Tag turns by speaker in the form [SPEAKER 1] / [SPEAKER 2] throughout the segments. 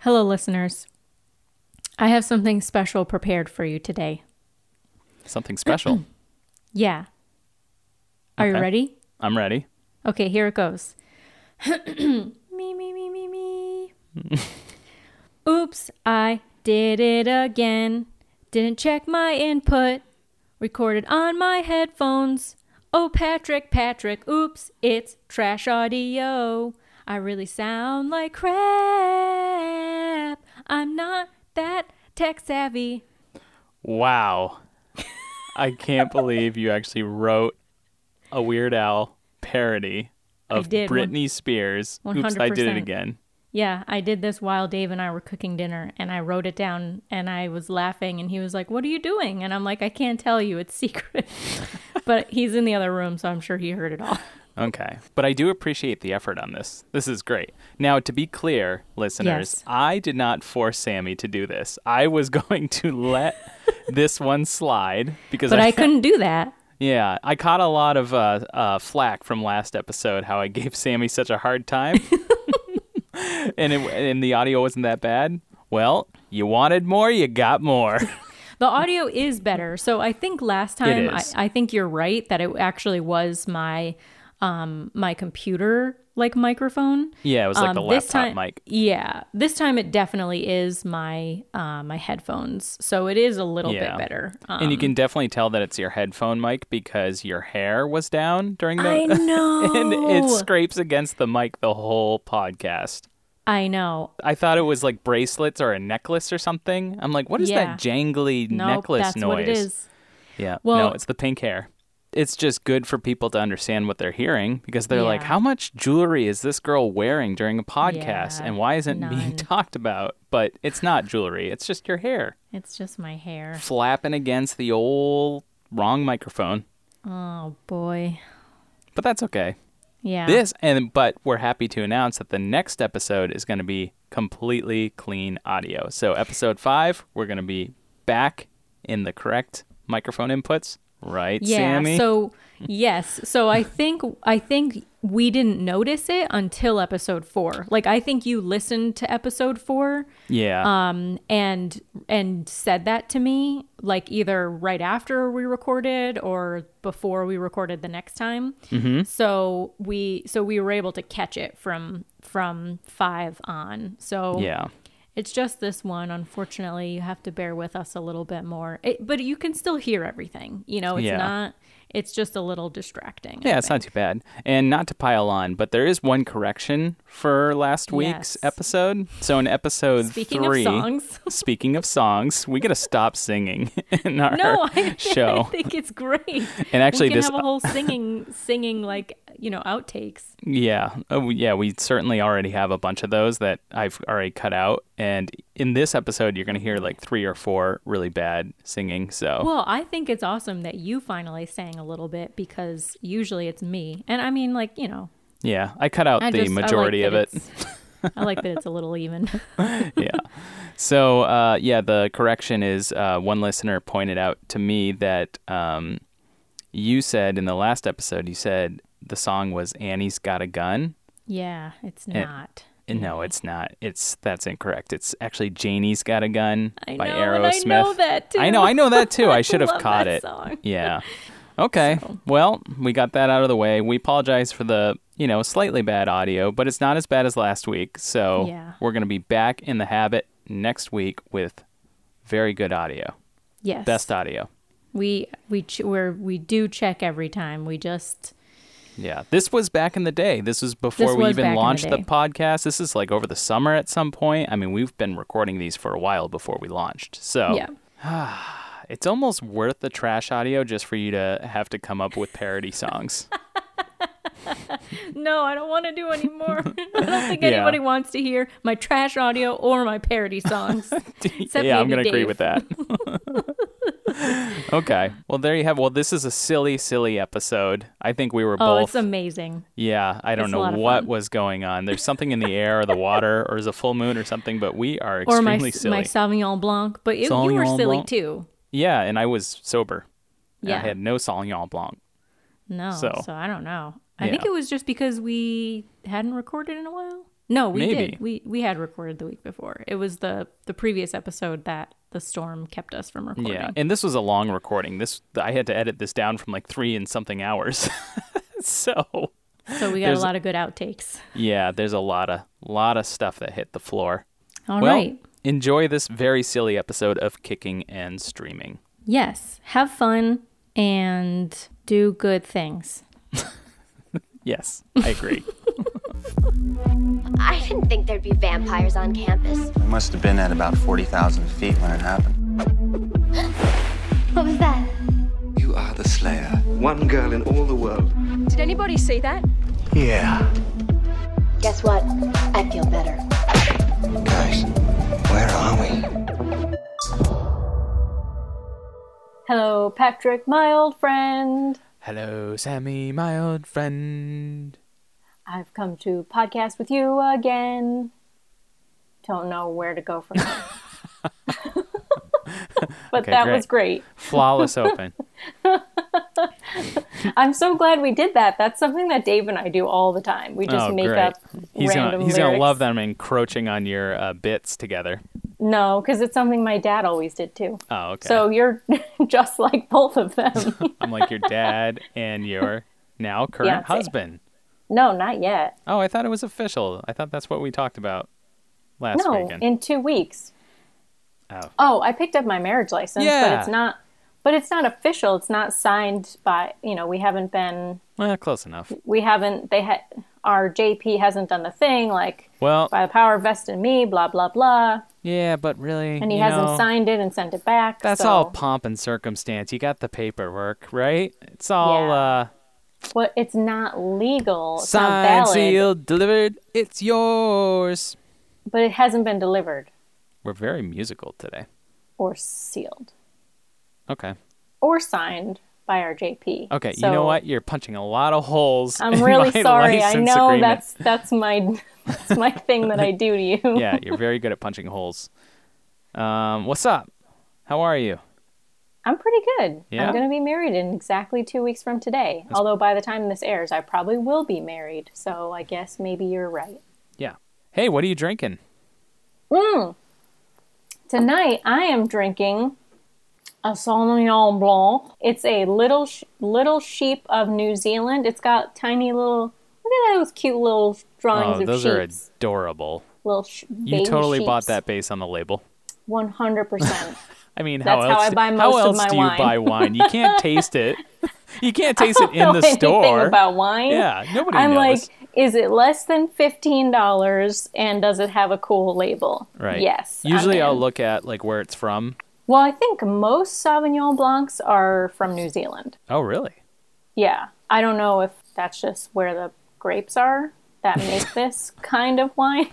[SPEAKER 1] Hello, listeners. I have something special prepared for you today.
[SPEAKER 2] Something special.
[SPEAKER 1] Yeah. Are you
[SPEAKER 2] Okay.
[SPEAKER 1] ready?
[SPEAKER 2] I'm ready.
[SPEAKER 1] Okay, here it goes. me, me, me, me, me. Oops, I did it again. Didn't check my input. Recorded on my headphones. Oh, Patrick, Patrick, oops, it's trash audio. I really sound like crap. I'm not that tech savvy.
[SPEAKER 2] Wow. I can't believe you actually wrote a Weird Al parody of
[SPEAKER 1] did, one-
[SPEAKER 2] Britney Spears. Oops, I did it
[SPEAKER 1] 100%.
[SPEAKER 2] again.
[SPEAKER 1] Yeah, I did this while Dave and I were cooking dinner, and I wrote it down, and I was laughing, and he was like, "What are you doing?" And I'm like, "I can't tell you; it's secret." but he's in the other room, so I'm sure he heard it all.
[SPEAKER 2] Okay. But I do appreciate the effort on this. This is great. Now, to be clear, listeners,
[SPEAKER 1] Yes.
[SPEAKER 2] I did not force Sammy to do this. I was going to let this one slide because
[SPEAKER 1] But I couldn't do that.
[SPEAKER 2] Yeah, I caught a lot of uh, uh, flack from last episode how I gave Sammy such a hard time, and it, and the audio wasn't that bad. Well, you wanted more, you got more.
[SPEAKER 1] The audio is better, so I think last time I,
[SPEAKER 2] is.
[SPEAKER 1] I think you're right that it actually was my um my computer like microphone.
[SPEAKER 2] yeah, it was like
[SPEAKER 1] Um,
[SPEAKER 2] the
[SPEAKER 1] this
[SPEAKER 2] laptop
[SPEAKER 1] time,
[SPEAKER 2] mic.
[SPEAKER 1] Yeah, this time it definitely is my uh, my headphones, so it is a little
[SPEAKER 2] Yeah.
[SPEAKER 1] bit better. Um,
[SPEAKER 2] and you can definitely tell that it's your headphone mic because your hair was down during the
[SPEAKER 1] I know.
[SPEAKER 2] and it scrapes against the mic the whole podcast.
[SPEAKER 1] I know.
[SPEAKER 2] I thought it was like bracelets or a necklace or something. I'm like, what is
[SPEAKER 1] Yeah.
[SPEAKER 2] that jangly
[SPEAKER 1] No,
[SPEAKER 2] necklace
[SPEAKER 1] that's
[SPEAKER 2] noise?
[SPEAKER 1] what it is.
[SPEAKER 2] Yeah.
[SPEAKER 1] Well-
[SPEAKER 2] no, it's the pink hair. It's just good for people to understand what they're hearing because they're like,
[SPEAKER 1] Yeah.
[SPEAKER 2] how much jewelry is this girl wearing during a podcast
[SPEAKER 1] Yeah,
[SPEAKER 2] and why isn't it
[SPEAKER 1] none.
[SPEAKER 2] being talked about? But it's not jewelry, it's just your hair
[SPEAKER 1] It's just my hair.
[SPEAKER 2] flapping against the old wrong microphone.
[SPEAKER 1] Oh boy.
[SPEAKER 2] But that's okay.
[SPEAKER 1] Yeah.
[SPEAKER 2] This and but we're happy to announce that the next episode is going to be completely clean audio. So episode 5, we're going to be back in the correct microphone inputs, right
[SPEAKER 1] yeah.
[SPEAKER 2] Sammy?
[SPEAKER 1] So yes. So I think I think we didn't notice it until episode four. Like I think you listened to episode four
[SPEAKER 2] yeah.
[SPEAKER 1] um and and said that to me like either right after we recorded or before we recorded the next time
[SPEAKER 2] Mm-hmm.
[SPEAKER 1] so we so we were able to catch it from from five on so
[SPEAKER 2] yeah.
[SPEAKER 1] it's just this one unfortunately you have to bear with us a little bit more it, but you can still hear everything you know it's
[SPEAKER 2] Yeah.
[SPEAKER 1] not it's just a little distracting I
[SPEAKER 2] Yeah, it's not too bad. And not to pile on, but there is one correction for last week's
[SPEAKER 1] Yes.
[SPEAKER 2] episode. So in episode
[SPEAKER 1] Speaking of
[SPEAKER 2] three,
[SPEAKER 1] songs.
[SPEAKER 2] speaking of songs, we gotta stop singing in our
[SPEAKER 1] No, I, I
[SPEAKER 2] show.
[SPEAKER 1] think it's great.
[SPEAKER 2] And actually,
[SPEAKER 1] we can
[SPEAKER 2] this-
[SPEAKER 1] have a whole singing, singing like you know outtakes.
[SPEAKER 2] Yeah, oh, yeah, we certainly already have a bunch of those that I've already cut out. And in this episode, you're gonna hear like three or four really bad singing. So
[SPEAKER 1] Well, I think it's awesome that you finally sang a little bit because usually it's me, and I mean, like you know,
[SPEAKER 2] yeah, I cut out
[SPEAKER 1] I
[SPEAKER 2] the
[SPEAKER 1] just, I like
[SPEAKER 2] majority
[SPEAKER 1] that
[SPEAKER 2] of it.
[SPEAKER 1] it's- I like that it's a little even.
[SPEAKER 2] yeah. So uh, yeah, the correction is uh, one listener pointed out to me that um, you said in the last episode you said the song was Annie's Got a Gun.
[SPEAKER 1] Yeah, it's
[SPEAKER 2] And-
[SPEAKER 1] not.
[SPEAKER 2] And no,
[SPEAKER 1] Mm-hmm.
[SPEAKER 2] it's not. It's that's incorrect. It's actually Janie's Got a Gun
[SPEAKER 1] I
[SPEAKER 2] by
[SPEAKER 1] know, and I
[SPEAKER 2] Aerosmith.
[SPEAKER 1] know that too.
[SPEAKER 2] I know, I know that too. I should have
[SPEAKER 1] love
[SPEAKER 2] caught
[SPEAKER 1] that
[SPEAKER 2] it.
[SPEAKER 1] song.
[SPEAKER 2] Yeah. Okay. Well, we got that out of the way. We apologize for the, you know, slightly bad audio, but it's not as bad as last week. So
[SPEAKER 1] Yeah.
[SPEAKER 2] we're going to be back in the habit next week with very good audio,
[SPEAKER 1] Yes,
[SPEAKER 2] best audio.
[SPEAKER 1] we we ch- we're, we do check every time. We just
[SPEAKER 2] Yeah. This was back in the day. This was before
[SPEAKER 1] This
[SPEAKER 2] we
[SPEAKER 1] was back
[SPEAKER 2] even
[SPEAKER 1] in the
[SPEAKER 2] launched the,
[SPEAKER 1] day.
[SPEAKER 2] podcast. This is like over the summer at some point. I mean, we've been recording these for a while before we launched. So
[SPEAKER 1] yeah.
[SPEAKER 2] it's almost worth the trash audio just for you to have to come up with parody songs.
[SPEAKER 1] No, I don't want to do anymore. I don't think
[SPEAKER 2] Yeah.
[SPEAKER 1] anybody wants to hear my trash audio or my parody songs. Except
[SPEAKER 2] yeah, I'm
[SPEAKER 1] maybe
[SPEAKER 2] gonna agree
[SPEAKER 1] Dave.
[SPEAKER 2] with that. okay. Well, there you have. Well, this is a silly, silly episode. I think we were
[SPEAKER 1] Oh,
[SPEAKER 2] both.
[SPEAKER 1] it's amazing.
[SPEAKER 2] yeah, I don't
[SPEAKER 1] it's a
[SPEAKER 2] know
[SPEAKER 1] lot of
[SPEAKER 2] what
[SPEAKER 1] fun.
[SPEAKER 2] was going on. There's something in the air or the water or is a full moon or something, but we are
[SPEAKER 1] Or my,
[SPEAKER 2] extremely silly.
[SPEAKER 1] my Sauvignon Blanc, but you- you were
[SPEAKER 2] Sauvignon
[SPEAKER 1] silly
[SPEAKER 2] Blanc.
[SPEAKER 1] too.
[SPEAKER 2] yeah, and I was sober.
[SPEAKER 1] Yeah.
[SPEAKER 2] I had no Sauvignon Blanc.
[SPEAKER 1] No,
[SPEAKER 2] So.
[SPEAKER 1] so, I don't know. I think
[SPEAKER 2] Yeah.
[SPEAKER 1] it was just because we hadn't recorded in a while. No, we
[SPEAKER 2] Maybe.
[SPEAKER 1] did. We we had recorded the week before. It was the the previous episode that the storm kept us from recording.
[SPEAKER 2] Yeah, and this was a long recording. This I had to edit this down from like three and something hours. so
[SPEAKER 1] so we got
[SPEAKER 2] there's-
[SPEAKER 1] a lot of good outtakes.
[SPEAKER 2] yeah, there's a lot of lot of stuff that hit the floor.
[SPEAKER 1] All right.
[SPEAKER 2] well, enjoy this very silly episode of Kicking and Streaming.
[SPEAKER 1] Yes. Have fun and do good things.
[SPEAKER 2] Yes, I agree.
[SPEAKER 3] I didn't think there'd be vampires on campus.
[SPEAKER 4] We must have been at about 40,000 feet when it happened.
[SPEAKER 3] What was that?
[SPEAKER 5] You are the Slayer. One girl in all the world.
[SPEAKER 6] Did anybody see that?
[SPEAKER 5] Yeah.
[SPEAKER 3] Guess what? I feel better.
[SPEAKER 5] Guys, where are we?
[SPEAKER 1] Hello, Patrick, my old friend.
[SPEAKER 2] Hello, Sammy, my old friend.
[SPEAKER 1] I've come to podcast with you again. Don't know where to go from there. but
[SPEAKER 2] Okay,
[SPEAKER 1] that
[SPEAKER 2] great.
[SPEAKER 1] was great.
[SPEAKER 2] Flawless open.
[SPEAKER 1] I'm so glad we did that. That's something that Dave and I do all the time. We just
[SPEAKER 2] oh,
[SPEAKER 1] make
[SPEAKER 2] great.
[SPEAKER 1] up
[SPEAKER 2] he's
[SPEAKER 1] random
[SPEAKER 2] gonna he's gonna
[SPEAKER 1] lyrics.
[SPEAKER 2] love them encroaching on your uh, bits together.
[SPEAKER 1] No, because it's something my dad always did too.
[SPEAKER 2] Oh, okay.
[SPEAKER 1] So you're just like both of them.
[SPEAKER 2] I'm like your dad and your now current
[SPEAKER 1] Fiancé.
[SPEAKER 2] husband.
[SPEAKER 1] no, not yet.
[SPEAKER 2] Oh, I thought it was official. I thought that's what we talked about last
[SPEAKER 1] no,
[SPEAKER 2] weekend.
[SPEAKER 1] in two weeks.
[SPEAKER 2] Oh.
[SPEAKER 1] I picked up my marriage license, but
[SPEAKER 2] Yeah.
[SPEAKER 1] it's not. But it's not official. It's not signed by. You know, we haven't been.
[SPEAKER 2] well, close enough.
[SPEAKER 1] We haven't. They had our JP hasn't done the thing like
[SPEAKER 2] Well,
[SPEAKER 1] by the power vested in me. Blah blah blah.
[SPEAKER 2] yeah, but really,
[SPEAKER 1] And he
[SPEAKER 2] you
[SPEAKER 1] hasn't
[SPEAKER 2] know,
[SPEAKER 1] signed it and sent it back.
[SPEAKER 2] That's
[SPEAKER 1] so
[SPEAKER 2] all pomp and circumstance. You got the paperwork, right? It's all
[SPEAKER 1] Yeah.
[SPEAKER 2] uh,
[SPEAKER 1] What? It's not legal. It's not
[SPEAKER 2] signed,
[SPEAKER 1] valid.
[SPEAKER 2] sealed, delivered. It's yours.
[SPEAKER 1] But it hasn't been delivered
[SPEAKER 2] We're very musical today.
[SPEAKER 1] or sealed
[SPEAKER 2] Okay.
[SPEAKER 1] or signed by our JP.
[SPEAKER 2] Okay. you know
[SPEAKER 1] So-
[SPEAKER 2] what? You're punching a lot of holes. in
[SPEAKER 1] I'm really
[SPEAKER 2] my
[SPEAKER 1] sorry. I
[SPEAKER 2] license
[SPEAKER 1] know
[SPEAKER 2] agreement.
[SPEAKER 1] that's that's my that's my thing that I do to you.
[SPEAKER 2] yeah, you're very good at punching holes. Um, what's up? How are you?
[SPEAKER 1] I'm pretty good.
[SPEAKER 2] Yeah?
[SPEAKER 1] I'm going to be married in exactly 2 weeks from today. Although by the time this airs, I probably will be married. So I guess maybe you're right.
[SPEAKER 2] Yeah. Hey, what are you drinking?
[SPEAKER 1] Tonight I am drinking a Sauvignon Blanc. It's a little sh- little sheep of New Zealand. It's got tiny little Look at those cute little drawings
[SPEAKER 2] oh,
[SPEAKER 1] of
[SPEAKER 2] those
[SPEAKER 1] sheep.
[SPEAKER 2] are adorable.
[SPEAKER 1] little sh-
[SPEAKER 2] You totally bought that based on the label.
[SPEAKER 1] One hundred percent.
[SPEAKER 2] I mean, how
[SPEAKER 1] That's how
[SPEAKER 2] else?
[SPEAKER 1] I buy most
[SPEAKER 2] how
[SPEAKER 1] of
[SPEAKER 2] else
[SPEAKER 1] my
[SPEAKER 2] do you
[SPEAKER 1] wine.
[SPEAKER 2] buy wine? You can't taste it. You can't taste it in the
[SPEAKER 1] anything
[SPEAKER 2] store.
[SPEAKER 1] about wine.
[SPEAKER 2] yeah, nobody
[SPEAKER 1] I'm
[SPEAKER 2] knows.
[SPEAKER 1] like, is it less than fifteen dollars, and does it have a cool label?
[SPEAKER 2] right?
[SPEAKER 1] Yes. I'm
[SPEAKER 2] Usually, I'll
[SPEAKER 1] in.
[SPEAKER 2] look at like where it's from.
[SPEAKER 1] Well, I think most Sauvignon Blancs are from New Zealand.
[SPEAKER 2] Oh, really?
[SPEAKER 1] Yeah, I don't know if that's just where the grapes are that make this kind of wine.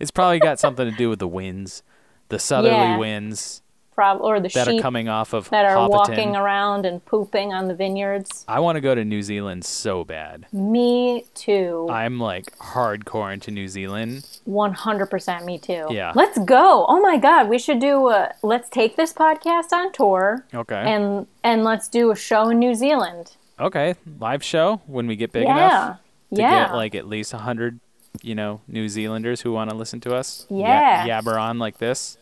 [SPEAKER 2] It's probably got something to do with the winds, the southerly
[SPEAKER 1] Yeah.
[SPEAKER 2] winds
[SPEAKER 1] Prob- or the
[SPEAKER 2] that
[SPEAKER 1] sheep
[SPEAKER 2] are coming off of
[SPEAKER 1] that are
[SPEAKER 2] Hobbiton.
[SPEAKER 1] walking around and pooping on the vineyards.
[SPEAKER 2] I want to go to New Zealand so bad.
[SPEAKER 1] Me too.
[SPEAKER 2] I'm like hardcore into New Zealand.
[SPEAKER 1] One hundred percent, me too.
[SPEAKER 2] Yeah.
[SPEAKER 1] Let's go. Oh my god, we should do a let's take this podcast on tour.
[SPEAKER 2] Okay.
[SPEAKER 1] And and let's do a show in New Zealand.
[SPEAKER 2] okay, live show when we get big
[SPEAKER 1] yeah.
[SPEAKER 2] enough to
[SPEAKER 1] yeah.
[SPEAKER 2] get like at least 100 you know new zealanders who want to listen to us ya-
[SPEAKER 1] Yeah.
[SPEAKER 2] yabber on like this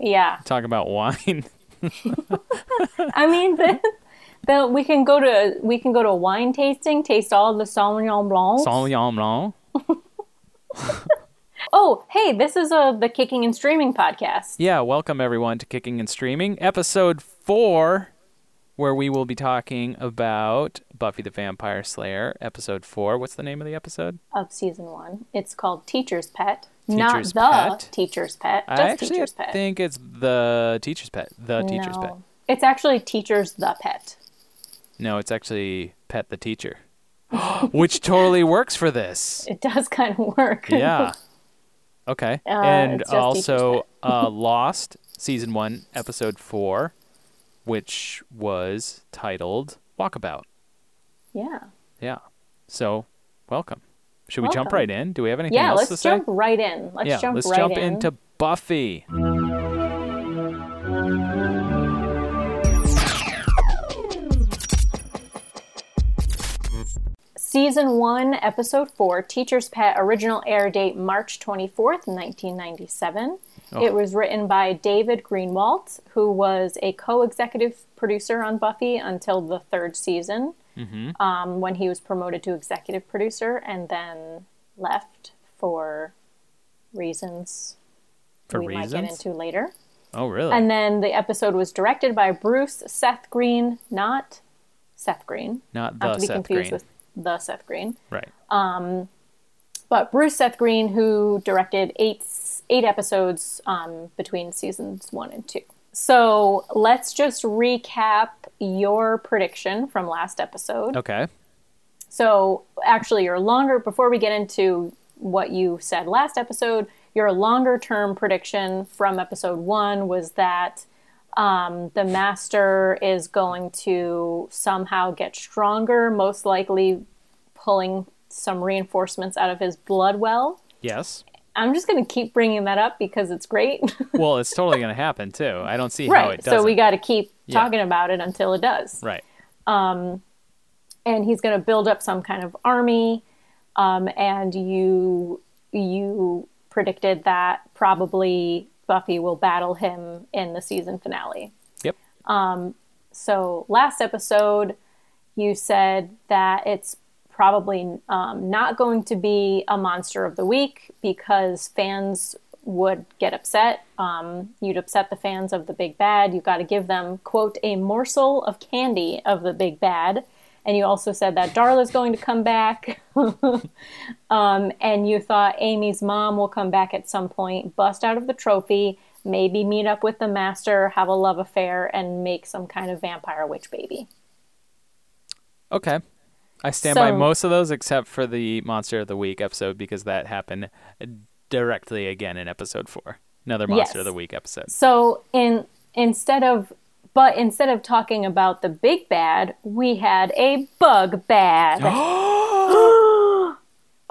[SPEAKER 1] yeah.
[SPEAKER 2] talk about wine
[SPEAKER 1] I mean the, the we can go to we can go to a wine tasting, taste all the Sauvignon Blancs.
[SPEAKER 2] sauvignon blanc
[SPEAKER 1] oh, hey, this is a the kicking and streaming podcast.
[SPEAKER 2] yeah welcome everyone to kicking and streaming episode 4 where we will be talking about buffy the vampire slayer episode 4 what's the name of the episode
[SPEAKER 1] Of season one. It's called Teacher's Pet. Not
[SPEAKER 2] Teacher's
[SPEAKER 1] the
[SPEAKER 2] Pet?
[SPEAKER 1] teacher's pet. Just
[SPEAKER 2] i actually
[SPEAKER 1] teacher's pet.
[SPEAKER 2] think it's the teacher's pet the teacher's
[SPEAKER 1] no.
[SPEAKER 2] pet
[SPEAKER 1] It's actually teacher's the pet.
[SPEAKER 2] no it's actually pet the teacher which totally works for this
[SPEAKER 1] It does kind of work.
[SPEAKER 2] yeah. Okay.
[SPEAKER 6] Uh,
[SPEAKER 2] and
[SPEAKER 1] it's just
[SPEAKER 2] also uh, Lost season one episode four, which was titled Walkabout.
[SPEAKER 1] yeah.
[SPEAKER 2] Yeah. So, welcome. Should we jump
[SPEAKER 1] Welcome.
[SPEAKER 2] right in? Do we have anything
[SPEAKER 1] Yeah,
[SPEAKER 2] else
[SPEAKER 1] let's
[SPEAKER 2] to say?
[SPEAKER 1] jump right in. Let's
[SPEAKER 2] yeah.
[SPEAKER 1] jump
[SPEAKER 2] let's
[SPEAKER 1] right
[SPEAKER 2] jump
[SPEAKER 1] in.
[SPEAKER 2] into Buffy.
[SPEAKER 6] Season 1, Episode 4, Teacher's Pet, original air date March 24th, 1997.
[SPEAKER 2] Oh.
[SPEAKER 6] It was written by David Greenwalt, who was a co executive producer on Buffy until the third season,
[SPEAKER 2] Mm-hmm.
[SPEAKER 6] um, when he was promoted to executive producer and then left for reasons
[SPEAKER 2] For
[SPEAKER 6] we might get
[SPEAKER 2] reasons.
[SPEAKER 6] into later.
[SPEAKER 2] Oh, really?
[SPEAKER 6] And then the episode was directed by Bruce Seth Green, not Seth Green.
[SPEAKER 2] Not
[SPEAKER 6] Not
[SPEAKER 2] the
[SPEAKER 6] to be
[SPEAKER 2] Seth
[SPEAKER 6] confused
[SPEAKER 2] Green.
[SPEAKER 6] with the Seth Green.
[SPEAKER 2] right.
[SPEAKER 6] But Bruce Seth Green, who directed eight eight episodes um, between seasons one and two. So let's just recap your prediction from last episode.
[SPEAKER 2] Okay.
[SPEAKER 6] So actually, your longer before we get into what you said last episode, your longer term prediction from episode one was that um, the master is going to somehow get stronger, most likely pulling some reinforcements out of his blood well.
[SPEAKER 2] Yes.
[SPEAKER 6] I'm just going to keep bringing that up because it's great.
[SPEAKER 2] Well, it's totally going to happen too. I don't see how it
[SPEAKER 6] right.
[SPEAKER 2] does.
[SPEAKER 6] So we got to keep
[SPEAKER 2] Yeah.
[SPEAKER 6] talking about it until it does.
[SPEAKER 2] right.
[SPEAKER 6] and he's going to build up some kind of army. Um, and you you predicted that probably Buffy will battle him in the season finale. Um,
[SPEAKER 2] Yep.
[SPEAKER 6] So last episode, you said that it's probably um, not going to be a monster of the week because fans would get upset. Um, you'd upset the fans of the big bad. You've got to give them quote a morsel of candy of the big bad. And you also said that Darla's going to come back. um, and you thought Amy's mom will come back at some point, bust out of the trophy, maybe meet up with the master, have a love affair, and make some kind of vampire witch baby.
[SPEAKER 2] Okay. I stand by
[SPEAKER 6] So-
[SPEAKER 2] most of those except for the Monster of the Week episode because that happened directly again in episode four. Another Monster
[SPEAKER 6] Yes.
[SPEAKER 2] of the Week episode.
[SPEAKER 6] So in instead of but instead of talking about the big bad, we had a bug bad.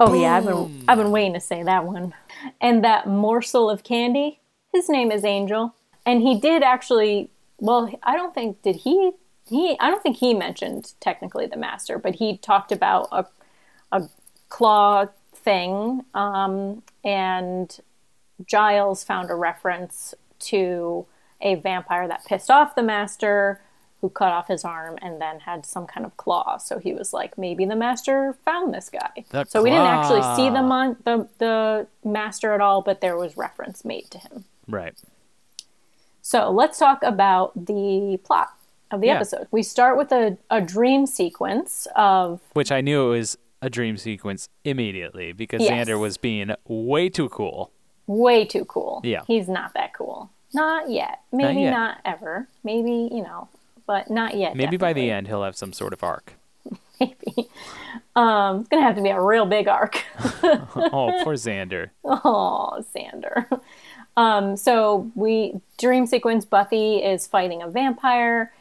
[SPEAKER 6] oh yeah, I've been I've been waiting to say that one. And that morsel of candy, his name is Angel, and he did actually. Well, I don't think did he he I don't think he mentioned technically the master, but he talked about a a claw thing, um, and Giles found a reference to a vampire that pissed off the master who cut off his arm and then had some kind of claw. So he was like, maybe the master found this guy.
[SPEAKER 2] The
[SPEAKER 6] so we didn't actually
[SPEAKER 2] claw.
[SPEAKER 6] see the, mon- the the master at all, but there was reference made to him.
[SPEAKER 2] Right.
[SPEAKER 6] So let's talk about the plot of the
[SPEAKER 2] Yeah.
[SPEAKER 6] episode. We start with a, a dream sequence of
[SPEAKER 2] Which I knew it was a dream sequence immediately because
[SPEAKER 6] Yes.
[SPEAKER 2] Xander was being way too cool.
[SPEAKER 6] way too cool.
[SPEAKER 2] Yeah.
[SPEAKER 6] He's not that cool. Not yet. Maybe not,
[SPEAKER 2] yet.
[SPEAKER 6] ever. Maybe, you know, but not yet.
[SPEAKER 2] Maybe by
[SPEAKER 6] definitely.
[SPEAKER 2] the end he'll have some sort of arc.
[SPEAKER 6] Maybe. Um, it's going to have to be a real big arc.
[SPEAKER 2] oh, poor Xander.
[SPEAKER 6] Oh, Xander. Um, so we dream sequence. Buffy is fighting a vampire.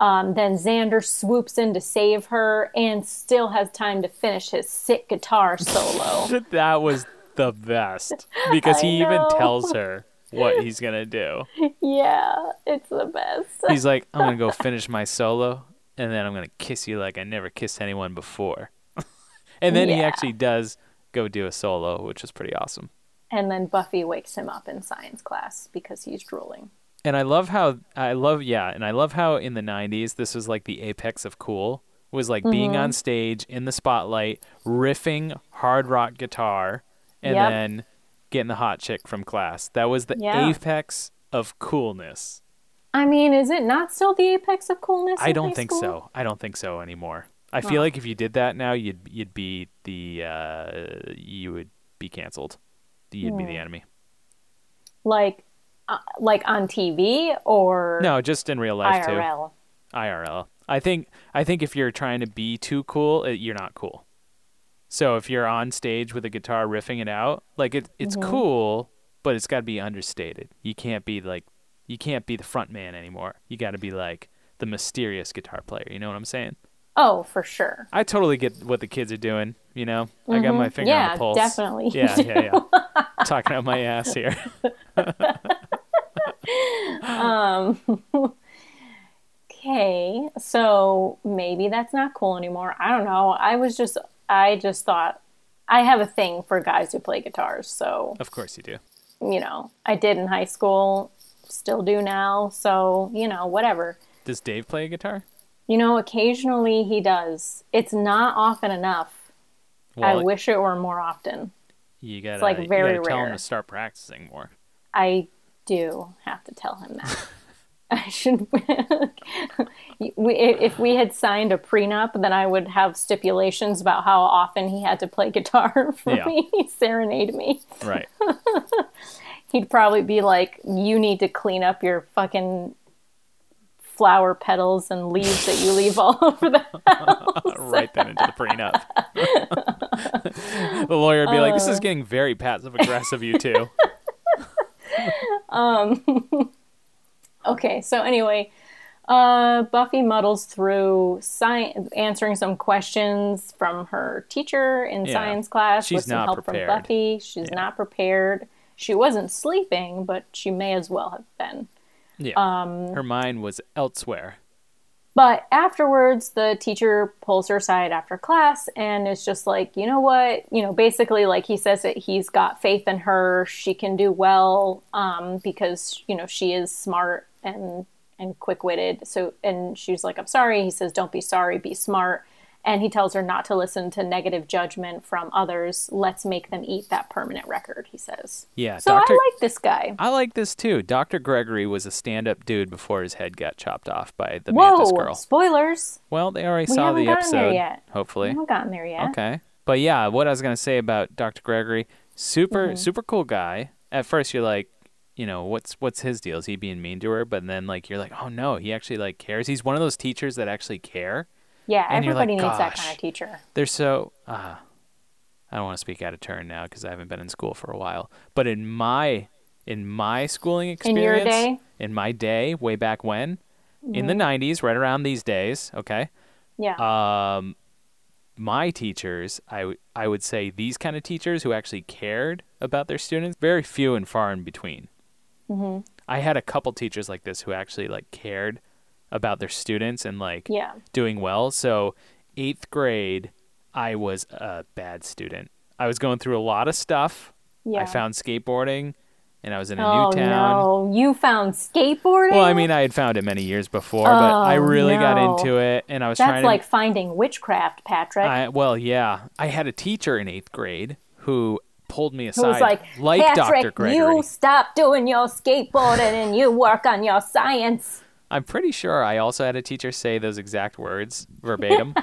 [SPEAKER 6] Um, then Xander swoops in to save her, and still has time to finish his sick guitar solo.
[SPEAKER 2] that was the best because he even
[SPEAKER 6] know.
[SPEAKER 2] tells her what he's going to do.
[SPEAKER 6] yeah, it's the best.
[SPEAKER 2] He's like, I'm gonna go finish my solo, and then I'm gonna kiss you like I never kissed anyone before. and then he
[SPEAKER 6] Yeah.
[SPEAKER 2] actually does go do a solo, which is pretty awesome.
[SPEAKER 6] And then Buffy wakes him up in science class because he's drooling.
[SPEAKER 2] And I love how I love yeah, and I love how in the '90s this was like the apex of cool was like
[SPEAKER 6] Mm-hmm.
[SPEAKER 2] being on stage in the spotlight, riffing hard rock guitar, and
[SPEAKER 6] Yep.
[SPEAKER 2] then getting the hot chick from class. That was the
[SPEAKER 6] Yeah.
[SPEAKER 2] apex of coolness.
[SPEAKER 6] I mean, is it not still the apex of coolness?
[SPEAKER 2] I
[SPEAKER 6] in
[SPEAKER 2] don't
[SPEAKER 6] high
[SPEAKER 2] think
[SPEAKER 6] school?
[SPEAKER 2] so. I don't think so anymore. I feel like if you did that now, you'd you'd be the uh, you would be canceled. You'd be the enemy.
[SPEAKER 6] Like, uh, like on TV or
[SPEAKER 2] No, just in real life too.
[SPEAKER 6] IRL.
[SPEAKER 2] IRL. I think I think if you're trying to be too cool, it, you're not cool. So if you're on stage with a guitar riffing it out, like it, it's
[SPEAKER 6] Mm-hmm.
[SPEAKER 2] cool, but it's got to be understated. You can't be like you can't be the front man anymore. You got to be like the mysterious guitar player. You know what I'm saying?
[SPEAKER 6] Oh, for sure.
[SPEAKER 2] I totally get what the kids are doing. You know, I got my finger on
[SPEAKER 6] Mm-hmm. Yeah,
[SPEAKER 2] the pulse.
[SPEAKER 6] definitely.
[SPEAKER 2] Yeah, yeah, yeah. Talking out my ass here.
[SPEAKER 6] Okay, so maybe that's not cool anymore. I don't know. I was just I just thought I have a thing for guys who play guitars. So,
[SPEAKER 2] Of course you do.
[SPEAKER 6] you know, I did in high school, still do now. So, you know, whatever.
[SPEAKER 2] Does Dave play a guitar?
[SPEAKER 6] You know, occasionally he does. It's not often enough. I
[SPEAKER 2] Well,
[SPEAKER 6] wish it were more often.
[SPEAKER 2] You gotta,
[SPEAKER 6] like,
[SPEAKER 2] you
[SPEAKER 6] very
[SPEAKER 2] gotta tell him
[SPEAKER 6] rare.
[SPEAKER 2] to start practicing more.
[SPEAKER 6] I do have to tell him that. I should. we, if we had signed a prenup, then I would have stipulations about how often he had to play guitar for
[SPEAKER 2] Yeah.
[SPEAKER 6] me, serenade me.
[SPEAKER 2] Right.
[SPEAKER 6] He'd probably be like, "You need to clean up your fucking flower petals and leaves that you leave all over the."
[SPEAKER 2] right then into the prenup. the lawyer would be like, this
[SPEAKER 6] Uh.
[SPEAKER 2] is getting very passive aggressive, you two.
[SPEAKER 6] Okay, so anyway, uh, Buffy muddles through sci- answering some questions from her teacher in
[SPEAKER 2] Yeah.
[SPEAKER 6] science class
[SPEAKER 2] She's
[SPEAKER 6] with some
[SPEAKER 2] not
[SPEAKER 6] help
[SPEAKER 2] prepared.
[SPEAKER 6] from Buffy. She's not prepared. She wasn't sleeping, but she may as well have been.
[SPEAKER 2] Yeah.
[SPEAKER 6] Um,
[SPEAKER 2] Her mind was elsewhere.
[SPEAKER 6] But afterwards, the teacher pulls her aside after class and is just like, you know what? You know, basically, like he says that he's got faith in her. She can do well um, because, you know, she is smart and and quick witted. So, and she's like, I'm sorry. He says, don't be sorry, be smart. And he tells her not to listen to negative judgment from others. Let's make them eat that permanent record, he says.
[SPEAKER 2] Yeah,
[SPEAKER 6] So
[SPEAKER 2] Dr.
[SPEAKER 6] I like this guy.
[SPEAKER 2] I like this too. Dr. Gregory was a stand up dude before his head got chopped off by the Mantis
[SPEAKER 6] Whoa,
[SPEAKER 2] girl.
[SPEAKER 6] spoilers.
[SPEAKER 2] Well, they already saw
[SPEAKER 6] haven't
[SPEAKER 2] the
[SPEAKER 6] gotten there
[SPEAKER 2] episode.
[SPEAKER 6] yet. I
[SPEAKER 2] Hopefully.
[SPEAKER 6] haven't gotten there yet.
[SPEAKER 2] Okay. But yeah, what I was gonna say about Dr. Gregory, super
[SPEAKER 6] Mm-hmm.
[SPEAKER 2] super cool guy. At first you're like, you know, what's what's his deal? Is he being mean to her? But then like you're like, oh no, he actually like cares. He's one of those teachers that actually care.
[SPEAKER 6] Yeah,
[SPEAKER 2] And you're like,
[SPEAKER 6] everybody needs that kind
[SPEAKER 2] "Gosh."
[SPEAKER 6] of teacher.
[SPEAKER 2] They're so uh I don't want to speak out of turn now because I haven't been in school for a while. But in my in my schooling
[SPEAKER 6] In your
[SPEAKER 2] experience,
[SPEAKER 6] day? Mm-hmm.
[SPEAKER 2] in my day, way back when, in the '90s, right around these days, okay,
[SPEAKER 6] Yeah.
[SPEAKER 2] um, my teachers, I, w- I would say these kind of teachers who actually cared about their students, very few and far in between.
[SPEAKER 6] Mm-hmm.
[SPEAKER 2] I had a couple teachers like this who actually like cared about their students and like
[SPEAKER 6] Yeah.
[SPEAKER 2] doing well. So eighth grade, I was a bad student. I was going through a lot of stuff. I
[SPEAKER 6] Yeah.
[SPEAKER 2] found skateboarding, and I was in a
[SPEAKER 6] oh
[SPEAKER 2] new town.
[SPEAKER 6] no, you found skateboarding.
[SPEAKER 2] Well, I mean, I had found it many years before, but I
[SPEAKER 6] Oh,
[SPEAKER 2] really
[SPEAKER 6] no.
[SPEAKER 2] got into it, and I was trying
[SPEAKER 6] that's
[SPEAKER 2] to
[SPEAKER 6] like finding witchcraft, Patrick.
[SPEAKER 2] I, well, yeah. I had a teacher in eighth grade who pulled me
[SPEAKER 6] Who
[SPEAKER 2] aside,
[SPEAKER 6] was like,
[SPEAKER 2] Dr.
[SPEAKER 6] Patrick,
[SPEAKER 2] Gregory.
[SPEAKER 6] you stop doing your skateboarding and you work on your science.
[SPEAKER 2] I'm pretty sure I also had a teacher say those exact words verbatim,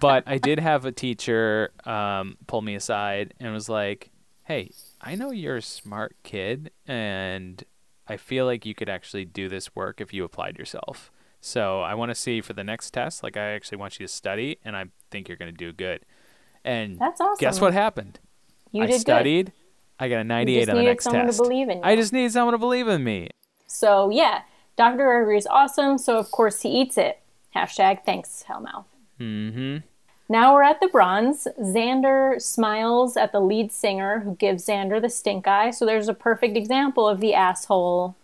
[SPEAKER 2] but I did have a teacher um, pull me aside and was like, "Hey, I know you're a smart kid, and I feel like you could actually do this work if you applied yourself. So I want to see for the next test. Like, I actually want you to study, and I think you're going to do good." And
[SPEAKER 6] That's
[SPEAKER 2] Guess
[SPEAKER 6] awesome.
[SPEAKER 2] what happened?
[SPEAKER 6] You
[SPEAKER 2] I
[SPEAKER 6] did
[SPEAKER 2] studied. I got a 98
[SPEAKER 6] just
[SPEAKER 2] on the
[SPEAKER 6] needed
[SPEAKER 2] next
[SPEAKER 6] someone to
[SPEAKER 2] test.
[SPEAKER 6] believe in you.
[SPEAKER 2] I just needed someone to believe in me.
[SPEAKER 6] good. So yeah, Dr. Gregory's awesome. So of course he eats it. Hashtag thanks, Hellmouth.
[SPEAKER 2] Mm-hmm.
[SPEAKER 6] Now we're at the bronze. Xander smiles at the lead singer who gives Xander the stink eye. So there's a perfect example of the asshole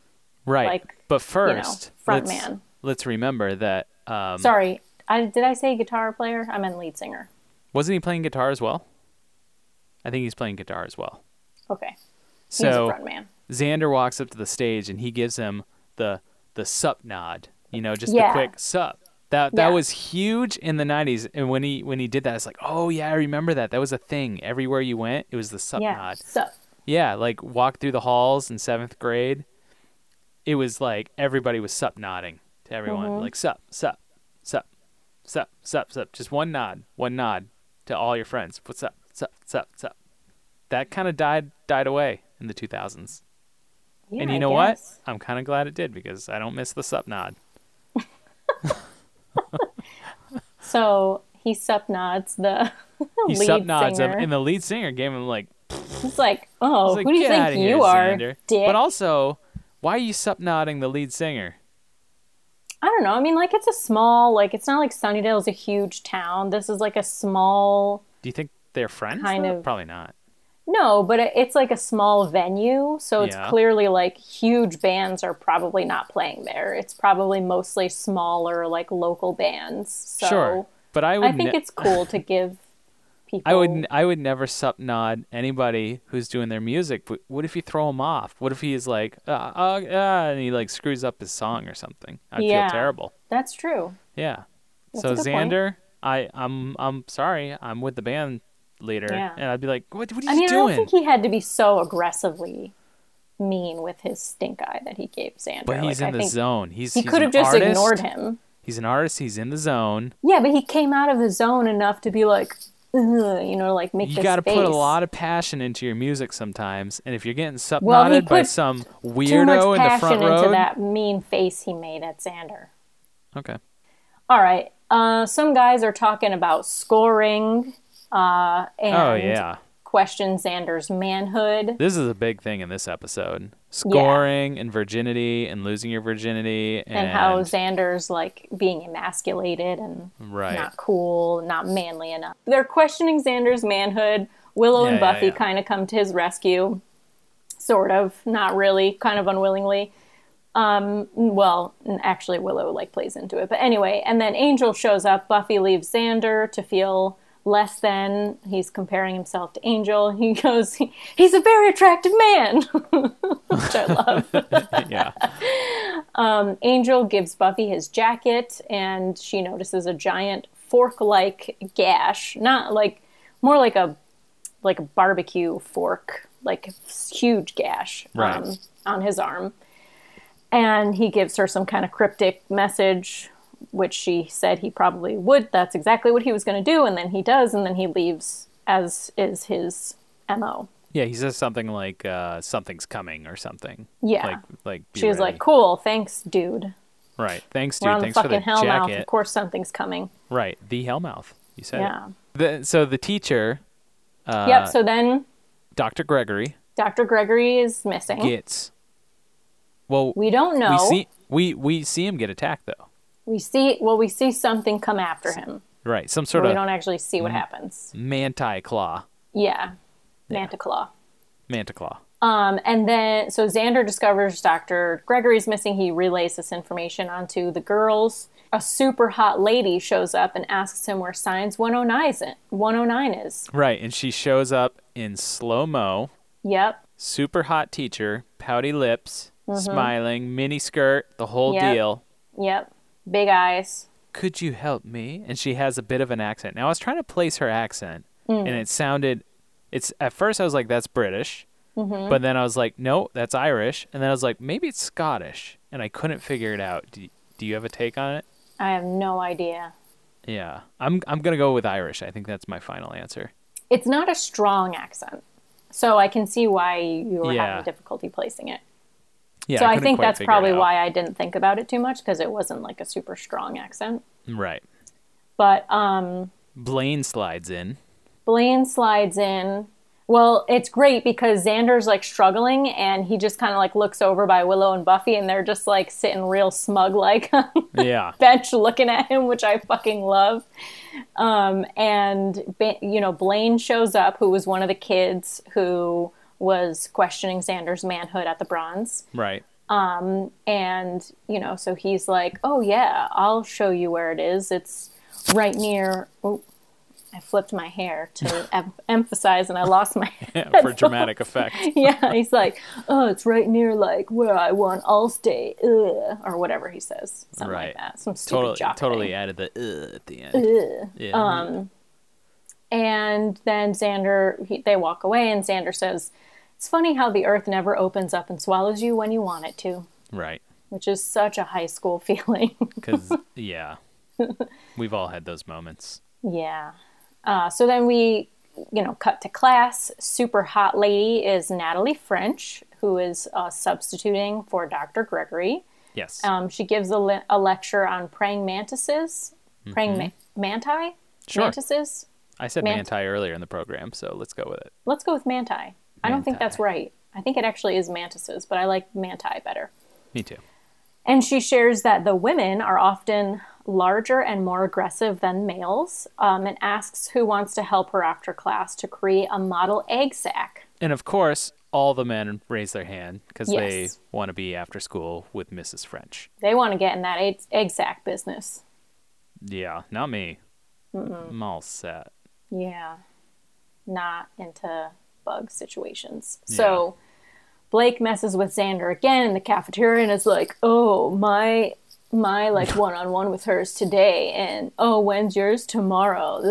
[SPEAKER 2] Right.
[SPEAKER 6] Like,
[SPEAKER 2] but first,
[SPEAKER 6] front
[SPEAKER 2] let's,
[SPEAKER 6] man.
[SPEAKER 2] let's remember that um,
[SPEAKER 6] Sorry, I, did I say guitar player? I meant lead singer.
[SPEAKER 2] wasn't he playing guitar as well? I think he's playing guitar as well.
[SPEAKER 6] Okay, he's a
[SPEAKER 2] So
[SPEAKER 6] front man.
[SPEAKER 2] Xander walks up to the stage and he gives him the the sup nod. You know, just
[SPEAKER 6] Yeah.
[SPEAKER 2] the quick sup. That that
[SPEAKER 6] Yeah.
[SPEAKER 2] was huge in the '90s, and when he when he did that, it's like, oh yeah, I remember that. That was a thing. Everywhere you went, it was the sup
[SPEAKER 6] Yeah.
[SPEAKER 2] nod.
[SPEAKER 6] So
[SPEAKER 2] Yeah, like walk through the halls in seventh grade. It was like everybody was sup nodding to everyone,
[SPEAKER 6] Mm-hmm.
[SPEAKER 2] like sup, sup, sup, sup, sup, sup. Just one nod, one nod to all your friends. What's up, sup, sup, sup. That kind of died died away in the 2000s.
[SPEAKER 6] yeah,
[SPEAKER 2] and you
[SPEAKER 6] I
[SPEAKER 2] know what?
[SPEAKER 6] guess.
[SPEAKER 2] I'm kind of glad it did because I don't miss the sup nod.
[SPEAKER 6] So he sup nods the
[SPEAKER 2] He
[SPEAKER 6] lead
[SPEAKER 2] sup nods him,
[SPEAKER 6] singer.
[SPEAKER 2] and the lead singer gave him like
[SPEAKER 6] He's like, oh,
[SPEAKER 2] I was like,
[SPEAKER 6] who do you
[SPEAKER 2] "Get
[SPEAKER 6] think
[SPEAKER 2] outta
[SPEAKER 6] you
[SPEAKER 2] here,
[SPEAKER 6] are,
[SPEAKER 2] Xander."
[SPEAKER 6] dick?
[SPEAKER 2] But also, why are you sup nodding the lead singer?
[SPEAKER 6] I don't know. I mean, like it's a small, like it's not like Sunnydale is a huge town. This is like a small.
[SPEAKER 2] Do you think they're friends?
[SPEAKER 6] Kind
[SPEAKER 2] though?
[SPEAKER 6] of.
[SPEAKER 2] Probably not.
[SPEAKER 6] No, but it- it's like a small venue, so it's
[SPEAKER 2] Yeah.
[SPEAKER 6] clearly like huge bands are probably not playing there. It's probably mostly smaller, like local bands. So
[SPEAKER 2] Sure. But I would
[SPEAKER 6] I think
[SPEAKER 2] ne-
[SPEAKER 6] it's cool to give people.
[SPEAKER 2] I would I would never subnod anybody who's doing their music. But what if you throw him off? What if he's like, uh, uh, uh, and he like screws up his song or something? I'd
[SPEAKER 6] Yeah.
[SPEAKER 2] feel terrible.
[SPEAKER 6] That's true.
[SPEAKER 2] Yeah.
[SPEAKER 6] That's
[SPEAKER 2] so
[SPEAKER 6] a good point.
[SPEAKER 2] Xander, I I'm I'm sorry. I'm with the band leader,
[SPEAKER 6] Yeah.
[SPEAKER 2] and I'd be like, what What are you
[SPEAKER 6] I mean, I don't
[SPEAKER 2] doing?
[SPEAKER 6] think he had to be so aggressively mean with his stink eye that he gave Xander.
[SPEAKER 2] but he's
[SPEAKER 6] Like,
[SPEAKER 2] in the
[SPEAKER 6] I think
[SPEAKER 2] zone. He's
[SPEAKER 6] He
[SPEAKER 2] he's an
[SPEAKER 6] could have just
[SPEAKER 2] artist.
[SPEAKER 6] ignored him.
[SPEAKER 2] He's an artist. He's in the zone.
[SPEAKER 6] Yeah, but he came out of the zone enough to be like, Ugh, you know, like make
[SPEAKER 2] You
[SPEAKER 6] this
[SPEAKER 2] got to
[SPEAKER 6] face.
[SPEAKER 2] put a lot of passion into your music sometimes, and if you're getting subnotted
[SPEAKER 6] Well, he
[SPEAKER 2] by
[SPEAKER 6] put
[SPEAKER 2] some
[SPEAKER 6] too much
[SPEAKER 2] weirdo in the
[SPEAKER 6] passion
[SPEAKER 2] front row,
[SPEAKER 6] into that mean face he made at Xander.
[SPEAKER 2] okay,
[SPEAKER 6] All right. Uh, some guys are talking about scoring uh, and
[SPEAKER 2] oh yeah,
[SPEAKER 6] question Xander's manhood.
[SPEAKER 2] this is a big thing in this episode: scoring and virginity, and losing your virginity, and,
[SPEAKER 6] and how Xander's like being emasculated and
[SPEAKER 2] Right.
[SPEAKER 6] not cool, not manly enough. They're questioning Xander's manhood. Willow
[SPEAKER 2] Yeah,
[SPEAKER 6] and
[SPEAKER 2] yeah,
[SPEAKER 6] Buffy
[SPEAKER 2] yeah.
[SPEAKER 6] kind of come to his rescue, sort of, not really, kind of unwillingly. Um, well, n- actually, Willow like plays into it, but anyway. And then Angel shows up. Buffy leaves Xander to feel less than. He's comparing himself to Angel. He goes, "He's a very attractive man," which I love.
[SPEAKER 2] yeah,
[SPEAKER 6] Angel gives Buffy his jacket, and she notices a giant fork-like gash, not like more like a like a barbecue fork, like a huge gash um,
[SPEAKER 2] Right.
[SPEAKER 6] on his arm. And he gives her some kind of cryptic message, which she said he probably would. That's exactly what he was going to do, and then he does, and then he leaves, as is his mo.
[SPEAKER 2] yeah. He says something like uh, "something's coming" or something.
[SPEAKER 6] Yeah.
[SPEAKER 2] like like be
[SPEAKER 6] She was
[SPEAKER 2] ready.
[SPEAKER 6] like, "Cool, thanks, dude.
[SPEAKER 2] right. Thanks,
[SPEAKER 6] We're
[SPEAKER 2] dude.
[SPEAKER 6] on the
[SPEAKER 2] Thanks for
[SPEAKER 6] fucking
[SPEAKER 2] the
[SPEAKER 6] hell now.
[SPEAKER 2] jacket.
[SPEAKER 6] Of course, something's coming."
[SPEAKER 2] Right, the hellmouth. You said it.
[SPEAKER 6] Yeah.
[SPEAKER 2] The, so the teacher, Uh,
[SPEAKER 6] yep. So then
[SPEAKER 2] Dr. Gregory,
[SPEAKER 6] Dr. Gregory is missing.
[SPEAKER 2] gets. Well,
[SPEAKER 6] We don't know.
[SPEAKER 2] we see we we see him get attacked though.
[SPEAKER 6] We see- well, we see something come after him.
[SPEAKER 2] Right, some
[SPEAKER 6] But
[SPEAKER 2] sort
[SPEAKER 6] we
[SPEAKER 2] of Mm-hmm.
[SPEAKER 6] don't actually see what happens.
[SPEAKER 2] manti claw,
[SPEAKER 6] Yeah. Manticlaw.
[SPEAKER 2] manta claw.
[SPEAKER 6] Um, and then, so Xander discovers Dr. Gregory's missing. He relays this information onto the girls. A super hot lady shows up and asks him where Science 109 is. 109 is.
[SPEAKER 2] Right, and she shows up in slow mo,
[SPEAKER 6] Yep.
[SPEAKER 2] super hot teacher, pouty lips, smiling, mini skirt, the whole
[SPEAKER 6] Mm-hmm. Yep.
[SPEAKER 2] deal.
[SPEAKER 6] Yep. Big eyes.
[SPEAKER 2] Could you help me? And she has a bit of an accent. Now I was trying to place her accent,
[SPEAKER 6] Mm.
[SPEAKER 2] and it sounded. It's at first I was like, that's British,
[SPEAKER 6] Mm-hmm.
[SPEAKER 2] but then I was like, no, that's Irish, and then I was like, maybe it's Scottish, and I couldn't figure it out. Do, do you have a take on it?
[SPEAKER 6] I have no idea.
[SPEAKER 2] Yeah, I'm I'm gonna go with Irish. I think that's my final answer.
[SPEAKER 6] It's not a strong accent. So I can see why you were
[SPEAKER 2] Yeah.
[SPEAKER 6] having difficulty placing it.
[SPEAKER 2] Yeah,
[SPEAKER 6] so I
[SPEAKER 2] couldn't
[SPEAKER 6] think
[SPEAKER 2] quite
[SPEAKER 6] that's
[SPEAKER 2] figure it
[SPEAKER 6] probably
[SPEAKER 2] out.
[SPEAKER 6] why I didn't think about it too much because it wasn't like a super strong accent.
[SPEAKER 2] Right,
[SPEAKER 6] But um,
[SPEAKER 2] Blaine slides in.
[SPEAKER 6] Blaine slides in. Well, it's great because Xander's like struggling and he just kind of like looks over by Willow and Buffy and they're just like sitting real smug like on the
[SPEAKER 2] Yeah,
[SPEAKER 6] bench looking at him, which I fucking love. Um, and, Ba- you know, Blaine shows up, who was one of the kids who was questioning Xander's manhood at the Bronze.
[SPEAKER 2] right.
[SPEAKER 6] and you know so he's like oh yeah i'll show you where it is it's right near oh i flipped my hair to em- emphasize and i lost my
[SPEAKER 2] Yeah, for dramatic effect.
[SPEAKER 6] yeah he's like oh it's right near like where i want allstate ugh, or whatever he says something
[SPEAKER 2] Right.
[SPEAKER 6] like that some stupid Um,
[SPEAKER 2] Totally,
[SPEAKER 6] jock
[SPEAKER 2] totally
[SPEAKER 6] thing.
[SPEAKER 2] added the uh at the end. Yeah.
[SPEAKER 6] and then xander he, they walk away and xander says it's funny how the earth never opens up and swallows you when you want it to
[SPEAKER 2] right.
[SPEAKER 6] which is such a high school feeling
[SPEAKER 2] Because yeah, we've all had those moments.
[SPEAKER 6] Yeah. Uh, so then we, you know, cut to class. Super hot lady is Natalie French, who is uh, substituting for Dr. Gregory.
[SPEAKER 2] Yes.
[SPEAKER 6] Um, she gives a, le- a lecture on praying mantises, praying ma- manti,
[SPEAKER 2] Sure.
[SPEAKER 6] mantises.
[SPEAKER 2] I said
[SPEAKER 6] Mant-
[SPEAKER 2] manti earlier in the program, so let's go with it.
[SPEAKER 6] Let's go with manti. I don't think that's right. I think it actually is mantises, but I like manti better.
[SPEAKER 2] Me too.
[SPEAKER 6] And she shares that the women are often larger and more aggressive than males um, and asks who wants to help her after class to create a model egg sack.
[SPEAKER 2] And of course, all the men raise their hand because
[SPEAKER 6] Yes.
[SPEAKER 2] they want to be after school with Mrs. French.
[SPEAKER 6] They want to get in that egg, egg sack business.
[SPEAKER 2] Yeah, not me. I'm all set.
[SPEAKER 6] Yeah. not into bug situations. So Blake messes with Xander again in the cafeteria and is like, "Oh, my my like one-on-one with hers today and oh, when's yours tomorrow?"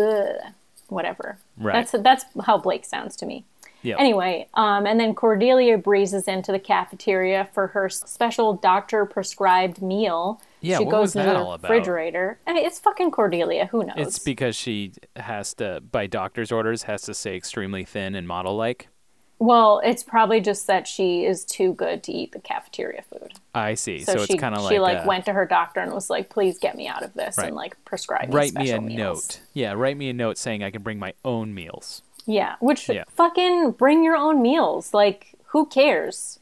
[SPEAKER 6] Ugh. Whatever.
[SPEAKER 2] Right.
[SPEAKER 6] That's that's how Blake sounds to me.
[SPEAKER 2] Yeah.
[SPEAKER 6] Anyway, um, and then Cordelia breezes into the cafeteria for her special doctor prescribed meal.
[SPEAKER 2] Yeah,
[SPEAKER 6] she
[SPEAKER 2] what
[SPEAKER 6] goes
[SPEAKER 2] was
[SPEAKER 6] into
[SPEAKER 2] that
[SPEAKER 6] the
[SPEAKER 2] all about?
[SPEAKER 6] refrigerator. I mean, it's fucking Cordelia. Who knows?
[SPEAKER 2] It's because she has to, by doctor's orders, has to stay extremely thin and model like.
[SPEAKER 6] well, it's probably just that she is too good to eat the cafeteria food.
[SPEAKER 2] I see. So,
[SPEAKER 6] So,
[SPEAKER 2] it's
[SPEAKER 6] she
[SPEAKER 2] kind of like,
[SPEAKER 6] she like
[SPEAKER 2] a-
[SPEAKER 6] went to her doctor and was like, "Please get me out of this,"
[SPEAKER 2] Right.
[SPEAKER 6] and like prescribe
[SPEAKER 2] write me a
[SPEAKER 6] special meals."
[SPEAKER 2] note. Yeah, write me a note saying I can bring my own meals.
[SPEAKER 6] Yeah, which
[SPEAKER 2] Yeah.
[SPEAKER 6] fucking bring your own meals. Like, who cares?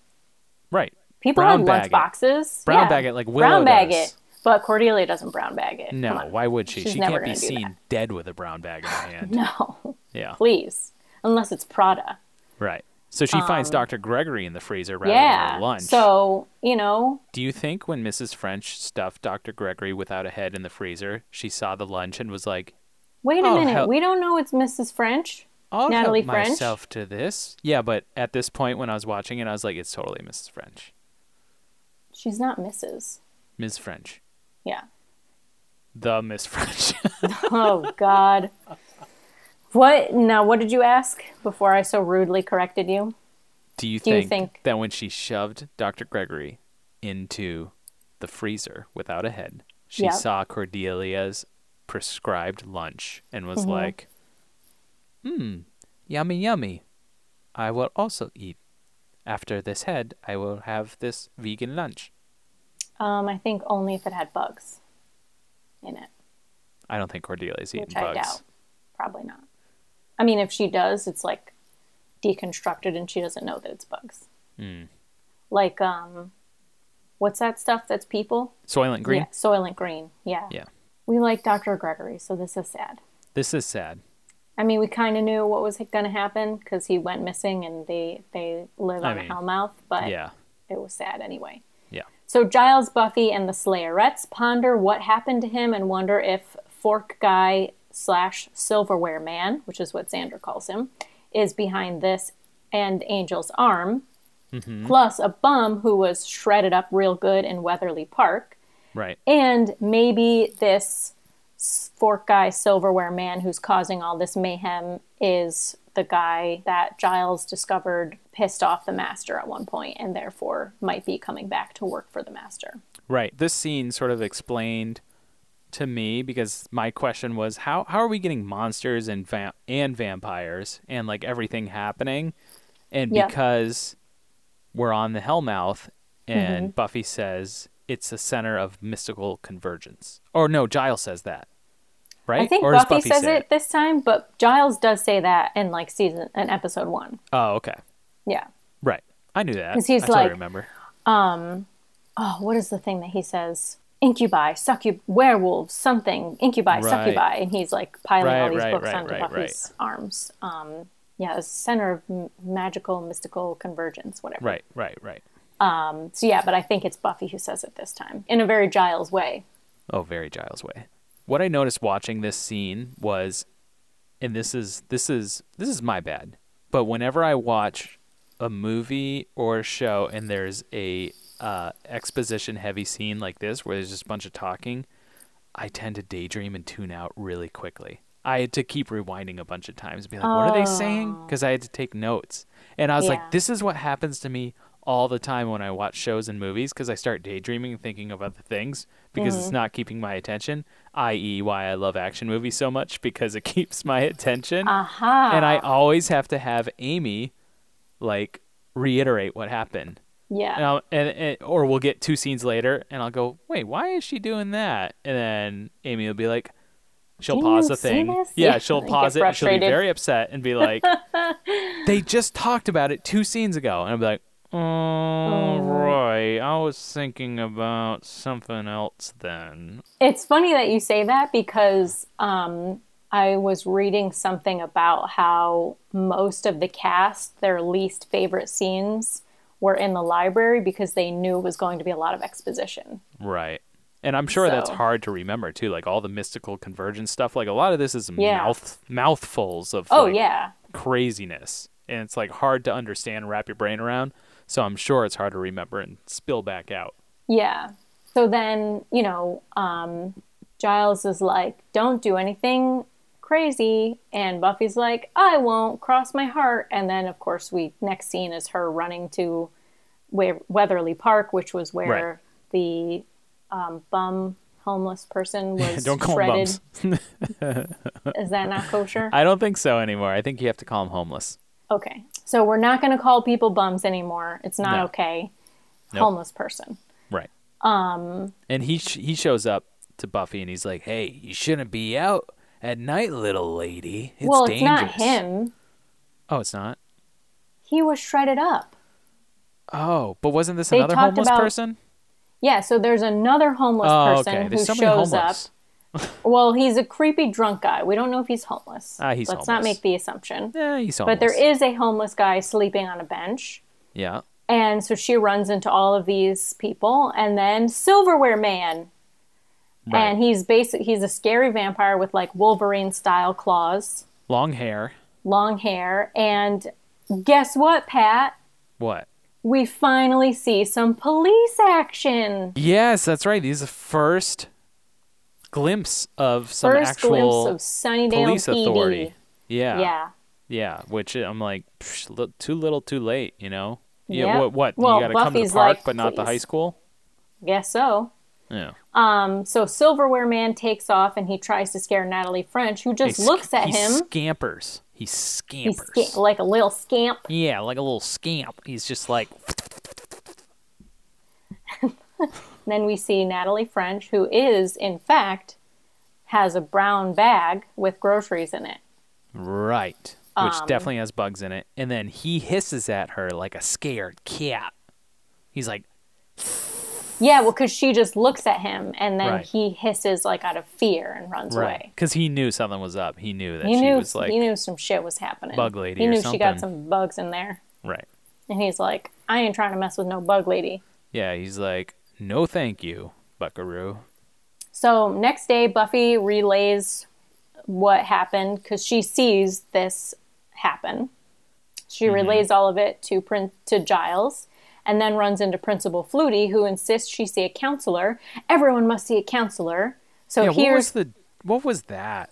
[SPEAKER 2] Right.
[SPEAKER 6] People
[SPEAKER 2] Brown
[SPEAKER 6] had
[SPEAKER 2] bag
[SPEAKER 6] lunch
[SPEAKER 2] it.
[SPEAKER 6] boxes.
[SPEAKER 2] Brown
[SPEAKER 6] Yeah.
[SPEAKER 2] bag it like Willow
[SPEAKER 6] brown bag
[SPEAKER 2] does.
[SPEAKER 6] it, but Cordelia doesn't brown bag it. Come
[SPEAKER 2] No,
[SPEAKER 6] on.
[SPEAKER 2] why would she?
[SPEAKER 6] She's
[SPEAKER 2] she
[SPEAKER 6] never
[SPEAKER 2] can't be
[SPEAKER 6] gonna do
[SPEAKER 2] seen dead with a brown bag in her hand.
[SPEAKER 6] No,
[SPEAKER 2] Yeah.
[SPEAKER 6] please, unless it's Prada.
[SPEAKER 2] Right. So she finds Dr. Gregory in the freezer rather than
[SPEAKER 6] Um, yeah.
[SPEAKER 2] her lunch.
[SPEAKER 6] So you know,
[SPEAKER 2] Do you think when Mrs. French stuffed Dr. Gregory without a head in the freezer, she saw the lunch and was like,
[SPEAKER 6] wait a
[SPEAKER 2] Oh,
[SPEAKER 6] minute.
[SPEAKER 2] hell-
[SPEAKER 6] We don't know it's Mrs. French.
[SPEAKER 2] I'll
[SPEAKER 6] Natalie
[SPEAKER 2] help
[SPEAKER 6] French?
[SPEAKER 2] myself to this? Yeah, but at this point when I was watching it, I was like, it's totally Mrs. French.
[SPEAKER 6] She's not Mrs.
[SPEAKER 2] Ms. French.
[SPEAKER 6] Yeah.
[SPEAKER 2] The Miss French.
[SPEAKER 6] Oh God. What now? What did you ask before I so rudely corrected you?
[SPEAKER 2] Do you,
[SPEAKER 6] Do you
[SPEAKER 2] think
[SPEAKER 6] think-
[SPEAKER 2] that when she shoved Dr. Gregory into the freezer without a head, she
[SPEAKER 6] Yep.
[SPEAKER 2] saw Cordelia's prescribed lunch and
[SPEAKER 6] Mm-hmm.
[SPEAKER 2] was like, hmm, yummy, yummy. I will also eat. After this head, I will have this vegan lunch.
[SPEAKER 6] Um, I think only if it had bugs in it,
[SPEAKER 2] I don't think Cordelia's eating
[SPEAKER 6] which I
[SPEAKER 2] bugs.
[SPEAKER 6] doubt. Probably not. I mean, if she does, it's like deconstructed and she doesn't know that it's bugs.
[SPEAKER 2] Hmm.
[SPEAKER 6] Like, um, what's that stuff that's people?
[SPEAKER 2] Soylent Green?
[SPEAKER 6] Yeah, Soylent Green. Yeah.
[SPEAKER 2] Yeah.
[SPEAKER 6] We like Dr. Gregory, so this is sad.
[SPEAKER 2] This is sad.
[SPEAKER 6] I mean, we kind of knew what was going to happen because he went missing and they, they live
[SPEAKER 2] I
[SPEAKER 6] on
[SPEAKER 2] mean,
[SPEAKER 6] Hellmouth, but
[SPEAKER 2] Yeah.
[SPEAKER 6] it was sad anyway.
[SPEAKER 2] Yeah.
[SPEAKER 6] So Giles, Buffy, and the Slayerettes ponder what happened to him and wonder if Fork Guy slash Silverware Man, which is what Xander calls him, is behind this and Angel's arm, plus a bum who was shredded up real good in Weatherly Park,
[SPEAKER 2] Right.
[SPEAKER 6] and maybe this s- Fork Guy Silverware Man who's causing all this mayhem is the guy that Giles discovered pissed off the master at one point and therefore might be coming back to work for the master.
[SPEAKER 2] Right. This scene sort of explained to me because my question was how how are we getting monsters and va- and vampires and like everything happening? And
[SPEAKER 6] Yeah.
[SPEAKER 2] because we're on the Hellmouth
[SPEAKER 6] Mm-hmm.
[SPEAKER 2] and Buffy says it's the center of mystical convergence. Or no, Giles says that. Right?
[SPEAKER 6] I think
[SPEAKER 2] or does
[SPEAKER 6] Buffy, says
[SPEAKER 2] say
[SPEAKER 6] it, this time, but Giles does say that in like season in episode one.
[SPEAKER 2] Oh, okay.
[SPEAKER 6] Yeah.
[SPEAKER 2] Right. I knew that.
[SPEAKER 6] 'Cause he's
[SPEAKER 2] I totally
[SPEAKER 6] like-
[SPEAKER 2] remember.
[SPEAKER 6] Oh, what is the thing that he says? Incubi, succub, werewolves, something. Incubi,
[SPEAKER 2] Right.
[SPEAKER 6] succubi, and he's like piling all
[SPEAKER 2] Right,
[SPEAKER 6] these
[SPEAKER 2] right,
[SPEAKER 6] books
[SPEAKER 2] right,
[SPEAKER 6] onto
[SPEAKER 2] right,
[SPEAKER 6] Buffy's arms. Um, yeah, it's center of m- magical, mystical convergence, whatever.
[SPEAKER 2] Right, right, right.
[SPEAKER 6] So yeah, but I think it's Buffy who says it this time in a very Giles way.
[SPEAKER 2] Oh, very Giles way. What I noticed watching this scene was and this is this is this is my bad. But whenever I watch a movie or a show and there's a uh, exposition heavy scene like this where there's just a bunch of talking, I tend to daydream and tune out really quickly. I had to keep rewinding a bunch of times and be like, what are they saying? Because I had to take notes. And I was
[SPEAKER 6] Yeah.
[SPEAKER 2] like, this is what happens to me all the time when I watch shows and movies because I start daydreaming and thinking of other things because it's not keeping my attention, i.e., why I love action movies so much because it keeps my attention.
[SPEAKER 6] Aha.
[SPEAKER 2] And I always have to have Amy like reiterate what happened.
[SPEAKER 6] Yeah.
[SPEAKER 2] And, I'll, and, and or we'll get two scenes later, and I'll go, "Wait, why is she doing that?" And then Amy will be like, "She'll
[SPEAKER 6] Didn't
[SPEAKER 2] pause
[SPEAKER 6] you
[SPEAKER 2] the
[SPEAKER 6] see
[SPEAKER 2] thing."
[SPEAKER 6] this?
[SPEAKER 2] Yeah,
[SPEAKER 6] Yeah,
[SPEAKER 2] she'll
[SPEAKER 6] and
[SPEAKER 2] pause
[SPEAKER 6] get
[SPEAKER 2] it. And she'll be
[SPEAKER 6] frustrated.
[SPEAKER 2] very upset and be like, "They just talked about it two scenes ago," and I'll be like, "Oh, right, I was thinking about something else then."
[SPEAKER 6] It's funny that you say that because um, I was reading something about how most of the cast, their least favorite scenes were in the library because they knew it was going to be a lot of exposition.
[SPEAKER 2] Right. And I'm sure that's
[SPEAKER 6] So-
[SPEAKER 2] hard to remember too, like all the mystical convergence stuff. Like a lot of this is
[SPEAKER 6] Yeah.
[SPEAKER 2] mouth mouthfuls of
[SPEAKER 6] Oh,
[SPEAKER 2] like,
[SPEAKER 6] yeah.
[SPEAKER 2] craziness, and it's like hard to understand, wrap your brain around. So I'm sure it's hard to remember and spill back out.
[SPEAKER 6] Yeah. So then, you know, um, Giles is like, don't do anything crazy. And Buffy's like, I won't cross my heart. And then, of course, we next scene is her running to where, Weatherly Park, which was where the um, bum homeless person was
[SPEAKER 2] Don't call 'em
[SPEAKER 6] shredded. is that not kosher?
[SPEAKER 2] I don't think so anymore. I think you have to call them homeless.
[SPEAKER 6] Okay. So we're not going to call people bums anymore. It's not
[SPEAKER 2] No.
[SPEAKER 6] okay.
[SPEAKER 2] Nope.
[SPEAKER 6] Homeless person.
[SPEAKER 2] Right. Um. And he sh- he shows up to Buffy and he's like, "Hey, you shouldn't be out at night, little lady. It's
[SPEAKER 6] well, it's
[SPEAKER 2] dangerous."
[SPEAKER 6] not him.
[SPEAKER 2] Oh, it's not.
[SPEAKER 6] He was shredded up.
[SPEAKER 2] Oh, but wasn't this
[SPEAKER 6] They
[SPEAKER 2] another
[SPEAKER 6] talked
[SPEAKER 2] homeless
[SPEAKER 6] about
[SPEAKER 2] person?
[SPEAKER 6] Yeah, so there's another homeless
[SPEAKER 2] Oh,
[SPEAKER 6] person
[SPEAKER 2] okay.
[SPEAKER 6] who
[SPEAKER 2] There's so many
[SPEAKER 6] shows
[SPEAKER 2] homeless.
[SPEAKER 6] up. Well, he's a creepy drunk guy. We don't know if he's homeless.
[SPEAKER 2] Ah, he's
[SPEAKER 6] Let's not
[SPEAKER 2] homeless.
[SPEAKER 6] make the assumption.
[SPEAKER 2] Yeah, he's homeless.
[SPEAKER 6] But there is a homeless guy sleeping on a bench.
[SPEAKER 2] Yeah.
[SPEAKER 6] And so she runs into all of these people and then Silverware Man.
[SPEAKER 2] Right.
[SPEAKER 6] And he's basic he's a scary vampire with like Wolverine style claws,
[SPEAKER 2] Long hair.
[SPEAKER 6] long hair, and guess what, Pat?
[SPEAKER 2] What?
[SPEAKER 6] We finally see some police action.
[SPEAKER 2] Yes, that's right. These are the first glimpse of some
[SPEAKER 6] First
[SPEAKER 2] actual
[SPEAKER 6] glimpse of Sunnydale
[SPEAKER 2] police
[SPEAKER 6] PD.
[SPEAKER 2] authority. Yeah.
[SPEAKER 6] Yeah.
[SPEAKER 2] Yeah, which I'm like, psh, li- too little, too late, you know? Yeah.
[SPEAKER 6] Yeah.
[SPEAKER 2] What? what?
[SPEAKER 6] Well,
[SPEAKER 2] you got to come to the
[SPEAKER 6] Buffy's
[SPEAKER 2] park,
[SPEAKER 6] like,
[SPEAKER 2] but not the
[SPEAKER 6] "Please."
[SPEAKER 2] high school?
[SPEAKER 6] Guess so.
[SPEAKER 2] Yeah.
[SPEAKER 6] Um, so Silverware Man takes off and he tries to scare Natalie French, who
[SPEAKER 2] He
[SPEAKER 6] just
[SPEAKER 2] sc-
[SPEAKER 6] looks at
[SPEAKER 2] he
[SPEAKER 6] him
[SPEAKER 2] scampers. He
[SPEAKER 6] He
[SPEAKER 2] scampers.
[SPEAKER 6] sca- like a little scamp.
[SPEAKER 2] yeah, like a little scamp. He's just like,
[SPEAKER 6] Then we see Natalie French, who is, in fact, has a brown bag with groceries in it.
[SPEAKER 2] right. Which
[SPEAKER 6] Um.
[SPEAKER 2] definitely has bugs in it. And then he hisses at her like a scared cat. He's like,
[SPEAKER 6] Yeah, well, because she just looks at him and then
[SPEAKER 2] Right.
[SPEAKER 6] he hisses like out of fear and runs
[SPEAKER 2] right.
[SPEAKER 6] away.
[SPEAKER 2] Because he knew something was up. He knew that
[SPEAKER 6] He
[SPEAKER 2] she
[SPEAKER 6] knew
[SPEAKER 2] was like,
[SPEAKER 6] he knew some shit was happening.
[SPEAKER 2] bug lady
[SPEAKER 6] He
[SPEAKER 2] or
[SPEAKER 6] knew she got
[SPEAKER 2] something.
[SPEAKER 6] some bugs in there,
[SPEAKER 2] right.
[SPEAKER 6] and he's like, "I ain't trying to mess with no bug lady."
[SPEAKER 2] Yeah, he's like, no thank you, buckaroo.
[SPEAKER 6] So next day, Buffy relays what happened because she sees this happen. She
[SPEAKER 2] Mm-hmm.
[SPEAKER 6] relays all of it to Prin- to Giles, and then runs into Principal Flutie, who insists she see a counselor. Everyone must see a counselor. So
[SPEAKER 2] Yeah, what was
[SPEAKER 6] here's
[SPEAKER 2] the what was that?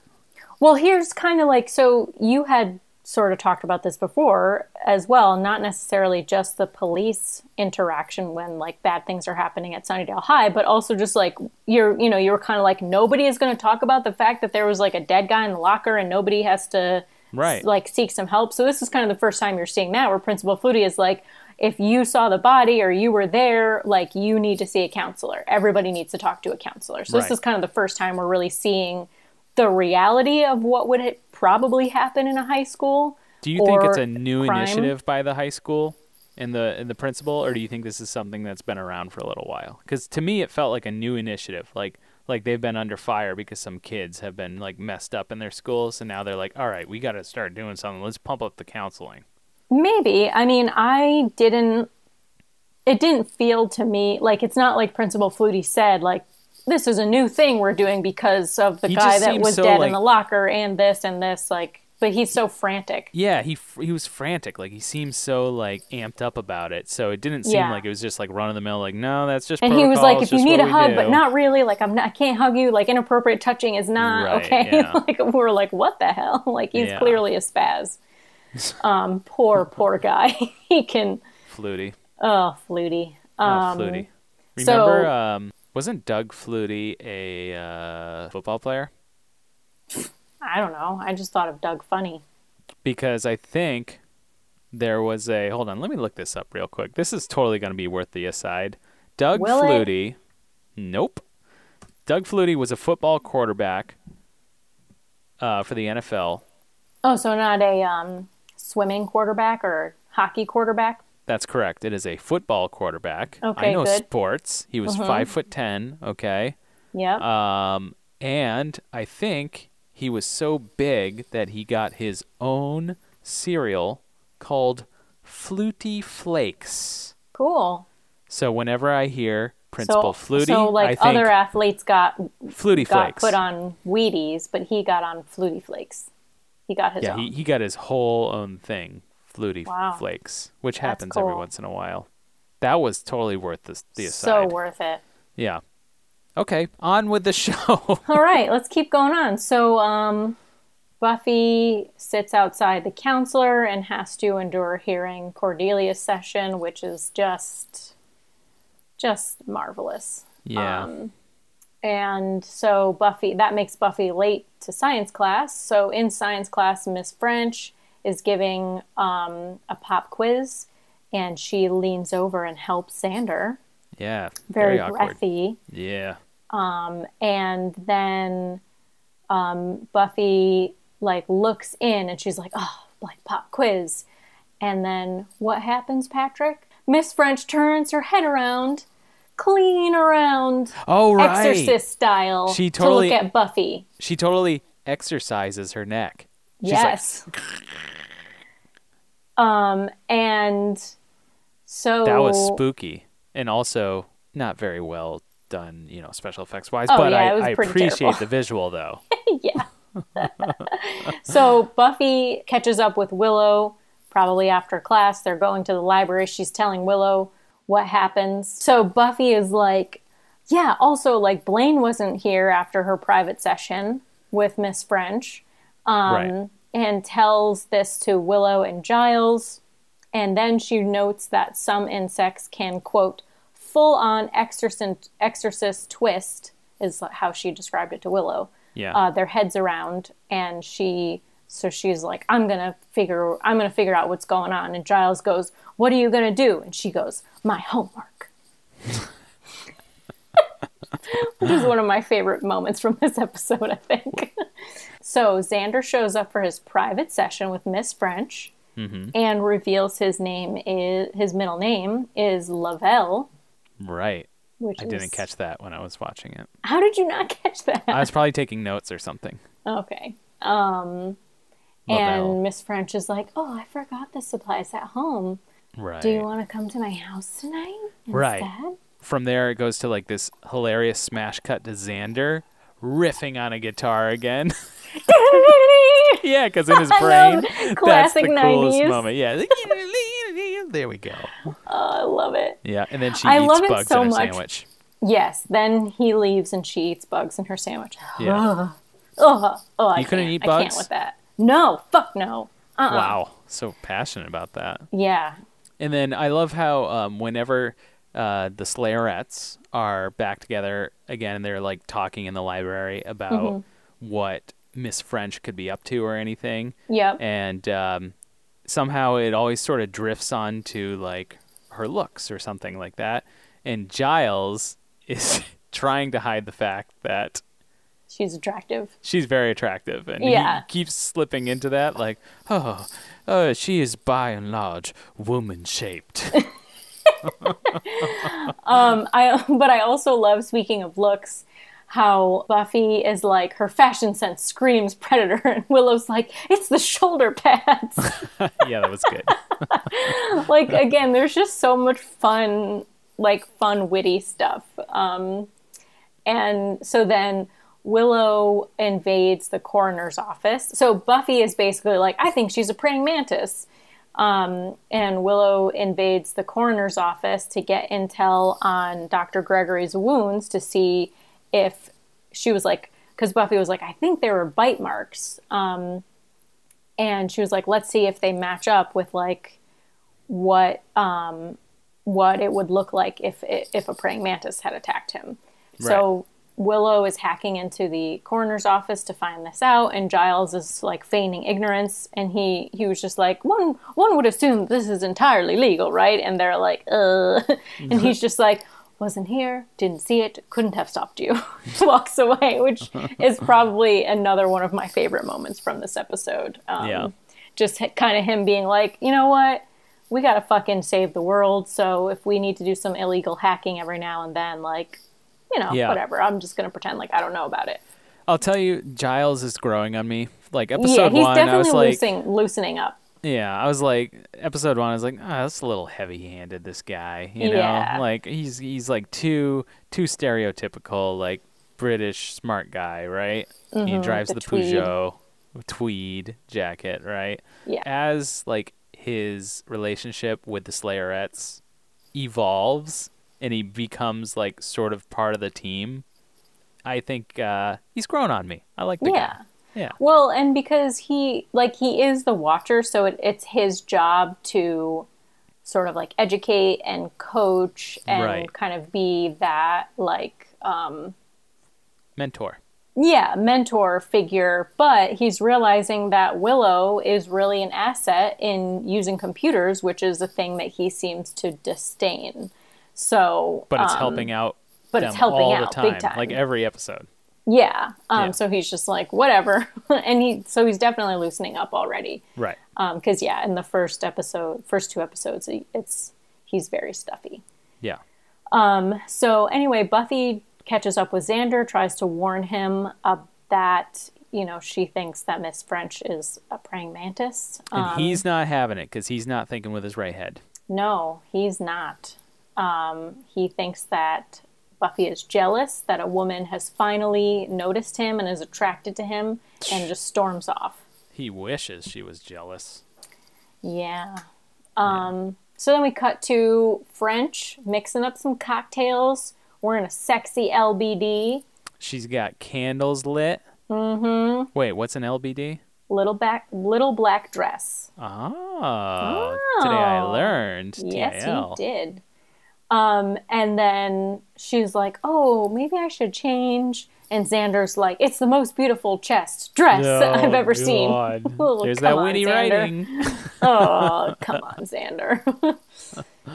[SPEAKER 6] well, here's kind of like so you had sort of talked about this before as well, not necessarily just the police interaction when like bad things are happening at Sunnydale High, but also just like you're you know, you were kind of like nobody is going to talk about the fact that there was like a dead guy in the locker and nobody has to
[SPEAKER 2] Right.
[SPEAKER 6] like seek some help. So this is kind of the first time you're seeing that where Principal Flutie is like if you saw the body or you were there, like you need to see a counselor. Everybody needs to talk to a counselor. So this
[SPEAKER 2] Right.
[SPEAKER 6] is kind of the first time we're really seeing the reality of what would it probably happen in a high school.
[SPEAKER 2] Do you think it's
[SPEAKER 6] or
[SPEAKER 2] a new
[SPEAKER 6] crime.
[SPEAKER 2] initiative by the high school and the and the principal, or do you think this is something that's been around for a little while? Because to me, it felt like a new initiative, like like they've been under fire because some kids have been like messed up in their schools, and now they're like, all right, we got to start doing something. Let's pump up the counseling.
[SPEAKER 6] Maybe. I mean, I didn't it didn't feel to me like it's not like Principal Flutie said like this is a new thing we're doing because of the
[SPEAKER 2] He
[SPEAKER 6] guy
[SPEAKER 2] just
[SPEAKER 6] that
[SPEAKER 2] seems
[SPEAKER 6] was
[SPEAKER 2] so,
[SPEAKER 6] dead
[SPEAKER 2] like-
[SPEAKER 6] in the locker and this and this like but he's so frantic.
[SPEAKER 2] Yeah, he f- he was frantic. Like he seemed so like amped up about it. So it didn't seem
[SPEAKER 6] Yeah.
[SPEAKER 2] like it was just like run of the mill. Like no, that's just.
[SPEAKER 6] and he was
[SPEAKER 2] protocol,
[SPEAKER 6] like,
[SPEAKER 2] it's
[SPEAKER 6] "If you
[SPEAKER 2] just
[SPEAKER 6] need a
[SPEAKER 2] what we
[SPEAKER 6] hug, but
[SPEAKER 2] do."
[SPEAKER 6] not really. Like, I'm not. I can't hug you. Like, inappropriate touching is not
[SPEAKER 2] Right,
[SPEAKER 6] okay."
[SPEAKER 2] yeah.
[SPEAKER 6] like, we're like, "What the hell?" Like, he's
[SPEAKER 2] Yeah.
[SPEAKER 6] clearly a spaz. Um, poor, poor guy. he can.
[SPEAKER 2] Flutie.
[SPEAKER 6] Oh, Flutie.
[SPEAKER 2] Oh,
[SPEAKER 6] Um,
[SPEAKER 2] Flutie.
[SPEAKER 6] so-
[SPEAKER 2] Remember, um, wasn't Doug Flutie a uh, football player?
[SPEAKER 6] I don't know. I just thought of Doug Funny.
[SPEAKER 2] Because I think there was a. Hold on, let me look this up real quick. This is totally going to be worth the aside. Doug
[SPEAKER 6] Will it?
[SPEAKER 2] Flutie. Nope. Doug Flutie was a football quarterback uh, for the NFL.
[SPEAKER 6] Oh, so not a um, swimming quarterback or hockey quarterback.
[SPEAKER 2] That's correct. It is a football quarterback. I
[SPEAKER 6] Okay,
[SPEAKER 2] know
[SPEAKER 6] good. Mm-hmm.
[SPEAKER 2] sports. He was five foot ten. Okay.
[SPEAKER 6] Yep.
[SPEAKER 2] Um, and I think he was so big that he got his own cereal called Fluty Flakes.
[SPEAKER 6] cool.
[SPEAKER 2] So whenever I hear
[SPEAKER 6] So,
[SPEAKER 2] Principal Flutie,
[SPEAKER 6] so like
[SPEAKER 2] I think
[SPEAKER 6] other athletes got
[SPEAKER 2] Flutie
[SPEAKER 6] got
[SPEAKER 2] Flakes.
[SPEAKER 6] put on Wheaties, but he got on Flutie Flakes. He got his
[SPEAKER 2] Yeah,
[SPEAKER 6] own.
[SPEAKER 2] he, he got his whole own thing, Flutie
[SPEAKER 6] Wow.
[SPEAKER 2] Flakes, which happens every
[SPEAKER 6] cool.
[SPEAKER 2] once in a while. That was totally worth the, the
[SPEAKER 6] so
[SPEAKER 2] aside.
[SPEAKER 6] worth it.
[SPEAKER 2] yeah. Okay, on with the show.
[SPEAKER 6] All right, let's keep going on. So um, Buffy sits outside the counselor and has to endure hearing Cordelia's session, which is just just marvelous.
[SPEAKER 2] yeah.
[SPEAKER 6] Um, And so Buffy that makes Buffy late to science class. So in science class, Miss French is giving um, a pop quiz, and she leans over and helps Xander.
[SPEAKER 2] yeah.
[SPEAKER 6] Very,
[SPEAKER 2] awkward.
[SPEAKER 6] breathy.
[SPEAKER 2] Yeah.
[SPEAKER 6] and then um, Buffy like looks in and she's like, "Oh, like pop quiz." And then what happens, Patrick? Miss French turns her head around, clean around,
[SPEAKER 2] Oh, right.
[SPEAKER 6] exorcist style,
[SPEAKER 2] She
[SPEAKER 6] to
[SPEAKER 2] totally-
[SPEAKER 6] look at Buffy.
[SPEAKER 2] She totally exercises her neck. She's like,
[SPEAKER 6] yes. um, and so
[SPEAKER 2] that was spooky and also not very well done, you know, special effects wise.
[SPEAKER 6] Oh,
[SPEAKER 2] but
[SPEAKER 6] yeah, it was
[SPEAKER 2] I, I
[SPEAKER 6] pretty
[SPEAKER 2] appreciate
[SPEAKER 6] terrible.
[SPEAKER 2] the visual though.
[SPEAKER 6] yeah. so Buffy catches up with Willow probably after class. They're going to the library. She's telling Willow what happens. So Buffy is like, yeah, also, like, Blaine wasn't here after her private session with Miss French um,
[SPEAKER 2] right.
[SPEAKER 6] and tells this to Willow and Giles. And then she notes that some insects can, quote, full on exorcist, exorcist twist, is how she described it to Willow
[SPEAKER 2] Yeah.
[SPEAKER 6] uh, their heads around and she so she's like i'm gonna figure i'm gonna figure out what's going on and giles goes what are you gonna do and she goes my homework which is one of my favorite moments from this episode i think so xander shows up for his private session with miss french and reveals his name is his middle name is lavelle
[SPEAKER 2] right.
[SPEAKER 6] which
[SPEAKER 2] I
[SPEAKER 6] is,
[SPEAKER 2] didn't catch that when I was watching it.
[SPEAKER 6] how did you not catch that
[SPEAKER 2] I was probably taking notes or something.
[SPEAKER 6] Okay. Um,
[SPEAKER 2] Lavelle.
[SPEAKER 6] and Miss French is like, "Oh, I forgot the supplies at home.
[SPEAKER 2] Right.
[SPEAKER 6] Do you want to come to my house tonight instead?"
[SPEAKER 2] Right. From there, it goes to like this hilarious smash cut to Xander riffing on a guitar again. yeah, because in his
[SPEAKER 6] know.
[SPEAKER 2] brain, that's
[SPEAKER 6] Classic
[SPEAKER 2] the coolest
[SPEAKER 6] 90s.
[SPEAKER 2] moment. Yeah. there we go.
[SPEAKER 6] I love it.
[SPEAKER 2] Yeah, and then she
[SPEAKER 6] I
[SPEAKER 2] eats
[SPEAKER 6] love it
[SPEAKER 2] bugs
[SPEAKER 6] so
[SPEAKER 2] in her
[SPEAKER 6] much.
[SPEAKER 2] sandwich.
[SPEAKER 6] Yes. Then he leaves, and she eats bugs in her sandwich.
[SPEAKER 2] Yeah.
[SPEAKER 6] Ugh. Oh, I
[SPEAKER 2] You couldn't
[SPEAKER 6] can't.
[SPEAKER 2] eat
[SPEAKER 6] I
[SPEAKER 2] bugs?
[SPEAKER 6] can't with that. No. Fuck no. Uh. uh
[SPEAKER 2] wow. So passionate about that.
[SPEAKER 6] Yeah.
[SPEAKER 2] And then I love how um, whenever uh, the Slayerettes are back together again, they're like talking in the library about
[SPEAKER 6] Mm-hmm.
[SPEAKER 2] what Miss French could be up to or anything.
[SPEAKER 6] Yep.
[SPEAKER 2] And um, somehow it always sort of drifts on to like her looks or something like that. And Giles is trying to hide the fact that
[SPEAKER 6] She's attractive.
[SPEAKER 2] she's very attractive and
[SPEAKER 6] Yeah.
[SPEAKER 2] he keeps slipping into that like oh uh, she is by and large woman shaped
[SPEAKER 6] Um, I but I also love speaking of looks how Buffy is like her fashion sense screams predator and Willow's like it's the shoulder pads.
[SPEAKER 2] yeah that was good
[SPEAKER 6] like again, there's just so much fun like fun witty stuff. Um and so then Willow invades the coroner's office. So Buffy is basically like I think she's a praying mantis. Um, and Willow invades the coroner's office to get intel on Dr. Gregory's wounds to see if she was like, because Buffy was like, I think they were bite marks. Um, and she was like, let's see if they match up with like what um, what it would look like if if a praying mantis had attacked him. So Willow is hacking into the coroner's office to find this out, and Giles is like feigning ignorance, and he he was just like one one would assume this is entirely legal, right? And they're like, uh, and he's just like. Wasn't here, didn't see it, couldn't have stopped you. Walks away, which is probably another one of my favorite moments from this episode. Um,
[SPEAKER 2] yeah
[SPEAKER 6] just kind of him being like, you know what, we gotta fucking save the world. So if we need to do some illegal hacking every now and then, like, you know,
[SPEAKER 2] Yeah.
[SPEAKER 6] whatever. I'm just gonna pretend like I don't know about it.
[SPEAKER 2] i'll tell you giles is growing on me like episode
[SPEAKER 6] yeah, he's
[SPEAKER 2] one i
[SPEAKER 6] definitely
[SPEAKER 2] was like
[SPEAKER 6] loosening, loosening up.
[SPEAKER 2] yeah i was like episode one i was like oh, that's a little heavy handed this guy you know
[SPEAKER 6] Yeah.
[SPEAKER 2] like he's he's like too too stereotypical like british smart guy right he drives
[SPEAKER 6] Mm-hmm, the
[SPEAKER 2] the
[SPEAKER 6] tweed.
[SPEAKER 2] peugeot tweed jacket, right?
[SPEAKER 6] Yeah.
[SPEAKER 2] As like his relationship with the Slayerettes evolves and he becomes like sort of part of the team, I think uh, he's grown on me. I like the
[SPEAKER 6] yeah.
[SPEAKER 2] guy. Yeah.
[SPEAKER 6] Well, and because he like he is the watcher, so it, it's his job to sort of like educate and coach and
[SPEAKER 2] Right.
[SPEAKER 6] kind of be that like
[SPEAKER 2] Mentor.
[SPEAKER 6] yeah, mentor figure, but he's realizing that Willow is really an asset in using computers, which is a thing that he seems to disdain. So,
[SPEAKER 2] But it's
[SPEAKER 6] um,
[SPEAKER 2] helping out
[SPEAKER 6] but
[SPEAKER 2] them
[SPEAKER 6] it's helping
[SPEAKER 2] all
[SPEAKER 6] out
[SPEAKER 2] the time,
[SPEAKER 6] big time.
[SPEAKER 2] Like every episode.
[SPEAKER 6] yeah. Um,
[SPEAKER 2] Yeah.
[SPEAKER 6] So he's just like, whatever. and he, so he's definitely loosening up already.
[SPEAKER 2] Right.
[SPEAKER 6] Because, yeah, in the first episode, first two episodes, he- it's, he's very stuffy.
[SPEAKER 2] Yeah.
[SPEAKER 6] So anyway, Buffy catches up with Xander, tries to warn him uh, that you know she thinks that Miss French is a praying mantis.
[SPEAKER 2] And
[SPEAKER 6] Um,
[SPEAKER 2] he's not having it because he's not thinking with his right head.
[SPEAKER 6] no, he's not. Um, he thinks that Buffy is jealous that a woman has finally noticed him and is attracted to him, and just storms off.
[SPEAKER 2] He wishes she was jealous.
[SPEAKER 6] Yeah. Um, so then we cut to French mixing up some cocktails. We're in a sexy LBD.
[SPEAKER 2] She's got candles lit. Mm-hmm. Wait, what's an LBD?
[SPEAKER 6] little back little black dress.
[SPEAKER 2] Oh, today I
[SPEAKER 6] Oh.
[SPEAKER 2] learned.
[SPEAKER 6] Yes,
[SPEAKER 2] TIL.
[SPEAKER 6] you did. Um, and then she's like, "Oh, maybe I should change." And Xander's like, "It's the most beautiful chest dress I've ever seen." Oh,
[SPEAKER 2] There's
[SPEAKER 6] come
[SPEAKER 2] that
[SPEAKER 6] on,
[SPEAKER 2] witty
[SPEAKER 6] Xander.
[SPEAKER 2] writing.
[SPEAKER 6] oh, come on, Xander.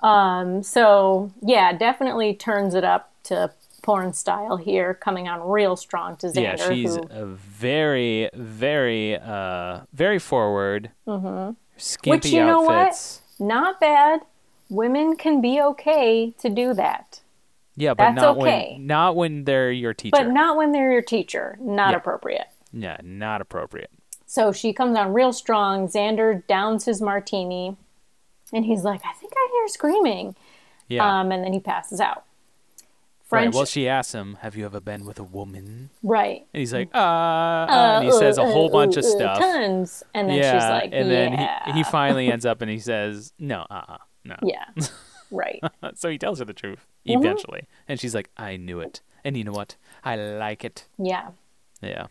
[SPEAKER 6] um, so yeah, definitely turns it up to porn style here, coming on real strong to Xander.
[SPEAKER 2] yeah, she's
[SPEAKER 6] who,
[SPEAKER 2] a very, very, uh, very forward. Mm-hmm. Skimpy
[SPEAKER 6] Which, you know what?
[SPEAKER 2] outfits.
[SPEAKER 6] not bad. Women can be okay to do that.
[SPEAKER 2] Yeah, but
[SPEAKER 6] That's
[SPEAKER 2] not
[SPEAKER 6] okay.
[SPEAKER 2] when not when they're your teacher.
[SPEAKER 6] but not when they're your teacher. Not
[SPEAKER 2] Yeah.
[SPEAKER 6] appropriate.
[SPEAKER 2] yeah, not appropriate.
[SPEAKER 6] So she comes on real strong. Xander downs his martini, and he's like, "I think I hear screaming,"
[SPEAKER 2] Yeah.
[SPEAKER 6] um, and then he passes out.
[SPEAKER 2] right.
[SPEAKER 6] French,
[SPEAKER 2] Well, she asks him, "Have you ever been with a woman?"
[SPEAKER 6] right?
[SPEAKER 2] And he's like, "Uh,", uh," and he says a whole bunch of
[SPEAKER 6] Uh,
[SPEAKER 2] stuff.
[SPEAKER 6] Tons, and then
[SPEAKER 2] yeah,
[SPEAKER 6] she's like,
[SPEAKER 2] and then
[SPEAKER 6] "Yeah,
[SPEAKER 2] he, he finally ends up and he says, "No, uh, uh no." Uh,
[SPEAKER 6] yeah, Mm-hmm. right."
[SPEAKER 2] So he tells her the truth eventually, and she's like, "I knew it, and you know what? I like it."
[SPEAKER 6] Yeah,
[SPEAKER 2] Yeah,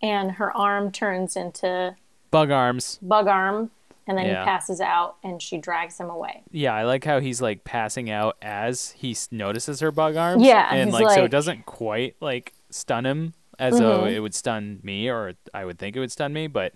[SPEAKER 6] and her arm turns into
[SPEAKER 2] bug arms.
[SPEAKER 6] bug arm, and then
[SPEAKER 2] Yeah.
[SPEAKER 6] he passes out, and she drags him away.
[SPEAKER 2] Yeah, I like how he's like passing out as he s- notices her bug arms.
[SPEAKER 6] Yeah,
[SPEAKER 2] and like,
[SPEAKER 6] he's
[SPEAKER 2] so it
[SPEAKER 6] like- Mm-hmm.
[SPEAKER 2] doesn't quite like stun him as though it would stun me, or I would think it would stun me. But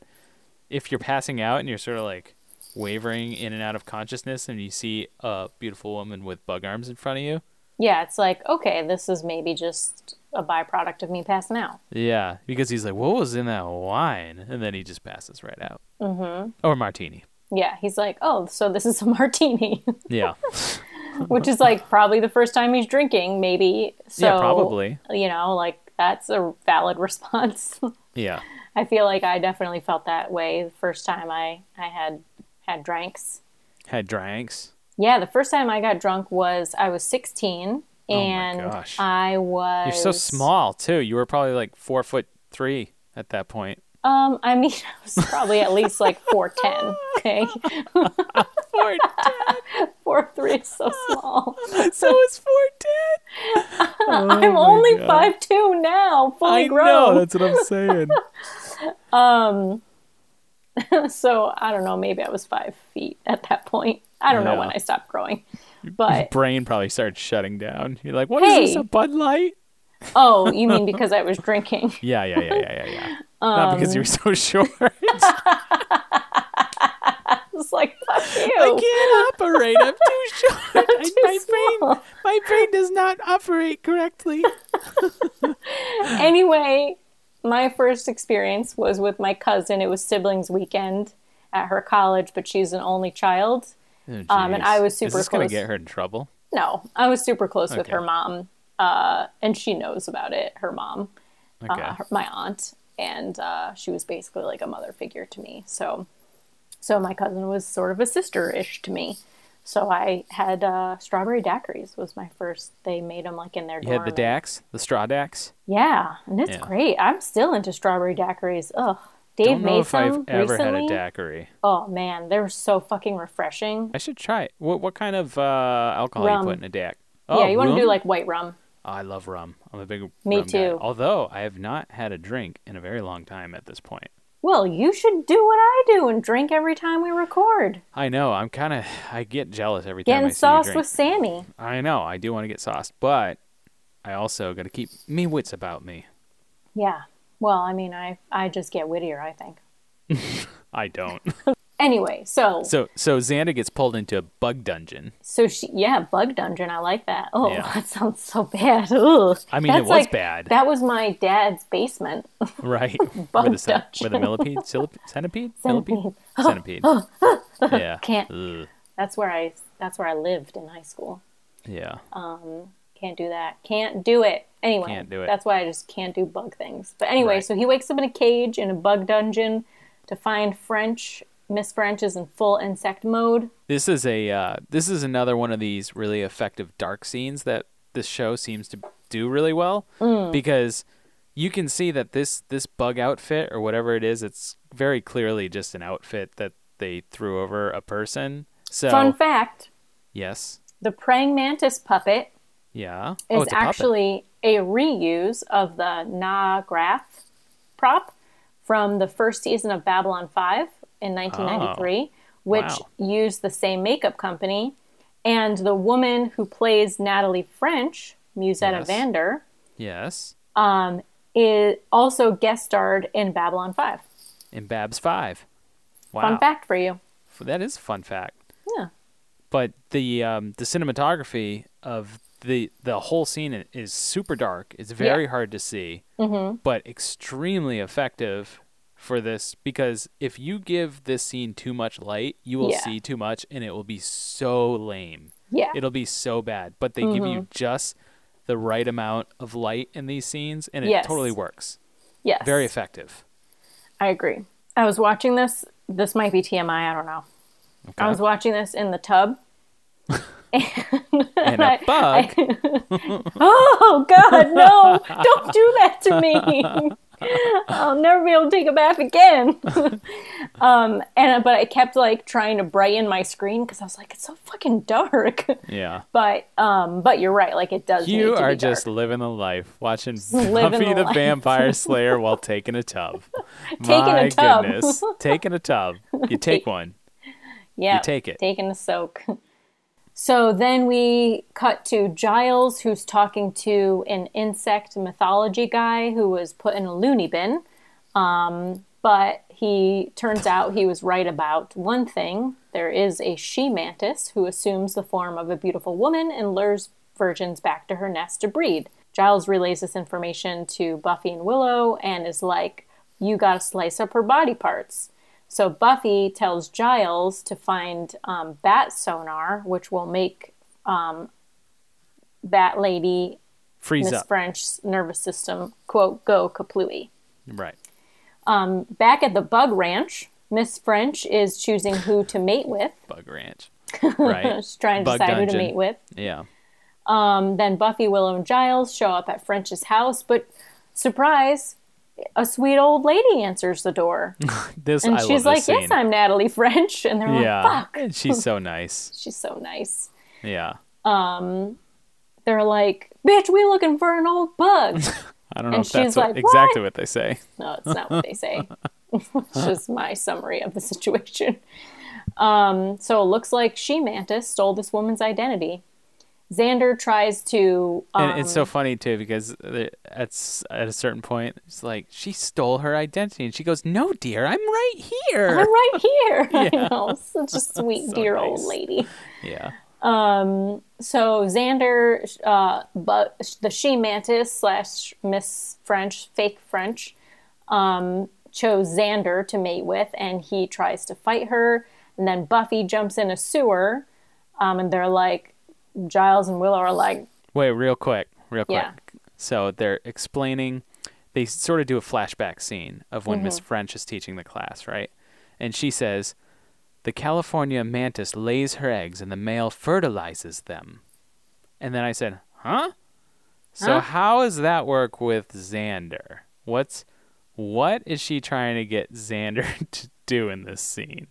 [SPEAKER 2] if you're passing out and you're sort of like wavering in and out of consciousness, and you see a beautiful woman with bug arms in front of you,
[SPEAKER 6] Yeah, it's like, okay, this is maybe just a byproduct of me passing out.
[SPEAKER 2] Yeah, because he's like, "What was in that wine?" And then he just passes right out. Mm-hmm. Or martini.
[SPEAKER 6] Yeah, he's like, oh, so this is a martini.
[SPEAKER 2] Yeah,
[SPEAKER 6] which is like probably the first time he's drinking, maybe. So,
[SPEAKER 2] Yeah, probably.
[SPEAKER 6] You know, like that's a valid response.
[SPEAKER 2] yeah,
[SPEAKER 6] I feel like I definitely felt that way the first time I I had had drinks.
[SPEAKER 2] had drinks.
[SPEAKER 6] Yeah, the first time I got drunk was I was 16 and
[SPEAKER 2] Oh gosh.
[SPEAKER 6] I was
[SPEAKER 2] You're so small too. You were probably like four foot three at that point.
[SPEAKER 6] Um, I mean, I was probably at least like 4'10, okay?
[SPEAKER 2] Four.
[SPEAKER 6] 4'3 is so small.
[SPEAKER 2] so it's four ten.
[SPEAKER 6] I'm only 5'2 now, fully
[SPEAKER 2] Oh I
[SPEAKER 6] grown.
[SPEAKER 2] know. That's what I'm saying.
[SPEAKER 6] So I don't know. Maybe I was five feet at that point. I don't know when
[SPEAKER 2] Yeah.
[SPEAKER 6] I stopped growing. But
[SPEAKER 2] Brain probably starts shutting down. You're like, "What is this?
[SPEAKER 6] Hey.
[SPEAKER 2] A Bud Light?"
[SPEAKER 6] oh, you mean because I was drinking?
[SPEAKER 2] Yeah, yeah, yeah, yeah, yeah, yeah. Not because you were
[SPEAKER 6] Um,
[SPEAKER 2] so short.
[SPEAKER 6] It's like fuck
[SPEAKER 2] I
[SPEAKER 6] you.
[SPEAKER 2] can't operate. I'm too short. I- my brain, my brain does not operate correctly.
[SPEAKER 6] Anyway, my first experience was with my cousin. It was siblings weekend at her college, but she's an only child. Um, and
[SPEAKER 2] Oh, jeez.
[SPEAKER 6] I was super
[SPEAKER 2] Is this
[SPEAKER 6] close.
[SPEAKER 2] gonna get her in trouble?
[SPEAKER 6] No, I was super close with
[SPEAKER 2] Okay.
[SPEAKER 6] her mom, uh, and she knows about it. Her mom,
[SPEAKER 2] Okay.
[SPEAKER 6] uh, her- my aunt, and uh, she was basically like a mother figure to me. So, so my cousin was sort of a sister ish to me. So I had uh, strawberry daiquiris was my first. They made them like in their.
[SPEAKER 2] You had the
[SPEAKER 6] dorm.
[SPEAKER 2] Dax, the straw Dax.
[SPEAKER 6] Yeah, and it's
[SPEAKER 2] Yeah.
[SPEAKER 6] great. I'm still into strawberry daiquiris. Ugh, Dave
[SPEAKER 2] Don't know
[SPEAKER 6] made
[SPEAKER 2] if I've
[SPEAKER 6] some
[SPEAKER 2] ever had
[SPEAKER 6] recently.
[SPEAKER 2] a daiquiri.
[SPEAKER 6] Oh man, they were so fucking refreshing.
[SPEAKER 2] I should try it. What what kind of uh, alcohol
[SPEAKER 6] Rum.
[SPEAKER 2] you put in a DAC? Oh,
[SPEAKER 6] yeah, you want to do
[SPEAKER 2] rum?
[SPEAKER 6] like white rum.
[SPEAKER 2] I love rum. I'm a big
[SPEAKER 6] Me
[SPEAKER 2] rum guy.
[SPEAKER 6] too.
[SPEAKER 2] Although I have not had a drink in a very long time at this point.
[SPEAKER 6] Well, you should do what I do and drink every time we record.
[SPEAKER 2] I know. I'm kind of. I get jealous every time I
[SPEAKER 6] Getting
[SPEAKER 2] see
[SPEAKER 6] sauce
[SPEAKER 2] you drink.
[SPEAKER 6] with Sammy.
[SPEAKER 2] I know. I do want to get sauced, but I also got to keep me wits about me.
[SPEAKER 6] Yeah. Well, I mean, I I just get wittier, I think.
[SPEAKER 2] I don't.
[SPEAKER 6] Anyway, so so,
[SPEAKER 2] so so Xander gets pulled into a bug dungeon.
[SPEAKER 6] she yeah, bug dungeon. I like that. Oh,
[SPEAKER 2] Yeah.
[SPEAKER 6] that sounds so bad. Ugh.
[SPEAKER 2] I mean, it was bad.
[SPEAKER 6] That was my dad's basement.
[SPEAKER 2] Right.
[SPEAKER 6] Bug
[SPEAKER 2] with, a cen- with a
[SPEAKER 6] dungeon.
[SPEAKER 2] millipede? Cilip- centipede? Millipede? Centipede. yeah.
[SPEAKER 6] Can't.
[SPEAKER 2] Ugh.
[SPEAKER 6] That's where I that's where I lived in high school.
[SPEAKER 2] Yeah.
[SPEAKER 6] Can't do that. Can't do it. Anyway,
[SPEAKER 2] Can't do it.
[SPEAKER 6] that's why I just can't do bug things. But anyway,
[SPEAKER 2] Right.
[SPEAKER 6] so he wakes up in a cage in a bug dungeon to find French. Miss French is in full insect mode.
[SPEAKER 2] This is a uh, this is another one of these really effective dark scenes that this show seems to do really well
[SPEAKER 6] Mm.
[SPEAKER 2] because you can see that this this bug outfit or whatever it is, it's very clearly just an outfit that they threw over a person. So
[SPEAKER 6] Fun fact
[SPEAKER 2] yes,
[SPEAKER 6] the praying mantis puppet
[SPEAKER 2] yeah,
[SPEAKER 6] is
[SPEAKER 2] Oh, it's a puppet.
[SPEAKER 6] actually a reuse of the Na Grath prop from the first season of Babylon 5 in
[SPEAKER 2] Oh,
[SPEAKER 6] 1993, which used the same makeup company. And the woman who plays Natalie French, Musetta
[SPEAKER 2] Yes.
[SPEAKER 6] Vander,
[SPEAKER 2] yes
[SPEAKER 6] um, is also guest starred in Babylon 5.
[SPEAKER 2] in Babs Five. Wow,
[SPEAKER 6] Fun fact for you.
[SPEAKER 2] that is a fun fact.
[SPEAKER 6] Yeah.
[SPEAKER 2] but the um, the cinematography of the the whole scene i- is super dark. It's very hard to see,
[SPEAKER 6] Mm-hmm.
[SPEAKER 2] but extremely effective for this because if you give this scene too much light, you will
[SPEAKER 6] Yeah.
[SPEAKER 2] see too much, and it will be so lame.
[SPEAKER 6] Yeah. Mm-hmm.
[SPEAKER 2] It'll be so bad. But they give you just the right amount of light in these scenes, and it
[SPEAKER 6] Yes.
[SPEAKER 2] totally works.
[SPEAKER 6] yes.
[SPEAKER 2] Very effective.
[SPEAKER 6] I agree. I was watching this. This might be TMI. I don't know. I was watching this in the tub.
[SPEAKER 2] And a bug.
[SPEAKER 6] Oh God, no! Don't do that to me. I'll never be able to take a bath again. um, and but I kept like trying to brighten my screen because I was like, it's so fucking dark.
[SPEAKER 2] yeah.
[SPEAKER 6] But um, but you're right. Like it does.
[SPEAKER 2] You
[SPEAKER 6] need to
[SPEAKER 2] are
[SPEAKER 6] be
[SPEAKER 2] just
[SPEAKER 6] dark.
[SPEAKER 2] living the life, watching
[SPEAKER 6] living
[SPEAKER 2] Buffy
[SPEAKER 6] the
[SPEAKER 2] the
[SPEAKER 6] life.
[SPEAKER 2] Vampire Slayer while taking a tub.
[SPEAKER 6] Taking
[SPEAKER 2] My
[SPEAKER 6] a tub.
[SPEAKER 2] goodness, taking a tub. You take one.
[SPEAKER 6] yeah.
[SPEAKER 2] take it.
[SPEAKER 6] Taking a soak. So then we cut to Giles, who's talking to an insect mythology guy who was put in a loony bin. Um, but he turns out he was right about one thing. There is a she mantis who assumes the form of a beautiful woman and lures virgins back to her nest to breed. Giles relays this information to Buffy and Willow and is like, You gotta slice up her body parts. So Buffy tells Giles to find um, bat sonar, which will make um, Bat Lady
[SPEAKER 2] Freeze
[SPEAKER 6] Miss
[SPEAKER 2] up.
[SPEAKER 6] French's nervous system quote go kaplooey.
[SPEAKER 2] Right.
[SPEAKER 6] Back at the Bug Ranch, Miss French is choosing who to mate with.
[SPEAKER 2] Bug Ranch. Right.
[SPEAKER 6] She's trying to
[SPEAKER 2] Bug
[SPEAKER 6] decide who
[SPEAKER 2] dungeon.
[SPEAKER 6] to mate with.
[SPEAKER 2] Yeah.
[SPEAKER 6] Um, then Buffy, Willow, and Giles show up at French's house, but surprise, a sweet old lady answers the door,
[SPEAKER 2] This
[SPEAKER 6] and
[SPEAKER 2] I
[SPEAKER 6] she's
[SPEAKER 2] love
[SPEAKER 6] like,
[SPEAKER 2] this
[SPEAKER 6] "Yes,
[SPEAKER 2] scene.
[SPEAKER 6] I'm Natalie French," and they're
[SPEAKER 2] yeah.
[SPEAKER 6] like, "Fuck,
[SPEAKER 2] And she's so nice.
[SPEAKER 6] she's so nice."
[SPEAKER 2] Yeah.
[SPEAKER 6] they're like, "Bitch, we looking for an old bug."
[SPEAKER 2] I don't know
[SPEAKER 6] And
[SPEAKER 2] if that's
[SPEAKER 6] she's
[SPEAKER 2] what-
[SPEAKER 6] like,
[SPEAKER 2] exactly what they say.
[SPEAKER 6] no, it's not what they say. it's just my summary of the situation. Um, so it looks like she mantis stole this woman's identity. Xander tries to. Um,
[SPEAKER 2] And it's so funny too because the- at s- at a certain point, it's like she stole her identity, and she goes, "No, dear, I'm right here."
[SPEAKER 6] I'm right here. I know. Such a sweet, dear old
[SPEAKER 2] nice.
[SPEAKER 6] lady.
[SPEAKER 2] Yeah.
[SPEAKER 6] So Xander, uh, but the she mantis slash Miss French, fake French, um, chose Xander to mate with, and he tries to fight her. And then Buffy jumps in a sewer, um, and they're like, Giles and Willow are like,
[SPEAKER 2] Wait, real quick, real quick.
[SPEAKER 6] Yeah.
[SPEAKER 2] So they're explaining. They sort of
[SPEAKER 6] Mm-hmm.
[SPEAKER 2] do a flashback scene of when Miss French is teaching the class, right? And she says, The California mantis lays her eggs and the male fertilizes them. And then I said, huh? So
[SPEAKER 6] Huh?
[SPEAKER 2] how does that work with Xander? What's what is she trying to get Xander to do in this scene?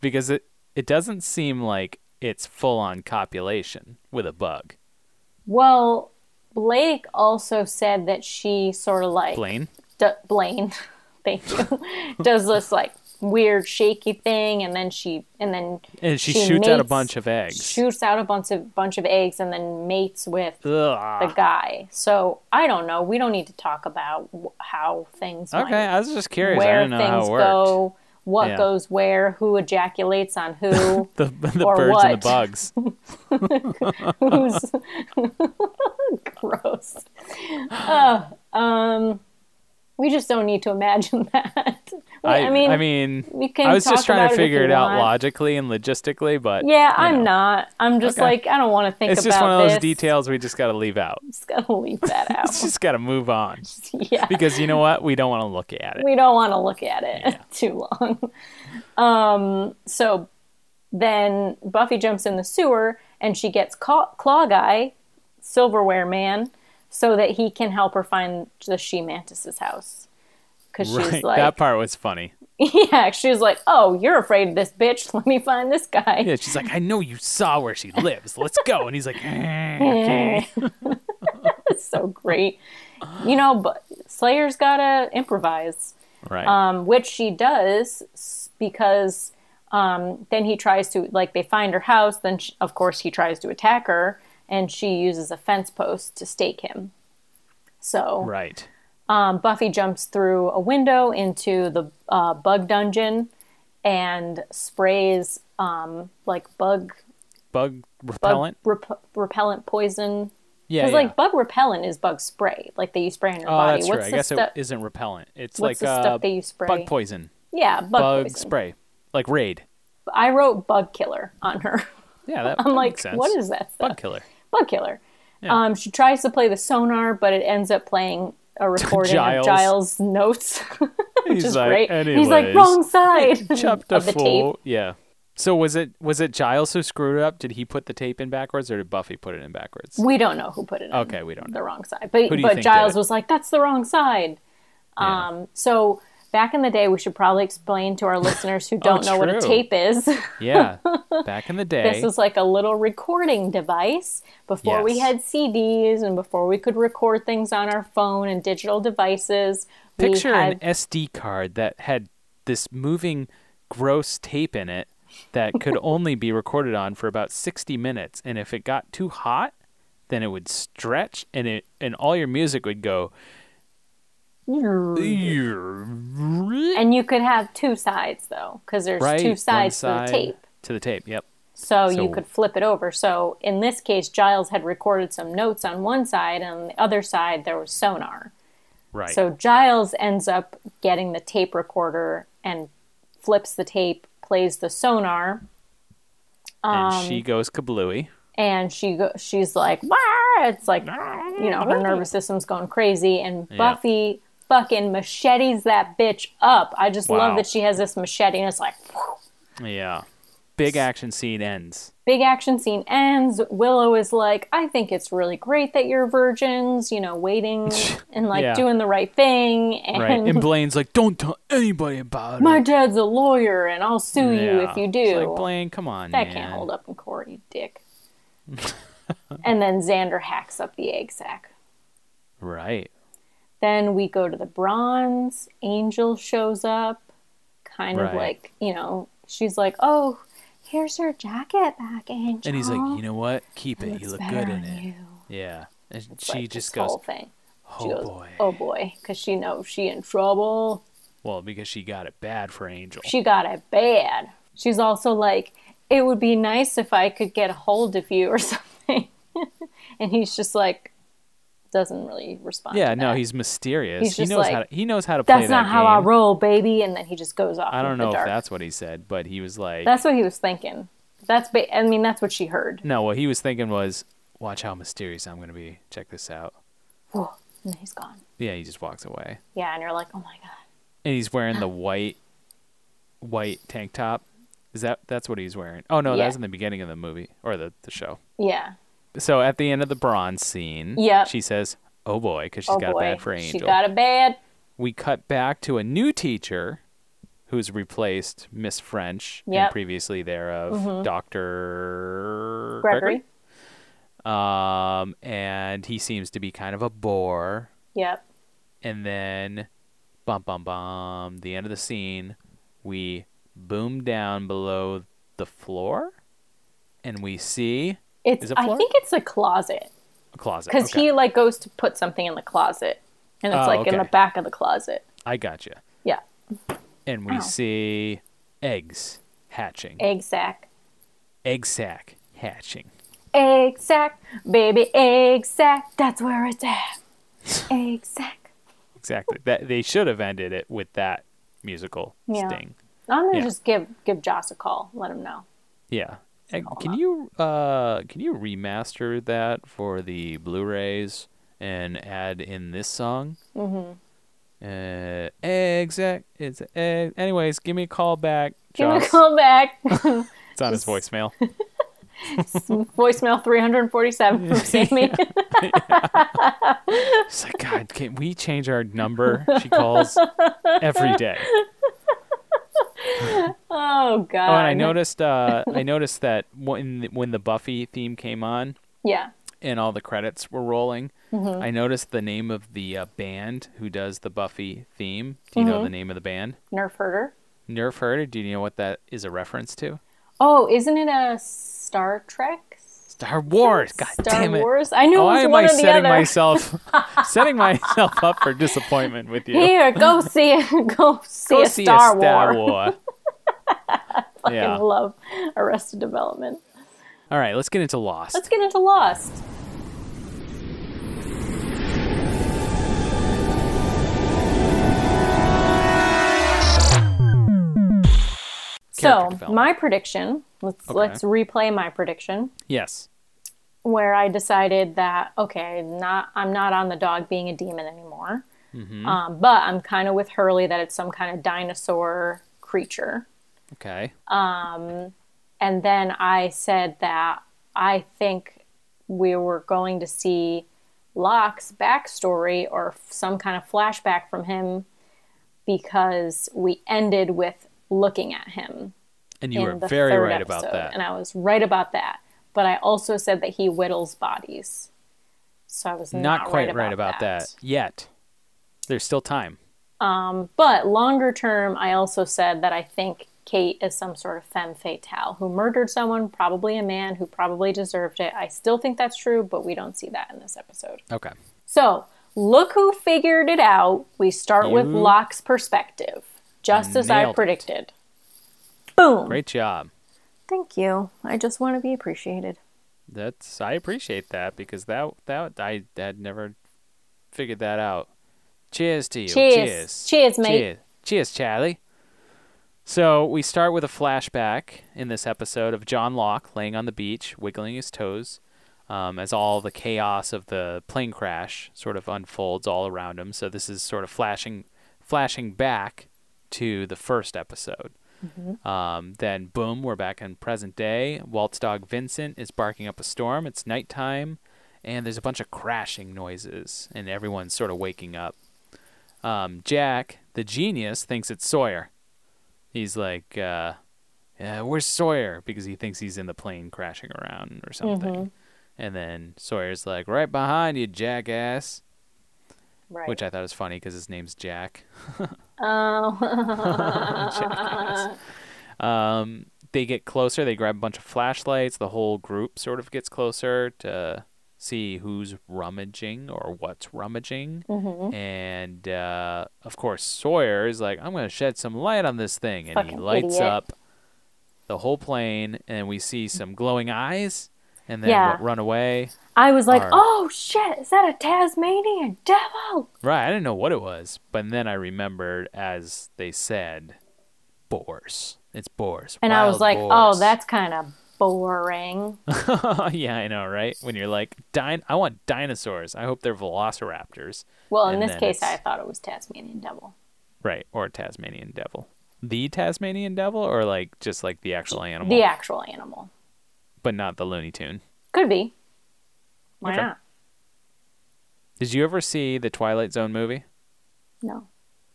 [SPEAKER 2] Because it it doesn't seem like it's full on copulation with a bug.
[SPEAKER 6] Well, Blake also said that she sort of like
[SPEAKER 2] Blaine?
[SPEAKER 6] d- Blaine, thank you, does this like weird shaky thing, and then she and then
[SPEAKER 2] And she,
[SPEAKER 6] She
[SPEAKER 2] shoots out a
[SPEAKER 6] mates-
[SPEAKER 2] bunch of eggs.
[SPEAKER 6] shoots out a bunch of bunch of eggs, and then mates with
[SPEAKER 2] Ugh.
[SPEAKER 6] the guy. So I don't know. We don't need to talk about wh- how things
[SPEAKER 2] Okay,
[SPEAKER 6] might
[SPEAKER 2] I was just curious. I
[SPEAKER 6] where
[SPEAKER 2] didn't know how
[SPEAKER 6] things
[SPEAKER 2] it worked.
[SPEAKER 6] go, what
[SPEAKER 2] Yeah.
[SPEAKER 6] goes where, who ejaculates on who,
[SPEAKER 2] The, the
[SPEAKER 6] Or
[SPEAKER 2] birds and
[SPEAKER 6] what?
[SPEAKER 2] the bugs.
[SPEAKER 6] who's gross. Ugh, um, we just don't need to imagine that. We-
[SPEAKER 2] I, I mean, I
[SPEAKER 6] we can.
[SPEAKER 2] was just
[SPEAKER 6] talk
[SPEAKER 2] trying
[SPEAKER 6] about
[SPEAKER 2] to
[SPEAKER 6] if
[SPEAKER 2] figure
[SPEAKER 6] you
[SPEAKER 2] it out
[SPEAKER 6] want.
[SPEAKER 2] logically and logistically, but
[SPEAKER 6] Yeah,
[SPEAKER 2] you
[SPEAKER 6] I'm
[SPEAKER 2] know.
[SPEAKER 6] not. I'm just
[SPEAKER 2] Okay.
[SPEAKER 6] like I don't want to think
[SPEAKER 2] It's
[SPEAKER 6] about
[SPEAKER 2] just one of those
[SPEAKER 6] this.
[SPEAKER 2] details we just got to leave out.
[SPEAKER 6] Just gonna leave that out.
[SPEAKER 2] Just got to move on
[SPEAKER 6] yeah.
[SPEAKER 2] because you know what? We don't want to look at it.
[SPEAKER 6] we don't want to look at it too long. Um, so then Buffy jumps in the sewer and she gets Claw, Claw Guy, Silverware Man, so that he can help her find the she mantis's house. Because
[SPEAKER 2] Right.
[SPEAKER 6] she's like,
[SPEAKER 2] that part was funny.
[SPEAKER 6] yeah, she's like, oh, you're afraid of this bitch. Let me find this guy.
[SPEAKER 2] Yeah, she's like, I know you saw where she lives. Let's go. And he's like, "Eh, okay.
[SPEAKER 6] It's so great. You know, but Slayer's gotta improvise.
[SPEAKER 2] Right.
[SPEAKER 6] um, which she does s- because um, then he tries to like they find her house then sh of course he tries to attack her and she uses a fence post to stake him so
[SPEAKER 2] right.
[SPEAKER 6] um, buffy jumps through a window into the uh, bug dungeon and sprays um, like bug,
[SPEAKER 2] Bug
[SPEAKER 6] bug
[SPEAKER 2] repellent.
[SPEAKER 6] rep- repellent poison
[SPEAKER 2] yeah.
[SPEAKER 6] because
[SPEAKER 2] yeah.
[SPEAKER 6] like bug repellent is bug spray like they you spray on your
[SPEAKER 2] oh,
[SPEAKER 6] body
[SPEAKER 2] that's
[SPEAKER 6] what's
[SPEAKER 2] true. I
[SPEAKER 6] the
[SPEAKER 2] guess
[SPEAKER 6] stu-
[SPEAKER 2] it isn't repellent. It's
[SPEAKER 6] what's
[SPEAKER 2] like
[SPEAKER 6] the
[SPEAKER 2] uh,
[SPEAKER 6] stuff that you spray
[SPEAKER 2] bug poison.
[SPEAKER 6] yeah bug,
[SPEAKER 2] Bug
[SPEAKER 6] poison.
[SPEAKER 2] spray. Like raid.
[SPEAKER 6] I wrote bug killer on her.
[SPEAKER 2] Yeah, that,
[SPEAKER 6] I'm
[SPEAKER 2] that
[SPEAKER 6] like,
[SPEAKER 2] makes sense.
[SPEAKER 6] what is that stuff?
[SPEAKER 2] bug killer?
[SPEAKER 6] Bug killer. Um, she tries to play the sonar, but it ends up playing a recording
[SPEAKER 2] Giles.
[SPEAKER 6] of Giles' notes, which
[SPEAKER 2] He's
[SPEAKER 6] is
[SPEAKER 2] like,
[SPEAKER 6] great. And He's like,
[SPEAKER 2] "Anyways."
[SPEAKER 6] wrong side
[SPEAKER 2] Chapter
[SPEAKER 6] of the
[SPEAKER 2] four.
[SPEAKER 6] tape.
[SPEAKER 2] Yeah. So was it was it Giles who screwed it up? Did he put the tape in backwards, or did Buffy put it in backwards?
[SPEAKER 6] We don't know who put it in.
[SPEAKER 2] Okay, we don't know.
[SPEAKER 6] The wrong side. But,
[SPEAKER 2] Who do you
[SPEAKER 6] but
[SPEAKER 2] think
[SPEAKER 6] Giles
[SPEAKER 2] did it?
[SPEAKER 6] was like, that's the wrong side.
[SPEAKER 2] Yeah.
[SPEAKER 6] Um, so back in the day, we should probably explain to our listeners who don't know what a
[SPEAKER 2] Oh, true.
[SPEAKER 6] tape is.
[SPEAKER 2] Yeah, back in the day.
[SPEAKER 6] This is like a little recording device before we
[SPEAKER 2] Yes.
[SPEAKER 6] had CDs and before we could record things on our phone and digital devices. we
[SPEAKER 2] Picture
[SPEAKER 6] had,
[SPEAKER 2] an SD card that had this moving, gross tape in it that could only be recorded on for about 60 minutes. And if it got too hot, then it would stretch and it and all your music would go. Right?
[SPEAKER 6] and you could have two sides though, because there's two
[SPEAKER 2] One
[SPEAKER 6] sides
[SPEAKER 2] side
[SPEAKER 6] to the tape.
[SPEAKER 2] To the tape, yep.
[SPEAKER 6] So,
[SPEAKER 2] So-
[SPEAKER 6] you could flip it over. So in this case, Giles had recorded some notes on one side, and on the other side there was sonar.
[SPEAKER 2] Right.
[SPEAKER 6] So Giles ends up getting the tape recorder and flips the tape, plays the sonar,
[SPEAKER 2] and
[SPEAKER 6] um,
[SPEAKER 2] she goes kablooey.
[SPEAKER 6] and she go, she's like, "Wah!" it's like you know her nervous system's going crazy, and Buffy fucking machetes that bitch up. I just
[SPEAKER 2] Wow.
[SPEAKER 6] love that she has this machete, and it's like whew.
[SPEAKER 2] Yeah. Big action scene ends.
[SPEAKER 6] big action scene ends. Willow is like, "I think it's really great that you're virgins, you know, waiting and like
[SPEAKER 2] Yeah.
[SPEAKER 6] doing the right thing."
[SPEAKER 2] Right.
[SPEAKER 6] And
[SPEAKER 2] And Blaine's like, don't tell anybody about it.
[SPEAKER 6] my dad's a lawyer, and I'll sue you
[SPEAKER 2] Yeah.
[SPEAKER 6] if you
[SPEAKER 2] It's
[SPEAKER 6] do.
[SPEAKER 2] Like, Blaine, come on.
[SPEAKER 6] that
[SPEAKER 2] man.
[SPEAKER 6] can't hold up in court, you dick. and then Xander hacks up the egg sack.
[SPEAKER 2] Right.
[SPEAKER 6] Then we go to the bronze. Angel shows up, kind of
[SPEAKER 2] Right.
[SPEAKER 6] like, you know, she's like, oh, here's your jacket back, Angel.
[SPEAKER 2] And he's like, you know what? Keep it. You look
[SPEAKER 6] better
[SPEAKER 2] good in
[SPEAKER 6] on
[SPEAKER 2] it.
[SPEAKER 6] you."
[SPEAKER 2] Yeah. And
[SPEAKER 6] Like,
[SPEAKER 2] she
[SPEAKER 6] this
[SPEAKER 2] just goes,
[SPEAKER 6] whole thing.
[SPEAKER 2] oh
[SPEAKER 6] She goes,
[SPEAKER 2] boy.
[SPEAKER 6] oh boy, because she knows she in trouble.
[SPEAKER 2] Well, because she got it bad for Angel.
[SPEAKER 6] She got it bad. She's also like, it would be nice if I could get a hold of you or something. and he's just like, doesn't really respond.
[SPEAKER 2] yeah,
[SPEAKER 6] to
[SPEAKER 2] no,
[SPEAKER 6] that.
[SPEAKER 2] he's mysterious.
[SPEAKER 6] He's
[SPEAKER 2] he
[SPEAKER 6] just
[SPEAKER 2] knows how to,
[SPEAKER 6] like,
[SPEAKER 2] he knows how to play
[SPEAKER 6] That's
[SPEAKER 2] that
[SPEAKER 6] not how I
[SPEAKER 2] game.
[SPEAKER 6] roll, baby. And then he just goes off.
[SPEAKER 2] I don't
[SPEAKER 6] into
[SPEAKER 2] know
[SPEAKER 6] the
[SPEAKER 2] if
[SPEAKER 6] dark.
[SPEAKER 2] that's what he said, but he was like,
[SPEAKER 6] That's what he was thinking. That's ba- I mean that's what she heard.
[SPEAKER 2] no, what he was thinking was, watch how mysterious I'm going to be. Check this out.
[SPEAKER 6] Whew. And he's gone.
[SPEAKER 2] Yeah, he just walks away.
[SPEAKER 6] Yeah, and you're like, oh my god.
[SPEAKER 2] And he's wearing the white, white tank top. Is that that's what he's wearing? Oh no,
[SPEAKER 6] Yeah.
[SPEAKER 2] that's in the beginning of the movie or the the show.
[SPEAKER 6] Yeah.
[SPEAKER 2] So at the end of the bronze scene,
[SPEAKER 6] Yep.
[SPEAKER 2] she says, "Oh boy," because she's
[SPEAKER 6] oh
[SPEAKER 2] got
[SPEAKER 6] boy.
[SPEAKER 2] a bad for Angel.
[SPEAKER 6] She got a bad.
[SPEAKER 2] we cut back to a new teacher who's replaced Miss French and
[SPEAKER 6] Yep. Mm-hmm.
[SPEAKER 2] previously thereof Dr.
[SPEAKER 6] Gregory.
[SPEAKER 2] Um, and he seems to be kind of a bore.
[SPEAKER 6] Yep.
[SPEAKER 2] And then, bum, bum, bum, the end of the scene, we boom down below the floor and we see
[SPEAKER 6] It's.
[SPEAKER 2] Is it
[SPEAKER 6] I
[SPEAKER 2] floor?
[SPEAKER 6] think it's a closet
[SPEAKER 2] a closet.
[SPEAKER 6] because
[SPEAKER 2] Okay.
[SPEAKER 6] he like goes to put something in the closet, and it's
[SPEAKER 2] Oh,
[SPEAKER 6] like in
[SPEAKER 2] okay.
[SPEAKER 6] the back of the closet.
[SPEAKER 2] I gotcha.
[SPEAKER 6] Yeah.
[SPEAKER 2] And we
[SPEAKER 6] Ow.
[SPEAKER 2] see eggs hatching,
[SPEAKER 6] Egg sack.
[SPEAKER 2] egg sac hatching.
[SPEAKER 6] Egg sack, baby egg sack. That's where it's at. Egg sack.
[SPEAKER 2] exactly. That they should have ended it with that musical
[SPEAKER 6] Yeah.
[SPEAKER 2] sting.
[SPEAKER 6] I'm gonna
[SPEAKER 2] Yeah.
[SPEAKER 6] just give give Joss a call. Let him know.
[SPEAKER 2] Yeah. And can you uh can you remaster that for the Blu-rays and add in this song? Mm-hmm. Uh, exact. It's egg. Anyways, give me a call back.
[SPEAKER 6] Give him a
[SPEAKER 2] Joss.
[SPEAKER 6] call back.
[SPEAKER 2] It's on his voicemail.
[SPEAKER 6] Voicemail 347 from Sammy.
[SPEAKER 2] It's like God. Can we change our number? She calls every day.
[SPEAKER 6] oh God.
[SPEAKER 2] Oh, and I noticed. Uh, I noticed that when when the Buffy theme came on,
[SPEAKER 6] Yeah.
[SPEAKER 2] and all the credits were rolling,
[SPEAKER 6] Mm-hmm.
[SPEAKER 2] I noticed the name of the uh, band who does the Buffy theme. Do you
[SPEAKER 6] Mm-hmm.
[SPEAKER 2] know the name of the band?
[SPEAKER 6] Nerf herder.
[SPEAKER 2] Nerf Herder. Do you know what that is a reference to?
[SPEAKER 6] Oh, isn't it a Star Trek?
[SPEAKER 2] Star Wars. God
[SPEAKER 6] Star
[SPEAKER 2] Ah, damn it.
[SPEAKER 6] Wars. I knew
[SPEAKER 2] Why
[SPEAKER 6] it was
[SPEAKER 2] am
[SPEAKER 6] one
[SPEAKER 2] I
[SPEAKER 6] or the
[SPEAKER 2] setting
[SPEAKER 6] other.
[SPEAKER 2] myself setting myself up for disappointment with you?
[SPEAKER 6] Here, go see it. Go see
[SPEAKER 2] Go
[SPEAKER 6] a
[SPEAKER 2] see
[SPEAKER 6] Star
[SPEAKER 2] a Star
[SPEAKER 6] Wars.
[SPEAKER 2] War.
[SPEAKER 6] I
[SPEAKER 2] yeah. All
[SPEAKER 6] love Arrested Development.
[SPEAKER 2] right. Let's get into Lost.
[SPEAKER 6] Let's get into Lost.
[SPEAKER 2] Character
[SPEAKER 6] So,
[SPEAKER 2] development.
[SPEAKER 6] my prediction. Let's
[SPEAKER 2] Okay.
[SPEAKER 6] let's replay my prediction.
[SPEAKER 2] yes.
[SPEAKER 6] where I decided that okay, not I'm not on the dog being a demon anymore, um, but I'm kind of with Hurley that it's some kind of dinosaur creature.
[SPEAKER 2] Okay.
[SPEAKER 6] And then I said that I think we were going to see Locke's backstory or f- some kind of flashback from him because we ended with looking at him
[SPEAKER 2] And you
[SPEAKER 6] in
[SPEAKER 2] were
[SPEAKER 6] the
[SPEAKER 2] very
[SPEAKER 6] third
[SPEAKER 2] right
[SPEAKER 6] episode,
[SPEAKER 2] about that.
[SPEAKER 6] and I was right about that. But I also said that he whittles bodies, so I was not,
[SPEAKER 2] Not quite right, about
[SPEAKER 6] that. Um,
[SPEAKER 2] that yet. There's still time.
[SPEAKER 6] But longer term, I also said that I think Kate is some sort of femme fatale who murdered someone, probably a man who probably deserved it. I still think that's true, but we don't see that in this episode.
[SPEAKER 2] Okay.
[SPEAKER 6] So look who figured it out. We start with
[SPEAKER 2] You-
[SPEAKER 6] Locke's perspective, just as I
[SPEAKER 2] Nailed it.
[SPEAKER 6] predicted. Boom.
[SPEAKER 2] Great job.
[SPEAKER 6] Thank you. I just want to be appreciated.
[SPEAKER 2] That's I appreciate that because that that I had never figured that out. Cheers to you.
[SPEAKER 6] Cheers.
[SPEAKER 2] Cheers.
[SPEAKER 6] Cheers, mate.
[SPEAKER 2] Cheers, Cheers Charlie. So we start with a flashback in this episode of John Locke laying on the beach, wiggling his toes, um, as all the chaos of the plane crash sort of unfolds all around him. So this is sort of flashing, flashing back to the first episode. Um, then, boom, we're back in present day. Walt's dog Vincent is barking up a storm. It's nighttime, and there's a bunch of crashing noises, and everyone's sort of waking up. Um, Jack, the genius, thinks it's Sawyer. He's like, uh, yeah, where's Sawyer? Because he thinks he's in the plane crashing around or something. And then Sawyer's like, right behind you, jackass.
[SPEAKER 6] Right.
[SPEAKER 2] Which I thought was funny because his name's Jack. Um, they get closer. They grab a bunch of flashlights. The whole group sort of gets closer to see who's rummaging or what's rummaging.
[SPEAKER 6] Mm-hmm.
[SPEAKER 2] And uh, of course, Sawyer is like, "I'm going to shed some light on this thing," and he
[SPEAKER 6] Fucking
[SPEAKER 2] lights
[SPEAKER 6] idiot.
[SPEAKER 2] up the whole plane, and we see some glowing eyes, and then
[SPEAKER 6] Yeah.
[SPEAKER 2] what, run away.
[SPEAKER 6] I was like,
[SPEAKER 2] Are-
[SPEAKER 6] oh shit, is that a Tasmanian devil?
[SPEAKER 2] Right, I didn't know what it was, but then I remembered as they said, "Boars." It's boars.
[SPEAKER 6] And I was
[SPEAKER 2] wild
[SPEAKER 6] like, oh,
[SPEAKER 2] boars."
[SPEAKER 6] that's kind of boring.
[SPEAKER 2] yeah, I know, right? When you're like, Din- I want dinosaurs. I hope they're velociraptors.
[SPEAKER 6] Well, in
[SPEAKER 2] And
[SPEAKER 6] this
[SPEAKER 2] then
[SPEAKER 6] case,
[SPEAKER 2] it's-
[SPEAKER 6] I thought it was Tasmanian devil.
[SPEAKER 2] Right, or Tasmanian devil. the Tasmanian devil or like just like the actual animal?
[SPEAKER 6] The actual animal.
[SPEAKER 2] But not the Looney Tune.
[SPEAKER 6] Could be. Why
[SPEAKER 2] Okay.
[SPEAKER 6] not?
[SPEAKER 2] Did you ever see the Twilight Zone movie?
[SPEAKER 6] No.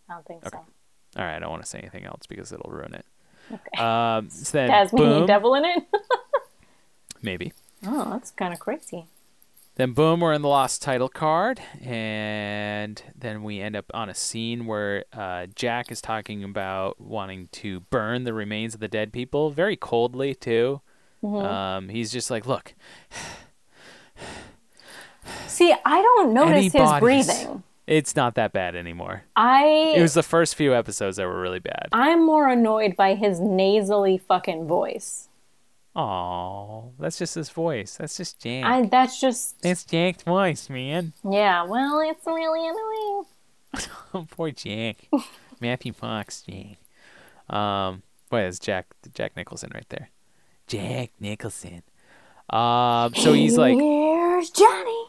[SPEAKER 6] I don't think so.
[SPEAKER 2] All right, I don't want to say anything else because it'll ruin it.
[SPEAKER 6] Okay.
[SPEAKER 2] Um, so then,
[SPEAKER 6] Tasmanian
[SPEAKER 2] boom,
[SPEAKER 6] devil in it?
[SPEAKER 2] maybe.
[SPEAKER 6] oh, that's kind of crazy.
[SPEAKER 2] Then boom, we're in the lost title card, and then we end up on a scene where uh, Jack is talking about wanting to burn the remains of the dead people, very coldly too. Um, he's just like, "Look,
[SPEAKER 6] See, I don't notice
[SPEAKER 2] any
[SPEAKER 6] his
[SPEAKER 2] bodies,
[SPEAKER 6] breathing.
[SPEAKER 2] It's not that bad anymore.
[SPEAKER 6] I
[SPEAKER 2] It was the first few episodes that were really bad.
[SPEAKER 6] I'm more annoyed by his nasally fucking voice.
[SPEAKER 2] Oh, that's just his voice. That's just Jack.
[SPEAKER 6] I that's just
[SPEAKER 2] That's Jack's voice, man.
[SPEAKER 6] yeah. Well, it's really annoying.
[SPEAKER 2] Oh, Poor Jack. Matthew Fox, Jack. Um, boy, that's Jack Jack Nicholson right there. Jack Nicholson. Um, so he's like,
[SPEAKER 6] Here's Johnny.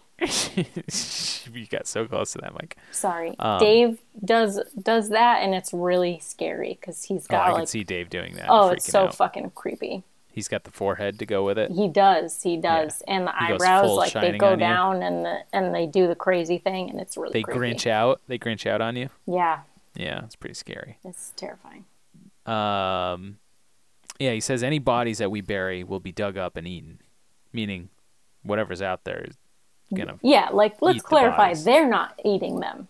[SPEAKER 2] you got so close to that, Mike.
[SPEAKER 6] Sorry,
[SPEAKER 2] Um,
[SPEAKER 6] Dave does does that, and it's really scary because he's
[SPEAKER 2] Oh, I
[SPEAKER 6] got
[SPEAKER 2] can
[SPEAKER 6] like
[SPEAKER 2] see Dave doing that.
[SPEAKER 6] oh,
[SPEAKER 2] freaking
[SPEAKER 6] it's so
[SPEAKER 2] out.
[SPEAKER 6] fucking creepy.
[SPEAKER 2] He's got the forehead to go with it.
[SPEAKER 6] He does, he does, and the
[SPEAKER 2] He goes
[SPEAKER 6] eyebrows
[SPEAKER 2] full
[SPEAKER 6] like they
[SPEAKER 2] Shining
[SPEAKER 6] go
[SPEAKER 2] on you.
[SPEAKER 6] down and the, and they do the crazy thing, and it's really
[SPEAKER 2] They
[SPEAKER 6] creepy.
[SPEAKER 2] grinch out. They grinch out on you.
[SPEAKER 6] Yeah,
[SPEAKER 2] Yeah, it's pretty scary.
[SPEAKER 6] it's terrifying.
[SPEAKER 2] Um, yeah, he says any bodies that we bury will be dug up and eaten, meaning whatever's out there is gonna.
[SPEAKER 6] Yeah, like let's
[SPEAKER 2] Eat the
[SPEAKER 6] clarify,
[SPEAKER 2] bodies.
[SPEAKER 6] they're not eating them,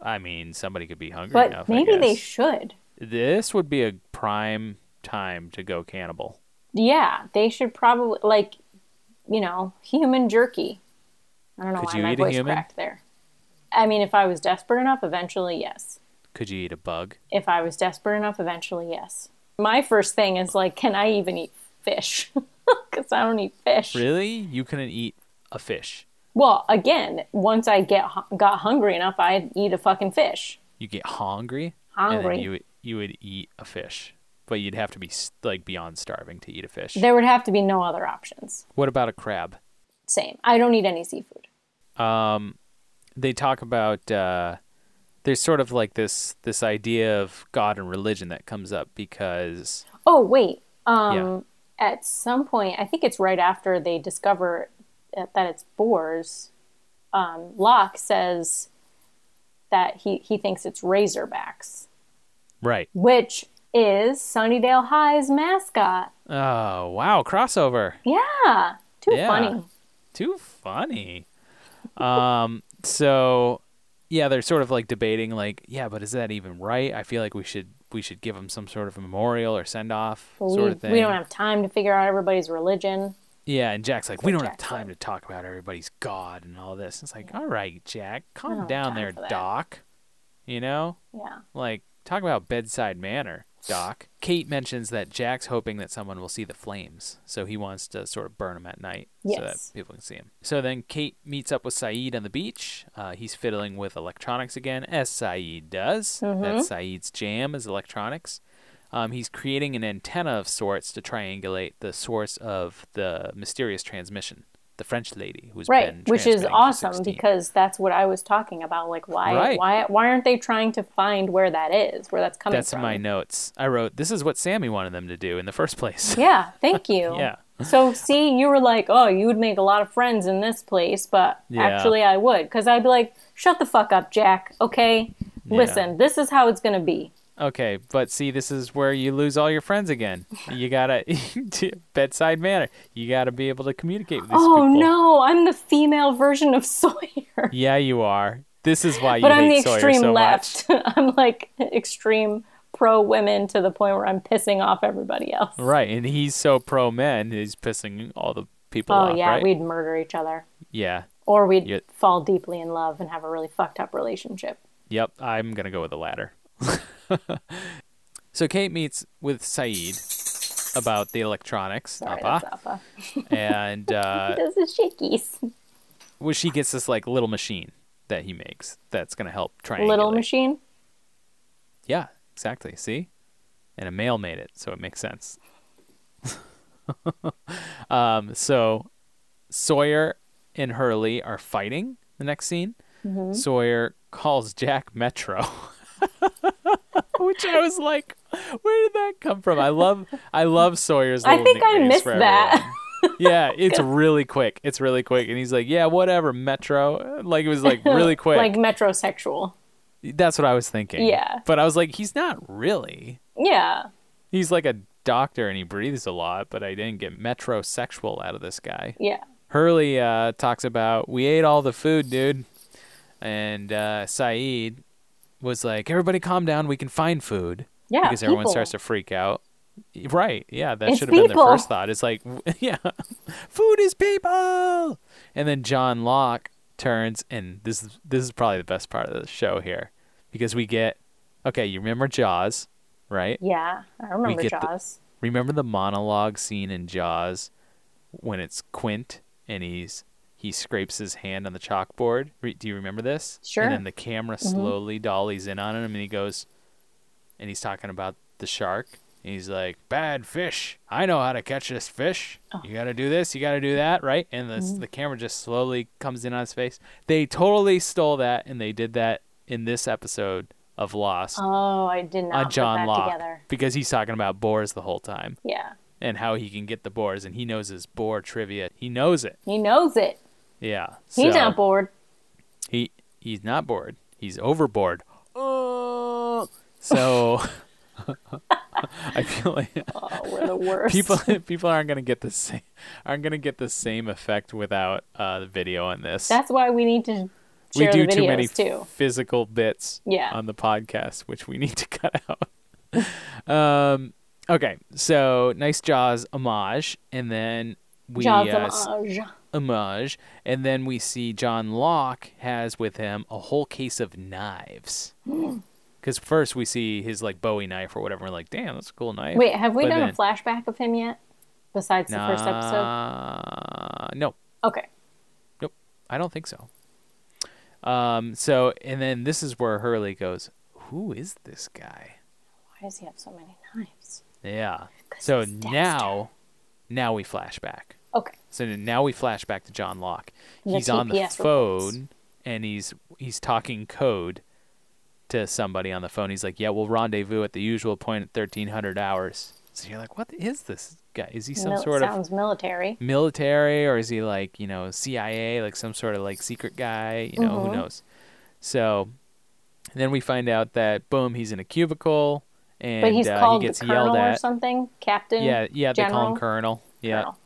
[SPEAKER 2] I mean, somebody could be hungry
[SPEAKER 6] but
[SPEAKER 2] enough. I
[SPEAKER 6] maybe they
[SPEAKER 2] guess.
[SPEAKER 6] should.
[SPEAKER 2] this would be a prime time to go cannibal.
[SPEAKER 6] Yeah, they should probably like, you know, human jerky. I don't know
[SPEAKER 2] Could
[SPEAKER 6] why
[SPEAKER 2] you
[SPEAKER 6] my
[SPEAKER 2] eat a
[SPEAKER 6] voice
[SPEAKER 2] human?
[SPEAKER 6] cracked there. I mean, if I was desperate enough, eventually, yes.
[SPEAKER 2] Could you eat a bug?
[SPEAKER 6] If I was desperate enough, eventually, yes. My first thing is like, can I even eat fish? Because I don't eat fish.
[SPEAKER 2] Really? You couldn't eat a fish.
[SPEAKER 6] Well, again, once I get hu- got hungry enough, I'd eat a fucking fish.
[SPEAKER 2] You get hungry, and
[SPEAKER 6] Hungry.
[SPEAKER 2] then you would- you would eat a fish, but you'd have to be s- like beyond starving to eat a fish.
[SPEAKER 6] There would have to be no other options.
[SPEAKER 2] What about a crab?
[SPEAKER 6] Same. I don't eat any seafood.
[SPEAKER 2] they talk about uh, there's sort of like this this idea of God and religion that comes up because
[SPEAKER 6] Oh wait. Um,
[SPEAKER 2] Yeah.
[SPEAKER 6] At some point, I think it's right after they discover uh, that that it's Boars. Um, Locke says that he he thinks it's Razorbacks,
[SPEAKER 2] right.
[SPEAKER 6] which is Sunnydale High's mascot.
[SPEAKER 2] Oh wow, crossover.
[SPEAKER 6] Yeah, too
[SPEAKER 2] Yeah.
[SPEAKER 6] funny.
[SPEAKER 2] Too funny. Um, so yeah, they're sort of like debating like, yeah, but is that even right? I feel like we should we should give him some sort of memorial or send off
[SPEAKER 6] We,
[SPEAKER 2] sort of thing.
[SPEAKER 6] we don't have time to figure out everybody's religion.
[SPEAKER 2] yeah, and Jack's like, we
[SPEAKER 6] what
[SPEAKER 2] don't have
[SPEAKER 6] Jack
[SPEAKER 2] time to talk about everybody's God and all this. It's like, all right, Jack,
[SPEAKER 6] don't
[SPEAKER 2] calm
[SPEAKER 6] have
[SPEAKER 2] down
[SPEAKER 6] time
[SPEAKER 2] there,
[SPEAKER 6] for that."
[SPEAKER 2] Doc. You know.
[SPEAKER 6] Yeah,
[SPEAKER 2] Like, talk about bedside manner, Doc. Kate mentions that Jack's hoping that someone will see the flames, so he wants to sort of burn them at night so that
[SPEAKER 6] Yes.
[SPEAKER 2] people can see him. So then Kate meets up with Saeed on the beach. Uh, he's fiddling with electronics again, as Saeed does.
[SPEAKER 6] Mm-hmm.
[SPEAKER 2] That's Saeed's jam is electronics. Um, he's creating an antenna of sorts to triangulate the source of the mysterious transmission. The French lady who's
[SPEAKER 6] right.
[SPEAKER 2] been
[SPEAKER 6] Which is
[SPEAKER 2] transmitting for
[SPEAKER 6] awesome
[SPEAKER 2] 16.
[SPEAKER 6] because that's what I was talking about. Like, why
[SPEAKER 2] Right.
[SPEAKER 6] why why aren't they trying to find where that is, where that's coming
[SPEAKER 2] that's
[SPEAKER 6] from?
[SPEAKER 2] in my notes. I wrote this is what Sammy wanted them to do in the first place.
[SPEAKER 6] Yeah, thank you.
[SPEAKER 2] Yeah.
[SPEAKER 6] So, see, you were like, oh, you would make a lot of friends in this place, but
[SPEAKER 2] Yeah.
[SPEAKER 6] actually, I would. Because I'd be like, shut the fuck up, Jack, okay? Listen, this is how it's going to be.
[SPEAKER 2] Okay, but see, this is where you lose all your friends again. You gotta bedside manner. You gotta be able to communicate with these
[SPEAKER 6] oh,
[SPEAKER 2] people.
[SPEAKER 6] no, I'm the female version of Sawyer.
[SPEAKER 2] Yeah, you are. This is why you
[SPEAKER 6] but
[SPEAKER 2] hate
[SPEAKER 6] I'm the
[SPEAKER 2] Sawyer
[SPEAKER 6] extreme
[SPEAKER 2] so
[SPEAKER 6] left. I'm like extreme pro women to the point where I'm pissing off everybody else.
[SPEAKER 2] much. Right, and he's so pro men, he's pissing all the people
[SPEAKER 6] Oh,
[SPEAKER 2] off.
[SPEAKER 6] yeah,
[SPEAKER 2] right?
[SPEAKER 6] we'd murder each other.
[SPEAKER 2] yeah,
[SPEAKER 6] Or we'd
[SPEAKER 2] Yeah.
[SPEAKER 6] fall deeply in love and have a really fucked up relationship.
[SPEAKER 2] yep. I'm gonna go with the latter. so Kate meets with Saeed about the electronics,
[SPEAKER 6] Sorry,
[SPEAKER 2] Appa,
[SPEAKER 6] that's Alpha.
[SPEAKER 2] and uh,
[SPEAKER 6] Those are shakies.
[SPEAKER 2] well, she gets this like little machine that he makes that's gonna help triangulate.
[SPEAKER 6] Little machine.
[SPEAKER 2] Yeah, exactly. See? And a male made it, so it makes sense. um, so Sawyer and Hurley are fighting
[SPEAKER 6] Mm-hmm.
[SPEAKER 2] the next scene. Sawyer calls Jack Metro. which I was like, where did that come from? I love I love Sawyer's.
[SPEAKER 6] I
[SPEAKER 2] little
[SPEAKER 6] think I
[SPEAKER 2] nicknames
[SPEAKER 6] missed
[SPEAKER 2] for
[SPEAKER 6] that.
[SPEAKER 2] everyone. Yeah, it's really quick. It's really quick, and he's like, yeah, whatever, Metro. Like it was like really quick.
[SPEAKER 6] like metrosexual.
[SPEAKER 2] That's what I was thinking.
[SPEAKER 6] Yeah.
[SPEAKER 2] but I was like, he's not really.
[SPEAKER 6] Yeah.
[SPEAKER 2] He's like a doctor, and he breathes a lot. But I didn't get metrosexual out of this guy.
[SPEAKER 6] Yeah.
[SPEAKER 2] Hurley uh, talks about we ate all the food, dude, and uh, Saeed was like, "Everybody, calm down. We can find food."
[SPEAKER 6] Yeah.
[SPEAKER 2] because everyone
[SPEAKER 6] people.
[SPEAKER 2] starts to freak out. Right? Yeah, that
[SPEAKER 6] It's
[SPEAKER 2] should have been their
[SPEAKER 6] people.
[SPEAKER 2] first thought. It's like, yeah, food is people. And then John Locke turns, and this is this is probably the best part of the show here, because we get okay. You remember Jaws, right?
[SPEAKER 6] Yeah. I remember
[SPEAKER 2] get the-
[SPEAKER 6] Jaws.
[SPEAKER 2] Remember the monologue scene in Jaws when it's Quint and he's he scrapes his hand on the chalkboard. Re- do you remember this?
[SPEAKER 6] Sure. Mm-hmm.
[SPEAKER 2] And then the camera slowly dollies in on him, and he goes, and he's talking about the shark. And he's like, "Bad fish. I know how to catch this fish.
[SPEAKER 6] Oh.
[SPEAKER 2] You got to do this. You got to do that, right?" And the
[SPEAKER 6] Mm-hmm.
[SPEAKER 2] the camera just slowly comes in on his face. They totally stole that, and they did that in this episode of Lost
[SPEAKER 6] Oh, I did not
[SPEAKER 2] on
[SPEAKER 6] put
[SPEAKER 2] John
[SPEAKER 6] that
[SPEAKER 2] Locke
[SPEAKER 6] together.
[SPEAKER 2] because he's talking about boars the whole time
[SPEAKER 6] Yeah.
[SPEAKER 2] and how he can get the boars and he knows his boar trivia. He knows it.
[SPEAKER 6] He knows it.
[SPEAKER 2] Yeah.
[SPEAKER 6] He's
[SPEAKER 2] so
[SPEAKER 6] not bored.
[SPEAKER 2] He he's not bored. He's overboard. Oh. So I feel like
[SPEAKER 6] Oh, we're the worst.
[SPEAKER 2] people people aren't gonna get the same aren't gonna get the same effect without uh, the video on this.
[SPEAKER 6] That's why we need to
[SPEAKER 2] we
[SPEAKER 6] share
[SPEAKER 2] do
[SPEAKER 6] the videos
[SPEAKER 2] too many
[SPEAKER 6] too.
[SPEAKER 2] physical bits
[SPEAKER 6] Yeah.
[SPEAKER 2] on the podcast, which we need to cut out. um, okay, so nice Jaws homage, and then we
[SPEAKER 6] Jaws
[SPEAKER 2] uh, s-
[SPEAKER 6] homage.
[SPEAKER 2] homage, and then we see John Locke has with him a whole case of knives. Because first we see his like Bowie knife or whatever, and we're like, damn, that's a cool knife.
[SPEAKER 6] Wait, have we
[SPEAKER 2] But
[SPEAKER 6] done
[SPEAKER 2] then-
[SPEAKER 6] a flashback of him yet? Besides the first episode?
[SPEAKER 2] Nah, No,
[SPEAKER 6] Okay.
[SPEAKER 2] Nope. I don't think so. Um, so and then this is where Hurley goes, Who is this guy?
[SPEAKER 6] Why does he have so many knives?
[SPEAKER 2] Yeah. So
[SPEAKER 6] he's Dexter.
[SPEAKER 2] now now we flash back.
[SPEAKER 6] Okay.
[SPEAKER 2] So now we flash back to John Locke.
[SPEAKER 6] The
[SPEAKER 2] He's on the
[SPEAKER 6] TPS
[SPEAKER 2] phone
[SPEAKER 6] reports.
[SPEAKER 2] and he's he's talking code to somebody on the phone. He's like, Yeah, we'll rendezvous at the usual point at thirteen hundred hours. So you're like, What is this guy? Is he some
[SPEAKER 6] Mil-
[SPEAKER 2] sort of
[SPEAKER 6] sounds military.
[SPEAKER 2] military or is he like you know CIA like some sort of like secret guy you know who
[SPEAKER 6] Mm-hmm.
[SPEAKER 2] knows so and then we find out that boom he's in a cubicle and
[SPEAKER 6] But he's
[SPEAKER 2] uh,
[SPEAKER 6] called
[SPEAKER 2] he gets
[SPEAKER 6] the colonel
[SPEAKER 2] yelled
[SPEAKER 6] or
[SPEAKER 2] at
[SPEAKER 6] something. Captain.
[SPEAKER 2] yeah yeah they call him
[SPEAKER 6] General?
[SPEAKER 2] colonel yeah
[SPEAKER 6] Colonel.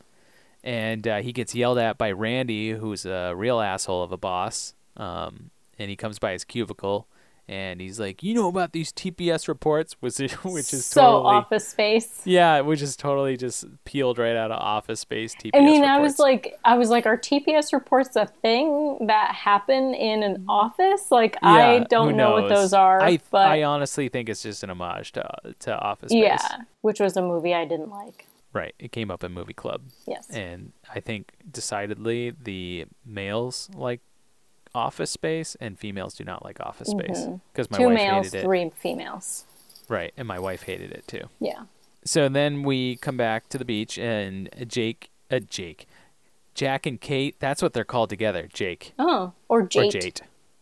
[SPEAKER 2] and uh, he gets yelled at by Randy who's a real asshole of a boss um and he comes by his cubicle and he's like you know about these TPS reports which is which is
[SPEAKER 6] so
[SPEAKER 2] totally
[SPEAKER 6] office space.
[SPEAKER 2] yeah which is totally just peeled right out of office space TPS
[SPEAKER 6] I mean, I
[SPEAKER 2] reports.
[SPEAKER 6] was like, I was like, are TPS reports a thing that happen in an office? Like, I
[SPEAKER 2] Mm-hmm. Yeah, who
[SPEAKER 6] don't know what
[SPEAKER 2] knows?
[SPEAKER 6] those are,
[SPEAKER 2] I,
[SPEAKER 6] but
[SPEAKER 2] I honestly think it's just an homage to to Office Space.
[SPEAKER 6] yeah, which was a movie I didn't like.
[SPEAKER 2] right. It came up in Movie Club,
[SPEAKER 6] Yes,
[SPEAKER 2] and I think decidedly the males like Office Space, and females do not like Office Space because my
[SPEAKER 6] Mm-hmm. two
[SPEAKER 2] wife
[SPEAKER 6] males,
[SPEAKER 2] hated it.
[SPEAKER 6] three females.
[SPEAKER 2] Right, and my wife hated it too.
[SPEAKER 6] Yeah,
[SPEAKER 2] So then we come back to the beach, and Jake, uh, Jake, Jack and Kate. That's what they're called together. Jake
[SPEAKER 6] oh, or
[SPEAKER 2] or
[SPEAKER 6] Jate.
[SPEAKER 2] Jate,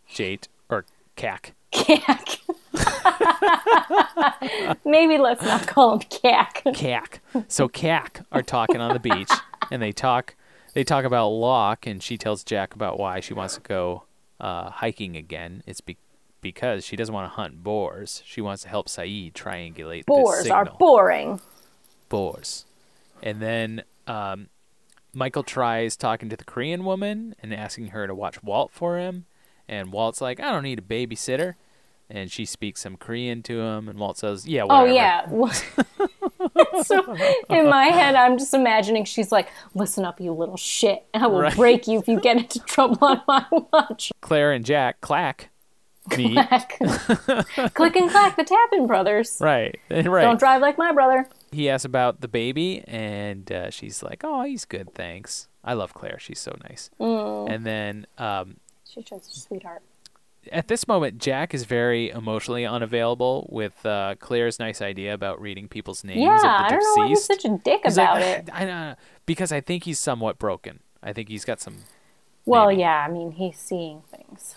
[SPEAKER 2] Jate or Cack.
[SPEAKER 6] Cack. Maybe let's not call him Cack.
[SPEAKER 2] Cack. So Cack are talking on the beach, and they talk. They talk about Locke, and she tells Jack about why she wants to go uh, hiking again. It's be- because she doesn't want to hunt boars. She wants to help Saeed triangulate this
[SPEAKER 6] Boars
[SPEAKER 2] signal.
[SPEAKER 6] are boring.
[SPEAKER 2] boars. And then um, Michael tries talking to the Korean woman and asking her to watch Walt for him. And Walt's like, "I don't need a babysitter." And she speaks some Korean to him, and Walt says, "Yeah,
[SPEAKER 6] Oh
[SPEAKER 2] whatever."
[SPEAKER 6] yeah. so in my head, I'm just imagining she's like, "Listen up, you little shit, and I will
[SPEAKER 2] Right.
[SPEAKER 6] break you if you get into trouble on my watch."
[SPEAKER 2] Claire and Jack clack. meet.
[SPEAKER 6] Click and clack, the Tappan brothers.
[SPEAKER 2] Right, right.
[SPEAKER 6] Don't drive like my brother.
[SPEAKER 2] he asks about the baby, and uh, she's like, "Oh, he's good, thanks." I love Claire; she's so nice.
[SPEAKER 6] Mm.
[SPEAKER 2] And then um,
[SPEAKER 6] She's just a sweetheart.
[SPEAKER 2] at this moment, Jack is very emotionally unavailable with uh, Claire's nice idea about reading people's names
[SPEAKER 6] Yeah,
[SPEAKER 2] of the
[SPEAKER 6] I don't know why he's
[SPEAKER 2] deceased.
[SPEAKER 6] such a dick
[SPEAKER 2] He's like,
[SPEAKER 6] about
[SPEAKER 2] "Ah,
[SPEAKER 6] it.
[SPEAKER 2] I don't know," because I think he's somewhat broken. I think he's got some
[SPEAKER 6] Well,
[SPEAKER 2] maybe.
[SPEAKER 6] yeah, I mean, he's seeing things.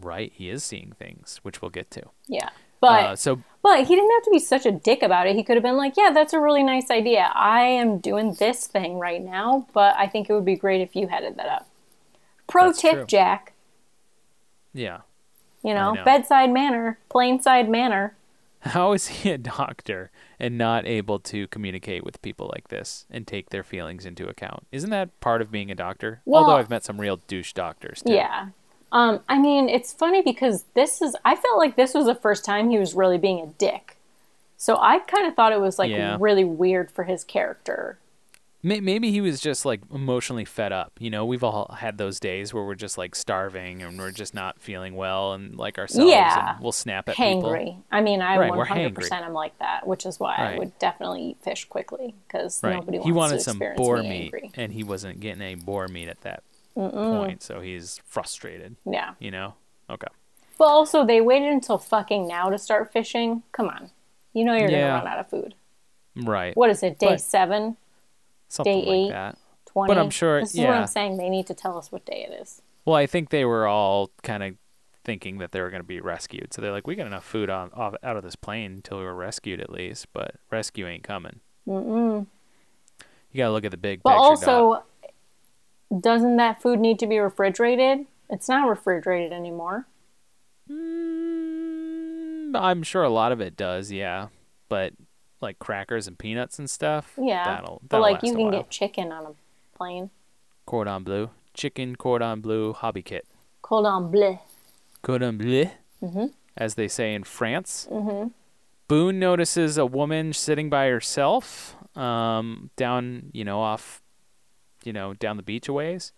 [SPEAKER 2] right. He is seeing things, which we'll get to.
[SPEAKER 6] Yeah. But
[SPEAKER 2] Uh, so
[SPEAKER 6] But he didn't have to be such a dick about it. He could have been like, yeah, that's a really nice idea. I am doing this thing right now, but I think it would be great if you headed that up. Pro
[SPEAKER 2] That's
[SPEAKER 6] tip,
[SPEAKER 2] true.
[SPEAKER 6] Jack.
[SPEAKER 2] yeah,
[SPEAKER 6] You know,
[SPEAKER 2] know.
[SPEAKER 6] bedside manner, plainside manner.
[SPEAKER 2] how is he a doctor and not able to communicate with people like this and take their feelings into account? Isn't that part of being a doctor?
[SPEAKER 6] Well-
[SPEAKER 2] Although I've met some real douche doctors. Too.
[SPEAKER 6] Yeah. Um, I mean, it's funny because this is, I felt like this was the first time he was really being a dick. So I kind of thought it was like
[SPEAKER 2] Yeah.
[SPEAKER 6] really weird for his character.
[SPEAKER 2] May- Maybe he was just like emotionally fed up. You know, we've all had those days where we're just like starving and we're just not feeling well and like ourselves.
[SPEAKER 6] Yeah.
[SPEAKER 2] And we'll snap at
[SPEAKER 6] hangry.
[SPEAKER 2] people.
[SPEAKER 6] I mean, I
[SPEAKER 2] Right, we're
[SPEAKER 6] 100% am like that, which is why I
[SPEAKER 2] Right.
[SPEAKER 6] would definitely eat fish quickly because
[SPEAKER 2] Right.
[SPEAKER 6] nobody wants
[SPEAKER 2] he wanted
[SPEAKER 6] to
[SPEAKER 2] some
[SPEAKER 6] experience
[SPEAKER 2] boar
[SPEAKER 6] me
[SPEAKER 2] meat
[SPEAKER 6] angry.
[SPEAKER 2] and he wasn't getting any boar meat at that point. So he's frustrated,
[SPEAKER 6] Yeah.
[SPEAKER 2] you know? Okay.
[SPEAKER 6] But also, they waited until fucking now to start fishing. Come on. You know you're
[SPEAKER 2] Yeah.
[SPEAKER 6] going to run out of food.
[SPEAKER 2] Right.
[SPEAKER 6] What is it, day
[SPEAKER 2] But-
[SPEAKER 6] seven,
[SPEAKER 2] Something
[SPEAKER 6] day
[SPEAKER 2] like
[SPEAKER 6] eight?
[SPEAKER 2] that.
[SPEAKER 6] 20?
[SPEAKER 2] I'm sure-
[SPEAKER 6] This is what
[SPEAKER 2] yeah.
[SPEAKER 6] I'm saying. They need to tell us what day it is.
[SPEAKER 2] Well, I think they were all kind of thinking that they were going to be rescued. So they're like, we got enough food on off, out of this plane until we were rescued at least, but rescue ain't coming. Mm-mm. You got to look at the big
[SPEAKER 6] But
[SPEAKER 2] picture.
[SPEAKER 6] also,
[SPEAKER 2] Dot.
[SPEAKER 6] doesn't that food need to be refrigerated? It's not refrigerated anymore.
[SPEAKER 2] Mm, I'm sure a lot of it does, yeah. But like crackers and peanuts and stuff,
[SPEAKER 6] Yeah.
[SPEAKER 2] that'll,
[SPEAKER 6] but
[SPEAKER 2] that'll
[SPEAKER 6] like,
[SPEAKER 2] last
[SPEAKER 6] you
[SPEAKER 2] a
[SPEAKER 6] can
[SPEAKER 2] while.
[SPEAKER 6] get chicken on a plane.
[SPEAKER 2] Cordon bleu, chicken cordon bleu hobby kit.
[SPEAKER 6] Cordon bleu.
[SPEAKER 2] Cordon bleu,
[SPEAKER 6] Mm-hmm.
[SPEAKER 2] as they say in France. Mm-hmm. Boone notices a woman sitting by herself um, down, you know, off, you know, down the beach a ways.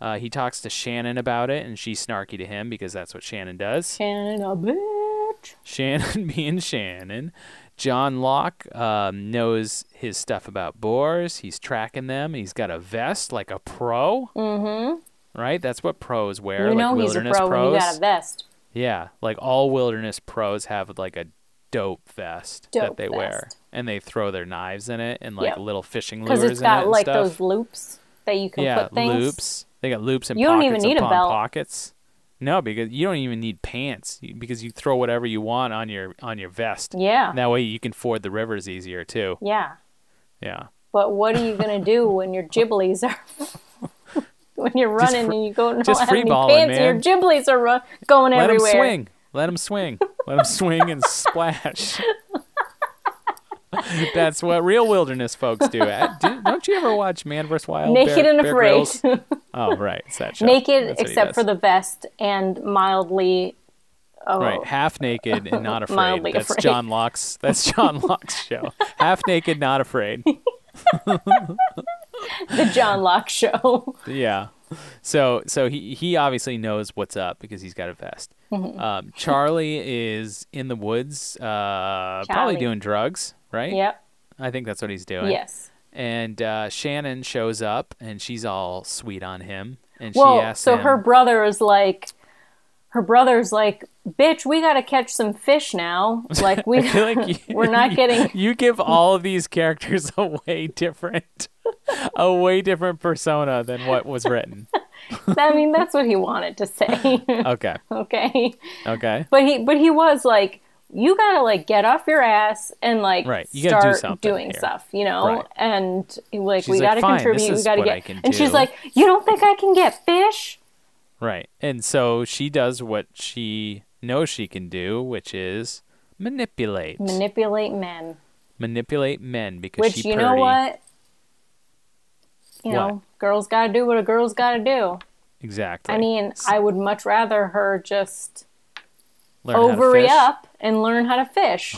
[SPEAKER 2] Uh, he talks to Shannon about it, and she's snarky to him because that's what Shannon does.
[SPEAKER 6] Shannon, a bitch.
[SPEAKER 2] Shannon being Shannon. John Locke um, knows his stuff about boars. He's tracking them. He's got a vest like a pro. Mm-hmm. Right? That's what pros wear.
[SPEAKER 6] You
[SPEAKER 2] like
[SPEAKER 6] know he's a
[SPEAKER 2] wilderness
[SPEAKER 6] pro
[SPEAKER 2] pros.
[SPEAKER 6] when you got a vest.
[SPEAKER 2] Yeah, like all wilderness pros have like a dope vest that
[SPEAKER 6] Dope
[SPEAKER 2] they wear,
[SPEAKER 6] vest.
[SPEAKER 2] and they throw their knives in it and like
[SPEAKER 6] Yep.
[SPEAKER 2] little fishing lures
[SPEAKER 6] Because it's
[SPEAKER 2] in it
[SPEAKER 6] got
[SPEAKER 2] and
[SPEAKER 6] like
[SPEAKER 2] stuff.
[SPEAKER 6] those loops that you can
[SPEAKER 2] yeah,
[SPEAKER 6] put things.
[SPEAKER 2] loops. They got loops and
[SPEAKER 6] You don't
[SPEAKER 2] pockets
[SPEAKER 6] even need a
[SPEAKER 2] upon
[SPEAKER 6] belt.
[SPEAKER 2] pockets. No, because you don't even need pants you- because you throw whatever you want on your on your vest.
[SPEAKER 6] Yeah.
[SPEAKER 2] That way you can ford the rivers easier too.
[SPEAKER 6] Yeah.
[SPEAKER 2] Yeah.
[SPEAKER 6] But what are you gonna do when your ghiblies are when you're running
[SPEAKER 2] fr-
[SPEAKER 6] and you don't know
[SPEAKER 2] just
[SPEAKER 6] how many
[SPEAKER 2] freeballing,
[SPEAKER 6] pants and your ghiblies are run- going
[SPEAKER 2] Let
[SPEAKER 6] everywhere?
[SPEAKER 2] him swing. Let him swing. Let him swing and splash. That's what real wilderness folks do. Uh, do don't you ever watch Man vs. Wild?
[SPEAKER 6] Naked
[SPEAKER 2] Bear-
[SPEAKER 6] and
[SPEAKER 2] Bear
[SPEAKER 6] afraid,
[SPEAKER 2] Grylls? Oh, right. It's that show.
[SPEAKER 6] naked
[SPEAKER 2] That's what he
[SPEAKER 6] except for
[SPEAKER 2] does.
[SPEAKER 6] the vest and mildly. Oh,
[SPEAKER 2] Right, half naked and not afraid.
[SPEAKER 6] Mildly
[SPEAKER 2] that's
[SPEAKER 6] afraid.
[SPEAKER 2] John Locke's. That's John Locke's show. Half naked, not afraid.
[SPEAKER 6] the John Locke show.
[SPEAKER 2] Yeah. So so he he obviously knows what's up because he's got a vest.
[SPEAKER 6] Mm-hmm.
[SPEAKER 2] Um, Charlie is in the woods, uh, probably
[SPEAKER 6] Charlie.
[SPEAKER 2] doing drugs, right?
[SPEAKER 6] yep.
[SPEAKER 2] I think that's what he's doing.
[SPEAKER 6] Yes.
[SPEAKER 2] And uh, Shannon shows up, and she's all sweet on him, and she
[SPEAKER 6] Well,
[SPEAKER 2] asks
[SPEAKER 6] so
[SPEAKER 2] him,
[SPEAKER 6] her brother is like, her brother's like, bitch, we gotta catch some fish now. Like we,
[SPEAKER 2] I feel like you,
[SPEAKER 6] we're not getting.
[SPEAKER 2] You give all of these characters a way different, a way different persona than what was written.
[SPEAKER 6] I mean, that's what he wanted to say.
[SPEAKER 2] Okay,
[SPEAKER 6] okay,
[SPEAKER 2] okay,
[SPEAKER 6] but he, but he was like, you gotta like get off your ass and like
[SPEAKER 2] Right, you gotta do
[SPEAKER 6] start
[SPEAKER 2] something
[SPEAKER 6] doing
[SPEAKER 2] here.
[SPEAKER 6] stuff, you know.
[SPEAKER 2] Right.
[SPEAKER 6] And like
[SPEAKER 2] She's
[SPEAKER 6] we
[SPEAKER 2] like,
[SPEAKER 6] gotta
[SPEAKER 2] "Fine, this
[SPEAKER 6] contribute, we
[SPEAKER 2] is
[SPEAKER 6] gotta
[SPEAKER 2] what
[SPEAKER 6] get.
[SPEAKER 2] I can
[SPEAKER 6] and she's
[SPEAKER 2] do.
[SPEAKER 6] like, you don't think I can get fish?
[SPEAKER 2] right. And so she does what she knows she can do, which is manipulate,
[SPEAKER 6] Manipulate men,
[SPEAKER 2] manipulate men because
[SPEAKER 6] which
[SPEAKER 2] she
[SPEAKER 6] you know
[SPEAKER 2] purty.
[SPEAKER 6] what. You
[SPEAKER 2] What?
[SPEAKER 6] know, girls gotta do what a girl's gotta do.
[SPEAKER 2] Exactly.
[SPEAKER 6] I mean, I would much rather her just
[SPEAKER 2] Learn how to
[SPEAKER 6] ovary
[SPEAKER 2] fish.
[SPEAKER 6] up and learn how to fish.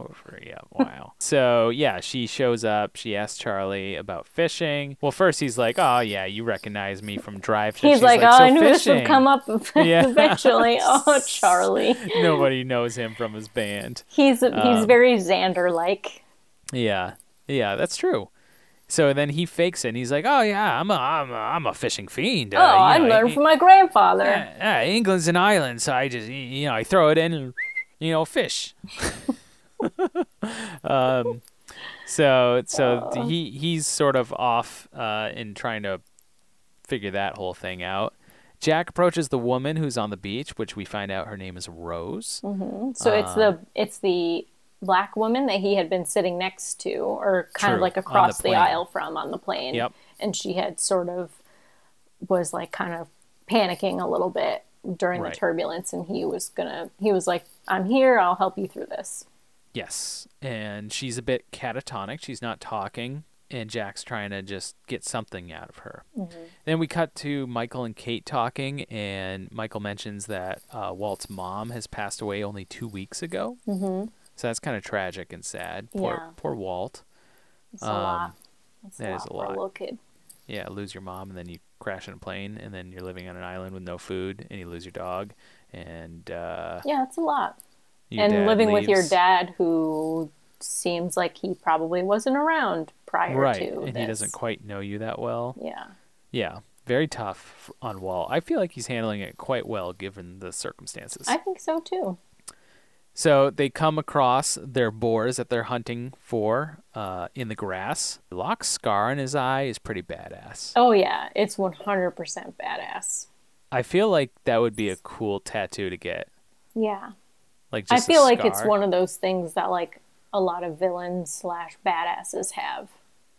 [SPEAKER 2] over. Yeah, wow. so yeah, she shows up. She asks Charlie about fishing. Well, first he's like, "Oh yeah, you recognize me from Drive." Fish."
[SPEAKER 6] He's
[SPEAKER 2] She's
[SPEAKER 6] like, "Oh,
[SPEAKER 2] "So
[SPEAKER 6] I knew this would
[SPEAKER 2] fishing."
[SPEAKER 6] come up
[SPEAKER 2] Yeah.
[SPEAKER 6] eventually." Oh, Charlie,
[SPEAKER 2] Nobody knows him from his band.
[SPEAKER 6] he's
[SPEAKER 2] Um,
[SPEAKER 6] he's very Xander-like.
[SPEAKER 2] Yeah, yeah, that's true. So then he fakes it. and He's like, "Oh yeah, I'm a, I'm a, I'm a fishing fiend." uh,
[SPEAKER 6] Oh, I learned from my grandfather.
[SPEAKER 2] Yeah, England's an island, so I just y- you know I throw it in, and, you know, fish. um, so so he he's sort of off uh, in trying to figure that whole thing out. Jack approaches the woman who's on the beach, which we find out her name is Rose.
[SPEAKER 6] So it's
[SPEAKER 2] Uh.
[SPEAKER 6] the it's the black woman that he had been sitting next to, or kind of
[SPEAKER 2] True,
[SPEAKER 6] like
[SPEAKER 2] on the
[SPEAKER 6] across the,
[SPEAKER 2] plane.
[SPEAKER 6] aisle from on the plane.
[SPEAKER 2] Yep.
[SPEAKER 6] And she had sort of was like kind of panicking a little bit during
[SPEAKER 2] Right.
[SPEAKER 6] the turbulence, and he was gonna he was like, "I'm here. I'll help you through this."
[SPEAKER 2] Yes. And she's a bit catatonic. She's not talking. And Jack's trying to just get something out of her.
[SPEAKER 6] Mm-hmm.
[SPEAKER 2] Then we cut to Michael and Kate talking. And Michael mentions that uh, Walt's mom has passed away only two weeks ago. Mm-hmm. So that's kind of tragic and sad. Poor,
[SPEAKER 6] Yeah.
[SPEAKER 2] poor Walt.
[SPEAKER 6] It's a lot. It's
[SPEAKER 2] that is a
[SPEAKER 6] for
[SPEAKER 2] lot.
[SPEAKER 6] little kid.
[SPEAKER 2] Yeah, lose your mom and then you crash in a plane and then you're living on an island with no food and you lose your dog and uh,
[SPEAKER 6] Yeah, it's a lot.
[SPEAKER 2] your
[SPEAKER 6] and
[SPEAKER 2] dad
[SPEAKER 6] living with your
[SPEAKER 2] leaves.
[SPEAKER 6] dad, who seems like he probably wasn't around prior
[SPEAKER 2] Right,
[SPEAKER 6] to
[SPEAKER 2] and
[SPEAKER 6] this.
[SPEAKER 2] he doesn't quite know you that well.
[SPEAKER 6] Yeah.
[SPEAKER 2] Yeah, very tough f- on Wall. I feel like he's handling it quite well given the circumstances.
[SPEAKER 6] I think so too.
[SPEAKER 2] So they come across their boars that they're hunting for uh, in the grass. Locke's scar on his eye is pretty badass.
[SPEAKER 6] Oh yeah, it's one hundred percent badass.
[SPEAKER 2] I feel like that would be a cool tattoo to get.
[SPEAKER 6] Yeah,
[SPEAKER 2] Like
[SPEAKER 6] I
[SPEAKER 2] just a
[SPEAKER 6] feel like it's
[SPEAKER 2] scar.
[SPEAKER 6] one of those things that like a lot of villains slash badasses have,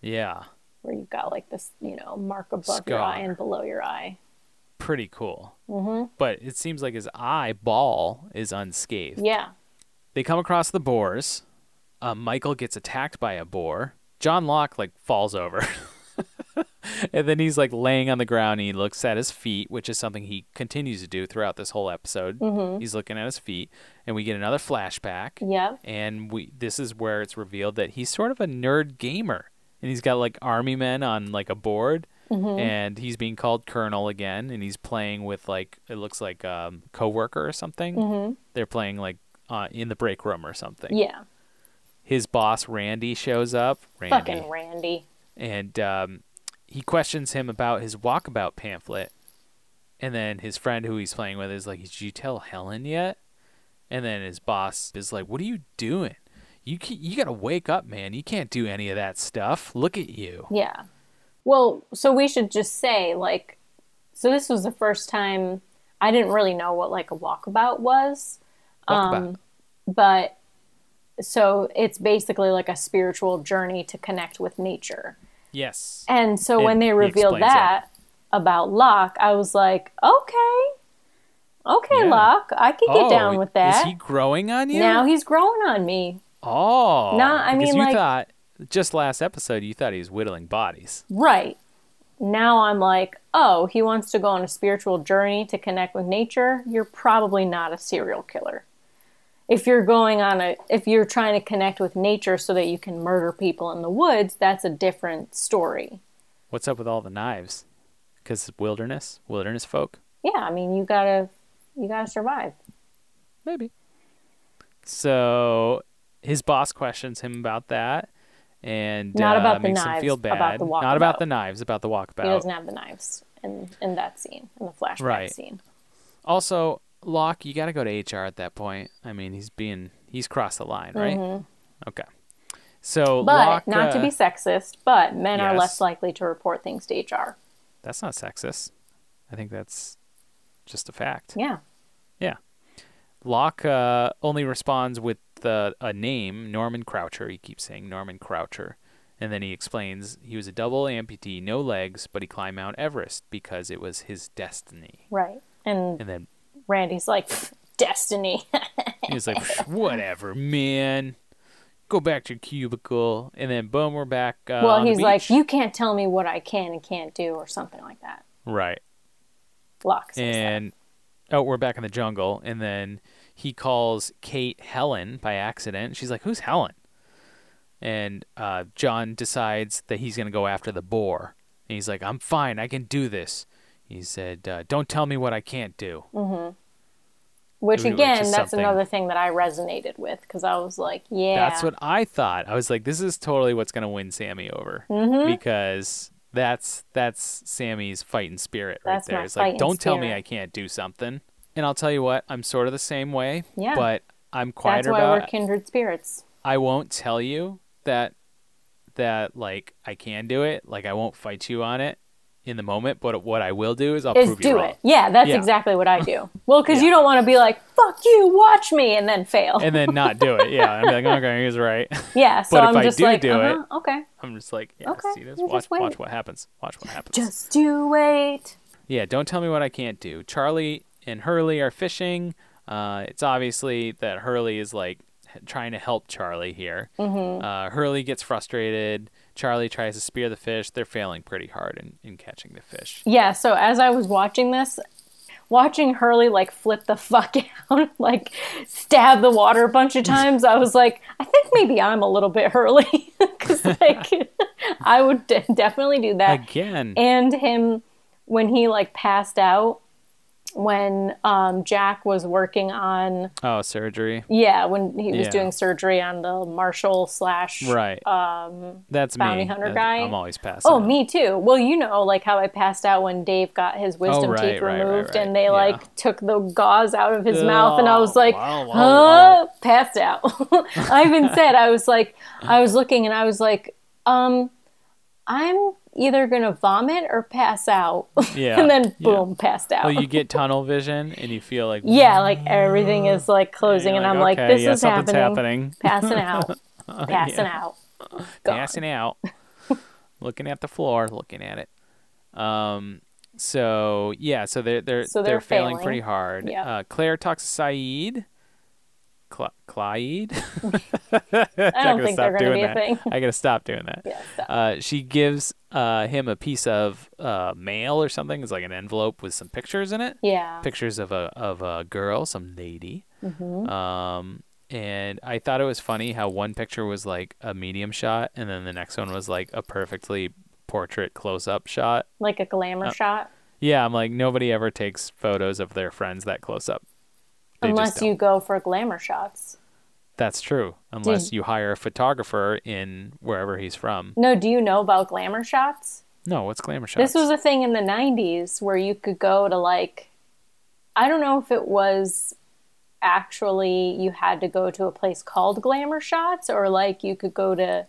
[SPEAKER 2] Yeah,
[SPEAKER 6] where you've got like this, you know, mark above your
[SPEAKER 2] Scar.
[SPEAKER 6] eye and below your eye.
[SPEAKER 2] pretty cool. Mm-hmm. But it seems like his eyeball is unscathed.
[SPEAKER 6] Yeah,
[SPEAKER 2] They come across the boars. Uh, Michael gets attacked by a boar. John Locke like falls over, and then he's like laying on the ground. And he looks at his feet, which is something he continues to do throughout this whole episode. He's looking at his feet, and we get another flashback.
[SPEAKER 6] Yep.
[SPEAKER 2] And we this is where it's revealed that he's sort of a nerd gamer, and he's got like army men on like a board,
[SPEAKER 6] Mm-hmm.
[SPEAKER 2] and he's being called colonel again, and he's playing with like it looks like um coworker or something. They're playing like uh, in the break room or something.
[SPEAKER 6] Mm-hmm. yeah,
[SPEAKER 2] His boss Randy shows up. Randy
[SPEAKER 6] fucking Randy.
[SPEAKER 2] and um, he questions him about his walkabout pamphlet. And then his friend who he's playing with is like, "Did you tell Helen yet?" And then his boss is like, "What are you doing? You ca you gotta wake up, man. You can't do any of that stuff. Look at you."
[SPEAKER 6] Yeah. Well, so we should just say like, so this was the first time I didn't really know what like a walkabout was. Um,
[SPEAKER 2] Walkabout.
[SPEAKER 6] but so it's basically like a spiritual journey to connect with nature.
[SPEAKER 2] yes.
[SPEAKER 6] And so
[SPEAKER 2] And
[SPEAKER 6] when
[SPEAKER 2] he
[SPEAKER 6] they revealed
[SPEAKER 2] explains
[SPEAKER 6] that about Locke, I was like, okay, okay,
[SPEAKER 2] Yeah. Oh,
[SPEAKER 6] Locke, I can get down with
[SPEAKER 2] Is
[SPEAKER 6] that.
[SPEAKER 2] he growing on you?
[SPEAKER 6] Now he's growing on me.
[SPEAKER 2] oh,
[SPEAKER 6] No, I
[SPEAKER 2] because
[SPEAKER 6] mean,
[SPEAKER 2] you
[SPEAKER 6] like-
[SPEAKER 2] thought just last episode you thought he was whittling bodies.
[SPEAKER 6] Right. Now I'm like, oh, he wants to go on a spiritual journey to connect with nature. You're probably not a serial killer. If you're going on a if you're trying to connect with nature so that you can murder people in the woods, that's a different story.
[SPEAKER 2] What's up with all the knives? Because wilderness, wilderness folk.
[SPEAKER 6] Yeah, I mean, you got to you got to survive.
[SPEAKER 2] Maybe. So his boss questions him about that and
[SPEAKER 6] Not
[SPEAKER 2] uh,
[SPEAKER 6] about the
[SPEAKER 2] makes him
[SPEAKER 6] knives,
[SPEAKER 2] feel bad.
[SPEAKER 6] about the
[SPEAKER 2] Not about
[SPEAKER 6] walkabout.
[SPEAKER 2] the knives, about the
[SPEAKER 6] He
[SPEAKER 2] walkabout.
[SPEAKER 6] doesn't have the knives in in that scene, in the flashback
[SPEAKER 2] Right.
[SPEAKER 6] scene.
[SPEAKER 2] Also, Locke, you got to go to HR at that point. I mean, he's being he's crossed the line, right? Okay. So
[SPEAKER 6] Mm-hmm. But
[SPEAKER 2] Locke,
[SPEAKER 6] not to
[SPEAKER 2] uh,
[SPEAKER 6] be sexist, but men are
[SPEAKER 2] yes.
[SPEAKER 6] less likely to report things to HR.
[SPEAKER 2] that's not sexist. I think that's just a fact.
[SPEAKER 6] Yeah.
[SPEAKER 2] Yeah. Locke uh, only responds with the, a name, Norman Croucher. He keeps saying Norman Croucher. And then he explains he was a double amputee, no legs, but he climbed Mount Everest because it was his destiny.
[SPEAKER 6] Right. And
[SPEAKER 2] And then
[SPEAKER 6] Randy's like, "Destiny."
[SPEAKER 2] he's like, whatever, man. Go back to your cubicle. And then, boom, we're back. Uh, on
[SPEAKER 6] Well,
[SPEAKER 2] the
[SPEAKER 6] he's like,
[SPEAKER 2] beach.
[SPEAKER 6] you can't tell me what I can and can't do, or something like that.
[SPEAKER 2] Right.
[SPEAKER 6] Locke says that.
[SPEAKER 2] and oh, we're back in the jungle. And then he calls Kate Helen by accident. She's like, "Who's Helen?" And uh, John decides that he's gonna go after the boar. And he's like, "I'm fine. I can do this." He said, uh, "Don't tell me what I can't do."
[SPEAKER 6] Which
[SPEAKER 2] which
[SPEAKER 6] again,
[SPEAKER 2] is
[SPEAKER 6] that's
[SPEAKER 2] something-
[SPEAKER 6] another thing that I resonated with because I was like, yeah,
[SPEAKER 2] That's what I thought. I was like, "This is totally what's gonna win Sammy over,"
[SPEAKER 6] Mm-hmm.
[SPEAKER 2] because that's that's Sammy's fighting spirit right
[SPEAKER 6] That's
[SPEAKER 2] there.
[SPEAKER 6] my
[SPEAKER 2] It's like,
[SPEAKER 6] fighting
[SPEAKER 2] "Don't tell me
[SPEAKER 6] spirit."
[SPEAKER 2] I can't do something." And I'll tell you what, I'm sort of the same way.
[SPEAKER 6] Yeah.
[SPEAKER 2] But I'm
[SPEAKER 6] that's
[SPEAKER 2] quieter
[SPEAKER 6] why
[SPEAKER 2] about
[SPEAKER 6] we're kindred spirits.
[SPEAKER 2] I won't tell you that that like I can do it. Like I won't fight you on it. in the moment, but what I will do is I'll
[SPEAKER 6] is
[SPEAKER 2] prove you
[SPEAKER 6] do
[SPEAKER 2] wrong.
[SPEAKER 6] it. Yeah, that's
[SPEAKER 2] Yeah.
[SPEAKER 6] exactly what I do. Well, because you don't want to be like, fuck you, watch me, and then fail.
[SPEAKER 2] And then not do it. Yeah. I'm like, okay, he's right.
[SPEAKER 6] yeah, so
[SPEAKER 2] but if
[SPEAKER 6] I'm
[SPEAKER 2] I
[SPEAKER 6] just
[SPEAKER 2] do
[SPEAKER 6] like,
[SPEAKER 2] do
[SPEAKER 6] uh-huh, okay,
[SPEAKER 2] I'm just like, yeah,
[SPEAKER 6] Okay,
[SPEAKER 2] see this?
[SPEAKER 6] you
[SPEAKER 2] Watch,
[SPEAKER 6] just wait.
[SPEAKER 2] watch what happens. Watch what happens.
[SPEAKER 6] just do it.
[SPEAKER 2] Yeah, don't tell me what I can't do. Charlie and Hurley are fishing. Uh, it's obviously that Hurley is like h- trying to help Charlie here. Mm-hmm. Uh, Hurley gets frustrated. Charlie tries to spear the fish. They're failing pretty hard in, in catching the fish.
[SPEAKER 6] Yeah, so as I was watching this, watching Hurley like flip the fuck out, like stab the water a bunch of times, I was like, I think maybe I'm a little bit Hurley because like I would de- definitely do that.
[SPEAKER 2] Again,
[SPEAKER 6] and him when he like passed out when um, Jack was working on
[SPEAKER 2] oh surgery,
[SPEAKER 6] yeah when he was
[SPEAKER 2] Yeah.
[SPEAKER 6] doing surgery on the Marshall slash
[SPEAKER 2] right? Um, that's
[SPEAKER 6] bounty
[SPEAKER 2] me.
[SPEAKER 6] hunter
[SPEAKER 2] Uh,
[SPEAKER 6] guy?
[SPEAKER 2] I'm always passing.
[SPEAKER 6] Oh,
[SPEAKER 2] out.
[SPEAKER 6] me too. Well, you know, like how I passed out when Dave got his wisdom
[SPEAKER 2] Oh, right,
[SPEAKER 6] teeth removed,
[SPEAKER 2] right, right, right.
[SPEAKER 6] and they
[SPEAKER 2] Yeah.
[SPEAKER 6] like took the gauze out of his mouth, and I was like,
[SPEAKER 2] wow, wow,
[SPEAKER 6] huh? passed out. I even said I was like, I was looking, and I was like, um, I'm either gonna vomit or pass out,
[SPEAKER 2] Yeah,
[SPEAKER 6] and then
[SPEAKER 2] yeah.
[SPEAKER 6] boom, passed out.
[SPEAKER 2] Well, you get tunnel vision and you feel like
[SPEAKER 6] yeah, like everything is like closing,
[SPEAKER 2] you're
[SPEAKER 6] and I'm like,
[SPEAKER 2] okay,
[SPEAKER 6] this
[SPEAKER 2] yeah,
[SPEAKER 6] is
[SPEAKER 2] something's
[SPEAKER 6] happening.
[SPEAKER 2] happening.
[SPEAKER 6] Passing out, passing out. Gone.
[SPEAKER 2] passing out, looking at the floor, looking at it. Um. So yeah, so they're they're
[SPEAKER 6] So
[SPEAKER 2] they're,
[SPEAKER 6] they're
[SPEAKER 2] failing,
[SPEAKER 6] failing.
[SPEAKER 2] pretty hard.
[SPEAKER 6] Yeah.
[SPEAKER 2] Uh, Claire talks to Saeed. Cl- Clyde.
[SPEAKER 6] I don't think they're gonna be
[SPEAKER 2] that.
[SPEAKER 6] a thing.
[SPEAKER 2] I gotta stop doing that.
[SPEAKER 6] Yeah, stop.
[SPEAKER 2] Uh, she gives uh, him a piece of uh, mail or something. It's like an envelope with some pictures in it.
[SPEAKER 6] Yeah.
[SPEAKER 2] Pictures of a of a girl, some lady.
[SPEAKER 6] Mm-hmm.
[SPEAKER 2] Um, and I thought it was funny how one picture was like a medium shot, and then the next one was like a perfectly portrait close up shot.
[SPEAKER 6] like a glamour shot.
[SPEAKER 2] Yeah, I'm like nobody ever takes photos of their friends that close up. They just
[SPEAKER 6] Unless
[SPEAKER 2] don't.
[SPEAKER 6] you go for glamour shots.
[SPEAKER 2] That's true. Unless you hire a photographer in wherever he's from.
[SPEAKER 6] No, do you know about glamour shots?
[SPEAKER 2] No, what's glamour shots?
[SPEAKER 6] This was a thing in the 90s where you could go to like, I don't know if it was actually you had to go to a place called glamour shots or like you could go to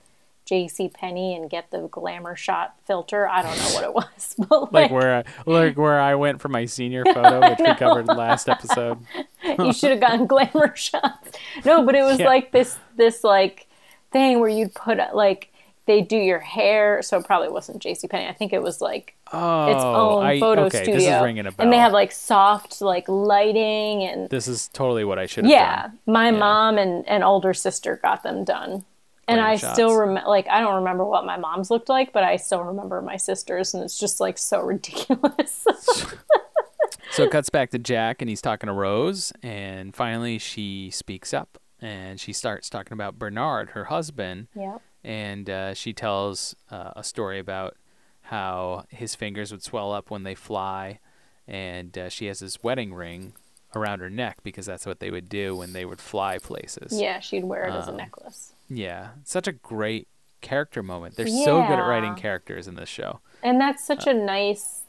[SPEAKER 6] JC Penney and get the glamour shot filter. I don't know what it was, but
[SPEAKER 2] like
[SPEAKER 6] like,
[SPEAKER 2] where I, like where I went for my senior photo, which we covered last episode.
[SPEAKER 6] you should have gotten glamour shots. No, but it was
[SPEAKER 2] Yeah.
[SPEAKER 6] like this this like thing where you'd put like they do your hair, so it probably wasn't JC Penney. I think it was like
[SPEAKER 2] Oh,
[SPEAKER 6] its own
[SPEAKER 2] I,
[SPEAKER 6] photo
[SPEAKER 2] okay,
[SPEAKER 6] studio.
[SPEAKER 2] This is ringing a bell.
[SPEAKER 6] And they have like soft like lighting and
[SPEAKER 2] this is totally what I should have
[SPEAKER 6] yeah,
[SPEAKER 2] done.
[SPEAKER 6] my mom and an older sister got them done. And
[SPEAKER 2] Glamour
[SPEAKER 6] I
[SPEAKER 2] shots.
[SPEAKER 6] still remember, like, I don't remember what my mom's looked like, but I still remember my sister's, and it's just like so ridiculous.
[SPEAKER 2] So it cuts back to Jack, and he's talking to Rose, and finally she speaks up, and she starts talking about Bernard, her husband,
[SPEAKER 6] yep.
[SPEAKER 2] and uh, she tells uh, a story about how his fingers would swell up when they fly, and uh, she has this wedding ring around her neck because that's what they would do when they would fly places.
[SPEAKER 6] Yeah, she'd wear it as
[SPEAKER 2] Um,
[SPEAKER 6] a necklace.
[SPEAKER 2] Yeah, such a great character moment. They're so good at
[SPEAKER 6] Yeah.
[SPEAKER 2] writing characters in this show.
[SPEAKER 6] And that's such
[SPEAKER 2] uh,
[SPEAKER 6] a nice,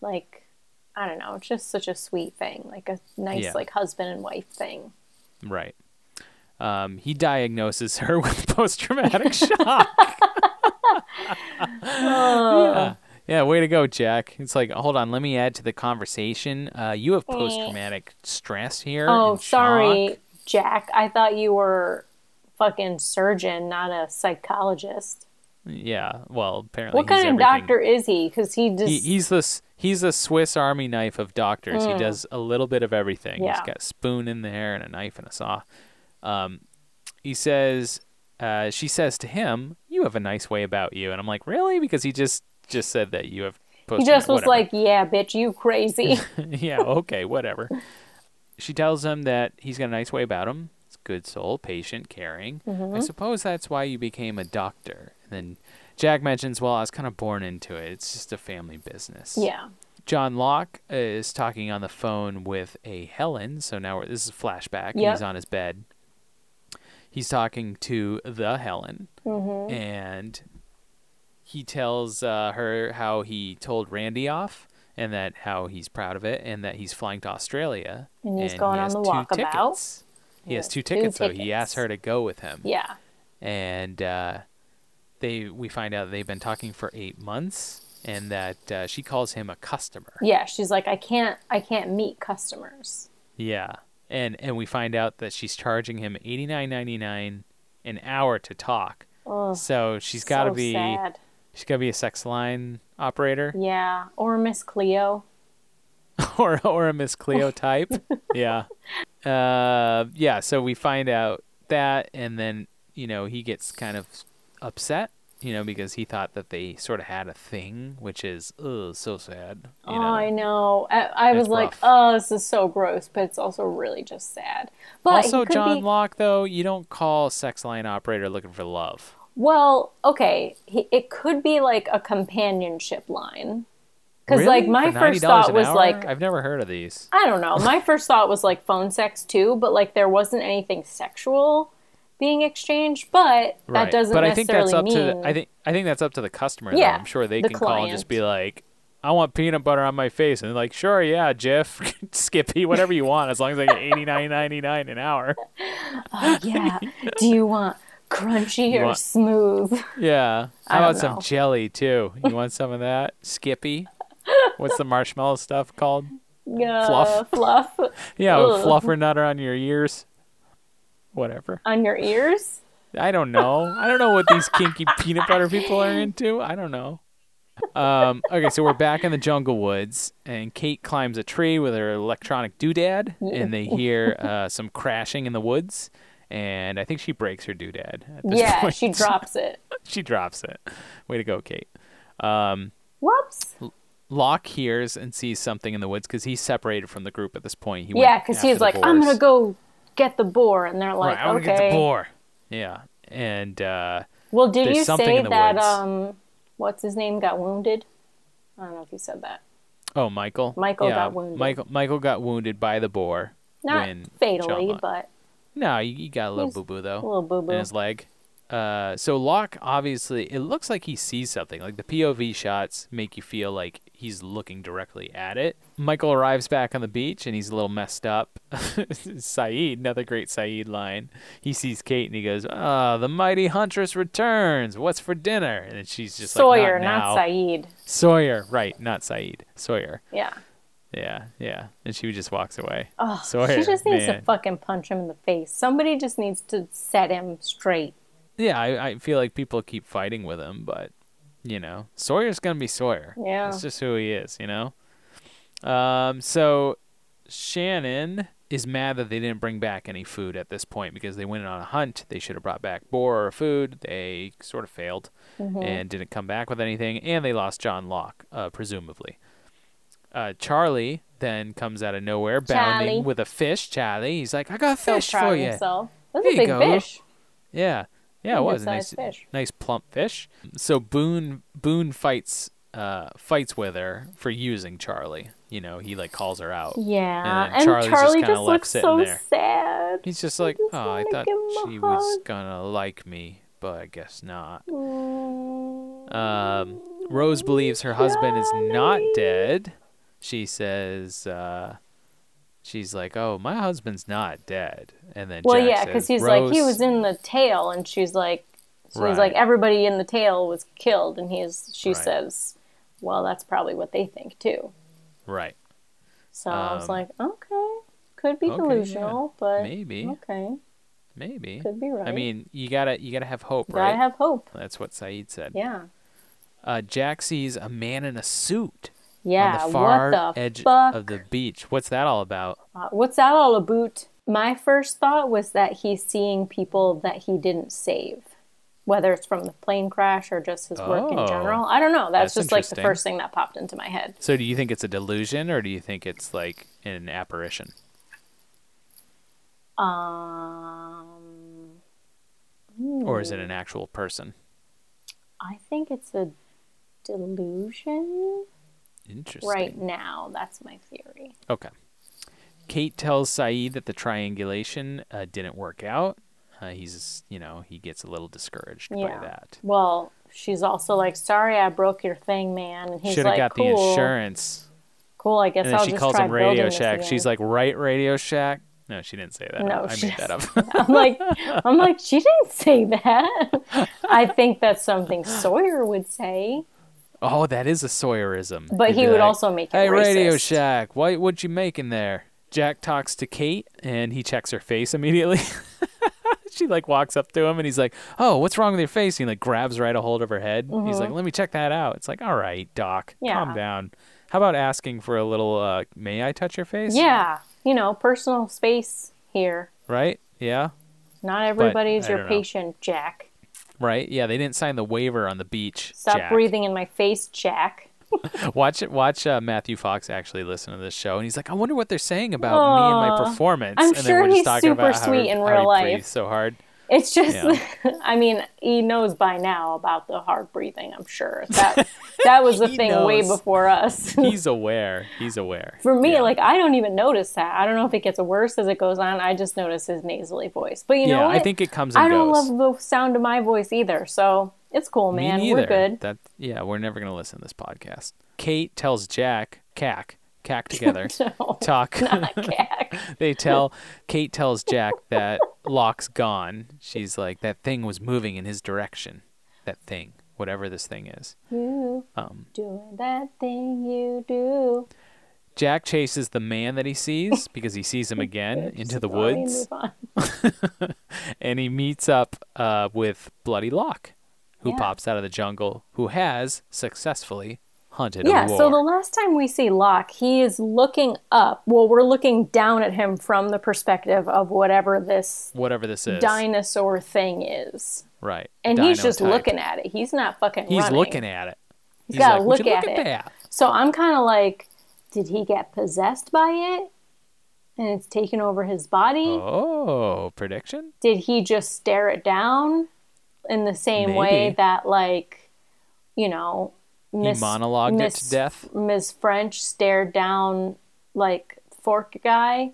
[SPEAKER 6] like, I don't know, it's just such a sweet thing, like a nice,
[SPEAKER 2] Yeah.
[SPEAKER 6] like, husband and wife thing.
[SPEAKER 2] Right. Um, he diagnoses her with post traumatic shock.
[SPEAKER 6] Oh.
[SPEAKER 2] yeah. yeah, way to go, Jack. It's like, hold on, let me add to the conversation. Uh, you have post traumatic stress here.
[SPEAKER 6] Oh,
[SPEAKER 2] and
[SPEAKER 6] sorry,
[SPEAKER 2] shock.
[SPEAKER 6] Jack. I thought you were fucking surgeon, not a psychologist.
[SPEAKER 2] Yeah, well, apparently.
[SPEAKER 6] What
[SPEAKER 2] he's
[SPEAKER 6] kind of
[SPEAKER 2] everything.
[SPEAKER 6] doctor is he? Because he just
[SPEAKER 2] He, he's this. He's a Swiss Army knife of doctors. He does a little bit of everything. He's
[SPEAKER 6] Mm. Yeah.
[SPEAKER 2] got a spoon in there and a knife and a saw. Um, he says, uh, she says to him, "You have a nice way about you," and I'm like, "Really?" Because he just just said that you have.
[SPEAKER 6] he
[SPEAKER 2] post-
[SPEAKER 6] just was
[SPEAKER 2] whatever.
[SPEAKER 6] like, yeah, bitch, you crazy.
[SPEAKER 2] "Yeah, okay, whatever." she tells him that he's got a nice way about him. He's a good soul, patient, caring.
[SPEAKER 6] Mm-hmm.
[SPEAKER 2] I suppose that's why you became a doctor. And then Jack mentions, "Well, I was kind of born into it. It's just a family business."
[SPEAKER 6] yeah,
[SPEAKER 2] John Locke is talking on the phone with a Helen. So now we're, this is a flashback. and
[SPEAKER 6] Yep.
[SPEAKER 2] He's on his bed. He's talking to the Helen,
[SPEAKER 6] Mm-hmm.
[SPEAKER 2] and he tells uh, her how he told Randy off, and that how he's proud of it, and that he's flying to Australia,
[SPEAKER 6] And he's going on
[SPEAKER 2] has
[SPEAKER 6] the
[SPEAKER 2] two
[SPEAKER 6] walkabout.
[SPEAKER 2] tickets. He has two
[SPEAKER 6] two
[SPEAKER 2] tickets, so he
[SPEAKER 6] tickets.
[SPEAKER 2] asks her to go with him
[SPEAKER 6] yeah.
[SPEAKER 2] and uh, they we find out they've been talking for eight months, and that uh, she calls him a customer.
[SPEAKER 6] Yeah, she's like, I can't, I can't meet customers.
[SPEAKER 2] Yeah, and and we find out that she's charging him eighty nine ninety nine an hour to talk.
[SPEAKER 6] Ugh,
[SPEAKER 2] So she's got to
[SPEAKER 6] so
[SPEAKER 2] be
[SPEAKER 6] sad.
[SPEAKER 2] she's got to be a sex line operator
[SPEAKER 6] Yeah, or Miss Cleo.
[SPEAKER 2] or or a Miss Cleo type. yeah, uh, yeah. So we find out that, and then you know he gets kind of upset. You know, because he thought that they sort of had a thing, which is ugh, so sad. You
[SPEAKER 6] oh,
[SPEAKER 2] know?
[SPEAKER 6] I know. I, I was
[SPEAKER 2] It's
[SPEAKER 6] like,
[SPEAKER 2] rough.
[SPEAKER 6] oh, this is so gross, but it's also really just sad. But he
[SPEAKER 2] also,
[SPEAKER 6] could
[SPEAKER 2] John
[SPEAKER 6] be-
[SPEAKER 2] Locke, though, you don't call a sex line operator looking for love.
[SPEAKER 6] Well, okay, he, it could be like a companionship line. Because like
[SPEAKER 2] Really?
[SPEAKER 6] my
[SPEAKER 2] For $90
[SPEAKER 6] first thought
[SPEAKER 2] an
[SPEAKER 6] was
[SPEAKER 2] hour?
[SPEAKER 6] like,
[SPEAKER 2] I've never heard of these.
[SPEAKER 6] I don't know. My first thought was like phone sex too, but like there wasn't anything sexual being exchanged. But that doesn't
[SPEAKER 2] but I think
[SPEAKER 6] necessarily
[SPEAKER 2] that's up
[SPEAKER 6] mean.
[SPEAKER 2] to the, I think I think that's up to the customer. though.
[SPEAKER 6] Yeah,
[SPEAKER 2] I'm sure they
[SPEAKER 6] the
[SPEAKER 2] can call and just
[SPEAKER 6] client.
[SPEAKER 2] be like, "I want peanut butter on my face," and they're like, "Sure, yeah, Jeff, Skippy, whatever you want, as long as I get eighty nine ninety nine an hour."
[SPEAKER 6] Oh, yeah. Do you want crunchy
[SPEAKER 2] You
[SPEAKER 6] or
[SPEAKER 2] want-
[SPEAKER 6] smooth?
[SPEAKER 2] Yeah, how
[SPEAKER 6] don't
[SPEAKER 2] about some
[SPEAKER 6] know.
[SPEAKER 2] jelly too? You want some of that, Skippy? What's the marshmallow stuff called?
[SPEAKER 6] Uh,
[SPEAKER 2] Fluff.
[SPEAKER 6] fluff
[SPEAKER 2] Yeah, with
[SPEAKER 6] Ugh.
[SPEAKER 2] fluffer nutter on your ears. Whatever.
[SPEAKER 6] on your ears.
[SPEAKER 2] I don't know. I don't know what these kinky peanut butter people are into. I don't know. Um, okay, so we're back in the jungle woods, and Kate climbs a tree with her electronic doodad, and they hear uh, some crashing in the woods. And I think she breaks her doodad. At this
[SPEAKER 6] Yeah,
[SPEAKER 2] point.
[SPEAKER 6] she drops it.
[SPEAKER 2] she drops it. Way to go, Kate. Um,
[SPEAKER 6] Whoops.
[SPEAKER 2] Locke hears and sees something in the woods because he's separated from the group at this point. He went
[SPEAKER 6] Yeah, because
[SPEAKER 2] after
[SPEAKER 6] he's
[SPEAKER 2] the
[SPEAKER 6] like, I'm
[SPEAKER 2] boars.
[SPEAKER 6] gonna go get the boar, and they're like,
[SPEAKER 2] Right, I'm
[SPEAKER 6] okay.
[SPEAKER 2] gonna get the boar. Yeah, and uh,
[SPEAKER 6] Well, did
[SPEAKER 2] There's
[SPEAKER 6] you
[SPEAKER 2] something
[SPEAKER 6] say
[SPEAKER 2] in the
[SPEAKER 6] that
[SPEAKER 2] woods.
[SPEAKER 6] um, what's his name got wounded? I don't know if you said that.
[SPEAKER 2] Oh, Michael.
[SPEAKER 6] Michael got wounded.
[SPEAKER 2] Michael Michael got wounded by the boar.
[SPEAKER 6] Not
[SPEAKER 2] when John
[SPEAKER 6] fatally,
[SPEAKER 2] Locke-
[SPEAKER 6] but
[SPEAKER 2] no, he, he got a little
[SPEAKER 6] He's-
[SPEAKER 2] boo boo though.
[SPEAKER 6] a little boo
[SPEAKER 2] in
[SPEAKER 6] boo.
[SPEAKER 2] his leg. Uh, so Locke obviously, it looks like he sees something. Like the POV shots make you feel like he's looking directly at it. Michael arrives back on the beach and he's a little messed up. Saeed, another great Saeed line. He sees Kate and he goes, "Ah, the mighty huntress returns. What's for dinner?" And then she's just
[SPEAKER 6] Sawyer,
[SPEAKER 2] like,
[SPEAKER 6] not,
[SPEAKER 2] now."
[SPEAKER 6] Saeed.
[SPEAKER 2] Sawyer, right? Not Saeed. Sawyer.
[SPEAKER 6] Yeah.
[SPEAKER 2] Yeah, yeah. And she just walks away.
[SPEAKER 6] Oh,
[SPEAKER 2] Sawyer,
[SPEAKER 6] she just needs
[SPEAKER 2] man.
[SPEAKER 6] to fucking punch him in the face. Somebody just needs to set him straight.
[SPEAKER 2] Yeah, I, I feel like people keep fighting with him, but you know, Sawyer's gonna be Sawyer.
[SPEAKER 6] Yeah.
[SPEAKER 2] that's just who he is. You know. Um. So Shannon is mad that they didn't bring back any food at this point because they went on a hunt. They should have brought back boar or food. They sort of failed
[SPEAKER 6] Mm-hmm.
[SPEAKER 2] and didn't come back with anything, and they lost John Locke, uh, presumably. Uh, Charlie then comes out of nowhere, bounding
[SPEAKER 6] Charlie.
[SPEAKER 2] with a fish. Charlie, he's like, "I got a
[SPEAKER 6] So
[SPEAKER 2] fish
[SPEAKER 6] proud
[SPEAKER 2] for
[SPEAKER 6] of
[SPEAKER 2] you."
[SPEAKER 6] himself. That's
[SPEAKER 2] There
[SPEAKER 6] a
[SPEAKER 2] you
[SPEAKER 6] big
[SPEAKER 2] go.
[SPEAKER 6] fish.
[SPEAKER 2] Yeah, yeah, it
[SPEAKER 6] Pretty
[SPEAKER 2] was a nice,
[SPEAKER 6] good-sized fish.
[SPEAKER 2] nice plump fish. So Boone Boone fights uh fights with her for using Charlie. You know, he like calls her out.
[SPEAKER 6] Yeah.
[SPEAKER 2] And
[SPEAKER 6] And,
[SPEAKER 2] Charlie's just
[SPEAKER 6] Charlie
[SPEAKER 2] kinda
[SPEAKER 6] just
[SPEAKER 2] left
[SPEAKER 6] looks
[SPEAKER 2] sitting
[SPEAKER 6] so
[SPEAKER 2] there.
[SPEAKER 6] sad.
[SPEAKER 2] He's just like,
[SPEAKER 6] just
[SPEAKER 2] oh, I
[SPEAKER 6] wanna
[SPEAKER 2] thought
[SPEAKER 6] give him a
[SPEAKER 2] she was
[SPEAKER 6] hug."
[SPEAKER 2] gonna like me, but I guess not. Um, Rose believes her husband is not dead. She says, uh, she's like, oh, my husband's not dead. And then
[SPEAKER 6] Well,
[SPEAKER 2] Jack
[SPEAKER 6] yeah,
[SPEAKER 2] because
[SPEAKER 6] because he's like he was in the tail, and she's like, she's
[SPEAKER 2] Right.
[SPEAKER 6] like everybody in the tail was killed, and he's she
[SPEAKER 2] Right.
[SPEAKER 6] says, well, that's probably what they think too.
[SPEAKER 2] right.
[SPEAKER 6] So I was
[SPEAKER 2] Um,
[SPEAKER 6] like, okay, could be
[SPEAKER 2] okay, yeah,
[SPEAKER 6] delusional, but
[SPEAKER 2] maybe.
[SPEAKER 6] okay,
[SPEAKER 2] Maybe.
[SPEAKER 6] could be right.
[SPEAKER 2] I mean, you gotta you gotta have hope,
[SPEAKER 6] gotta
[SPEAKER 2] right?
[SPEAKER 6] have hope.
[SPEAKER 2] That's what Saeed said.
[SPEAKER 6] Yeah,
[SPEAKER 2] Uh, Jack sees a man in a suit
[SPEAKER 6] yeah.
[SPEAKER 2] on the far
[SPEAKER 6] what the
[SPEAKER 2] edge
[SPEAKER 6] fuck?
[SPEAKER 2] of the beach. What's that all about?
[SPEAKER 6] Uh, What's that all about? My first thought was that he's seeing people that he didn't save, whether it's from the plane crash or just his work
[SPEAKER 2] Oh.
[SPEAKER 6] in general. I don't know. That's,
[SPEAKER 2] That's
[SPEAKER 6] just like the
[SPEAKER 2] interesting.
[SPEAKER 6] first thing that popped into my head.
[SPEAKER 2] So, do you think it's a delusion, or do you think it's like an apparition?
[SPEAKER 6] Um, hmm,
[SPEAKER 2] or is it an actual person?
[SPEAKER 6] I think it's a delusion
[SPEAKER 2] Interesting.
[SPEAKER 6] right now. That's my theory.
[SPEAKER 2] Okay. Kate tells Saeed that the triangulation uh, didn't work out. Uh, he's, you know, he gets a little discouraged
[SPEAKER 6] Yeah.
[SPEAKER 2] by that.
[SPEAKER 6] Well, she's also like, "Sorry, I broke your thing, man." And he's
[SPEAKER 2] Should have
[SPEAKER 6] like,
[SPEAKER 2] got
[SPEAKER 6] "Cool,
[SPEAKER 2] the insurance.
[SPEAKER 6] cool. I guess
[SPEAKER 2] And then
[SPEAKER 6] I'll
[SPEAKER 2] she
[SPEAKER 6] just
[SPEAKER 2] calls
[SPEAKER 6] try
[SPEAKER 2] him Radio
[SPEAKER 6] building this
[SPEAKER 2] Shack. She's
[SPEAKER 6] again."
[SPEAKER 2] like, right, Radio Shack? No, she didn't say that.
[SPEAKER 6] No,
[SPEAKER 2] I
[SPEAKER 6] she
[SPEAKER 2] made that up.
[SPEAKER 6] "I'm like, I'm like, she didn't say that. I think that's something Sawyer would say."
[SPEAKER 2] Oh, that is a Sawyerism.
[SPEAKER 6] But
[SPEAKER 2] You'd
[SPEAKER 6] he
[SPEAKER 2] be
[SPEAKER 6] would
[SPEAKER 2] like,
[SPEAKER 6] also make it
[SPEAKER 2] Hey, Radio
[SPEAKER 6] racist."
[SPEAKER 2] Shack, what what you making there? Jack talks to Kate, and he checks her face immediately. she like walks up to him, and he's like, "Oh, what's wrong with your face?" And he like grabs right a hold of her head. He's like, "Let me check that out." It's like, "All right, Doc, calm
[SPEAKER 6] Mm-hmm. Yeah.
[SPEAKER 2] down. How about asking for a little? Uh, may I touch your face?"
[SPEAKER 6] Yeah, you know, personal space here.
[SPEAKER 2] Right. Yeah.
[SPEAKER 6] Not everybody's
[SPEAKER 2] I
[SPEAKER 6] your
[SPEAKER 2] don't know.
[SPEAKER 6] patient, Jack.
[SPEAKER 2] Right. Yeah. They didn't sign the waiver on the beach.
[SPEAKER 6] Stop
[SPEAKER 2] Jack.
[SPEAKER 6] breathing in my face, Jack.
[SPEAKER 2] Watch it. Watch uh, Matthew Fox actually listen to this show, and he's like, "I wonder what they're saying about me and my
[SPEAKER 6] Aw.
[SPEAKER 2] performance."
[SPEAKER 6] I'm
[SPEAKER 2] and
[SPEAKER 6] sure
[SPEAKER 2] we're just
[SPEAKER 6] he's
[SPEAKER 2] talking
[SPEAKER 6] super
[SPEAKER 2] about how
[SPEAKER 6] sweet
[SPEAKER 2] he-
[SPEAKER 6] in
[SPEAKER 2] how
[SPEAKER 6] real
[SPEAKER 2] he
[SPEAKER 6] life.
[SPEAKER 2] breathes So hard.
[SPEAKER 6] It's just,
[SPEAKER 2] Yeah.
[SPEAKER 6] I mean, he knows by now about the hard breathing. I'm sure that that was a
[SPEAKER 2] He
[SPEAKER 6] thing way
[SPEAKER 2] knows.
[SPEAKER 6] before us.
[SPEAKER 2] He's aware. He's aware.
[SPEAKER 6] For me,
[SPEAKER 2] Yeah.
[SPEAKER 6] like I don't even notice that. I don't know if it gets worse as it goes on. I just notice his nasally voice. But you
[SPEAKER 2] yeah,
[SPEAKER 6] know what?
[SPEAKER 2] I think it comes and
[SPEAKER 6] I don't
[SPEAKER 2] goes.
[SPEAKER 6] love the sound of my voice either. So it's cool,
[SPEAKER 2] Me
[SPEAKER 6] man.
[SPEAKER 2] neither.
[SPEAKER 6] We're good.
[SPEAKER 2] That yeah, we're never gonna listen to this podcast. Kate tells Jack, "Cack, cack together,
[SPEAKER 6] No,
[SPEAKER 2] talk."
[SPEAKER 6] Jack.
[SPEAKER 2] they tell Kate tells Jack that Locke's gone. She's like, "That thing was moving in his direction. That thing, whatever this thing is."
[SPEAKER 6] you
[SPEAKER 2] Um,
[SPEAKER 6] doing that thing you do.
[SPEAKER 2] Jack chases the man that he sees because he sees him again into the
[SPEAKER 6] Sorry,
[SPEAKER 2] woods,
[SPEAKER 6] move on.
[SPEAKER 2] and he meets up uh, with Bloody Locke, who
[SPEAKER 6] Yeah.
[SPEAKER 2] pops out of the jungle, who has successfully hunted
[SPEAKER 6] Yeah.
[SPEAKER 2] a
[SPEAKER 6] So the
[SPEAKER 2] war.
[SPEAKER 6] last time we see Locke, he is looking up. Well, we're looking down at him from the perspective of whatever this
[SPEAKER 2] Whatever this is,
[SPEAKER 6] dinosaur thing is,
[SPEAKER 2] right?
[SPEAKER 6] and he's just
[SPEAKER 2] Dino type.
[SPEAKER 6] looking at it. He's not fucking.
[SPEAKER 2] He's
[SPEAKER 6] running.
[SPEAKER 2] looking at it. He's
[SPEAKER 6] gotta
[SPEAKER 2] like, "Would
[SPEAKER 6] look
[SPEAKER 2] you
[SPEAKER 6] at
[SPEAKER 2] look
[SPEAKER 6] it."
[SPEAKER 2] at that?
[SPEAKER 6] So I'm kind of like, did he get possessed by it? And it's taken over his body?
[SPEAKER 2] Oh, prediction.
[SPEAKER 6] Did he just stare it down in the same way
[SPEAKER 2] Maybe.
[SPEAKER 6] that, like, you know, Miss,
[SPEAKER 2] he monologued it
[SPEAKER 6] Miss,
[SPEAKER 2] to death.
[SPEAKER 6] Miss French stared down, like, Fork Guy?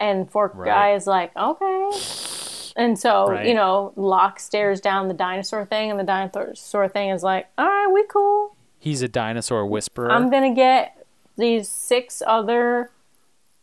[SPEAKER 6] And Fork
[SPEAKER 2] Right.
[SPEAKER 6] Guy is like, okay. And so,
[SPEAKER 2] Right.
[SPEAKER 6] you know, Locke stares down the dinosaur thing, and the dinosaur thing is like, all right, we cool.
[SPEAKER 2] He's a dinosaur whisperer.
[SPEAKER 6] I'm gonna get these six other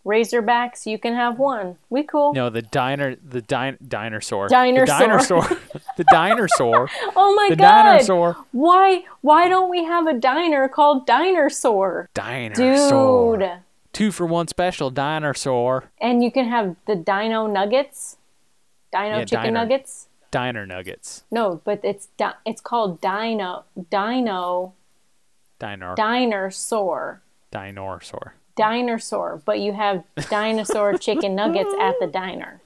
[SPEAKER 6] Razorbacks. You can have one. We cool.
[SPEAKER 2] no, the diner, the din- dinosaur, the
[SPEAKER 6] Dinosaur.
[SPEAKER 2] dinosaur, the dinosaur,
[SPEAKER 6] oh my
[SPEAKER 2] the
[SPEAKER 6] god!
[SPEAKER 2] dinosaur,
[SPEAKER 6] Why? Why don't we have a diner called Dinosaur,
[SPEAKER 2] dinosaur.
[SPEAKER 6] dude?
[SPEAKER 2] two for one special dinosaur
[SPEAKER 6] And you can have the Dino Nuggets, Dino
[SPEAKER 2] Yeah,
[SPEAKER 6] Chicken
[SPEAKER 2] diner.
[SPEAKER 6] Nuggets.
[SPEAKER 2] diner nuggets
[SPEAKER 6] No, but it's di- it's called Dino Dino
[SPEAKER 2] diner
[SPEAKER 6] Dinosaur
[SPEAKER 2] dinosaur
[SPEAKER 6] Dinosaur. But you have dinosaur chicken nuggets at the diner.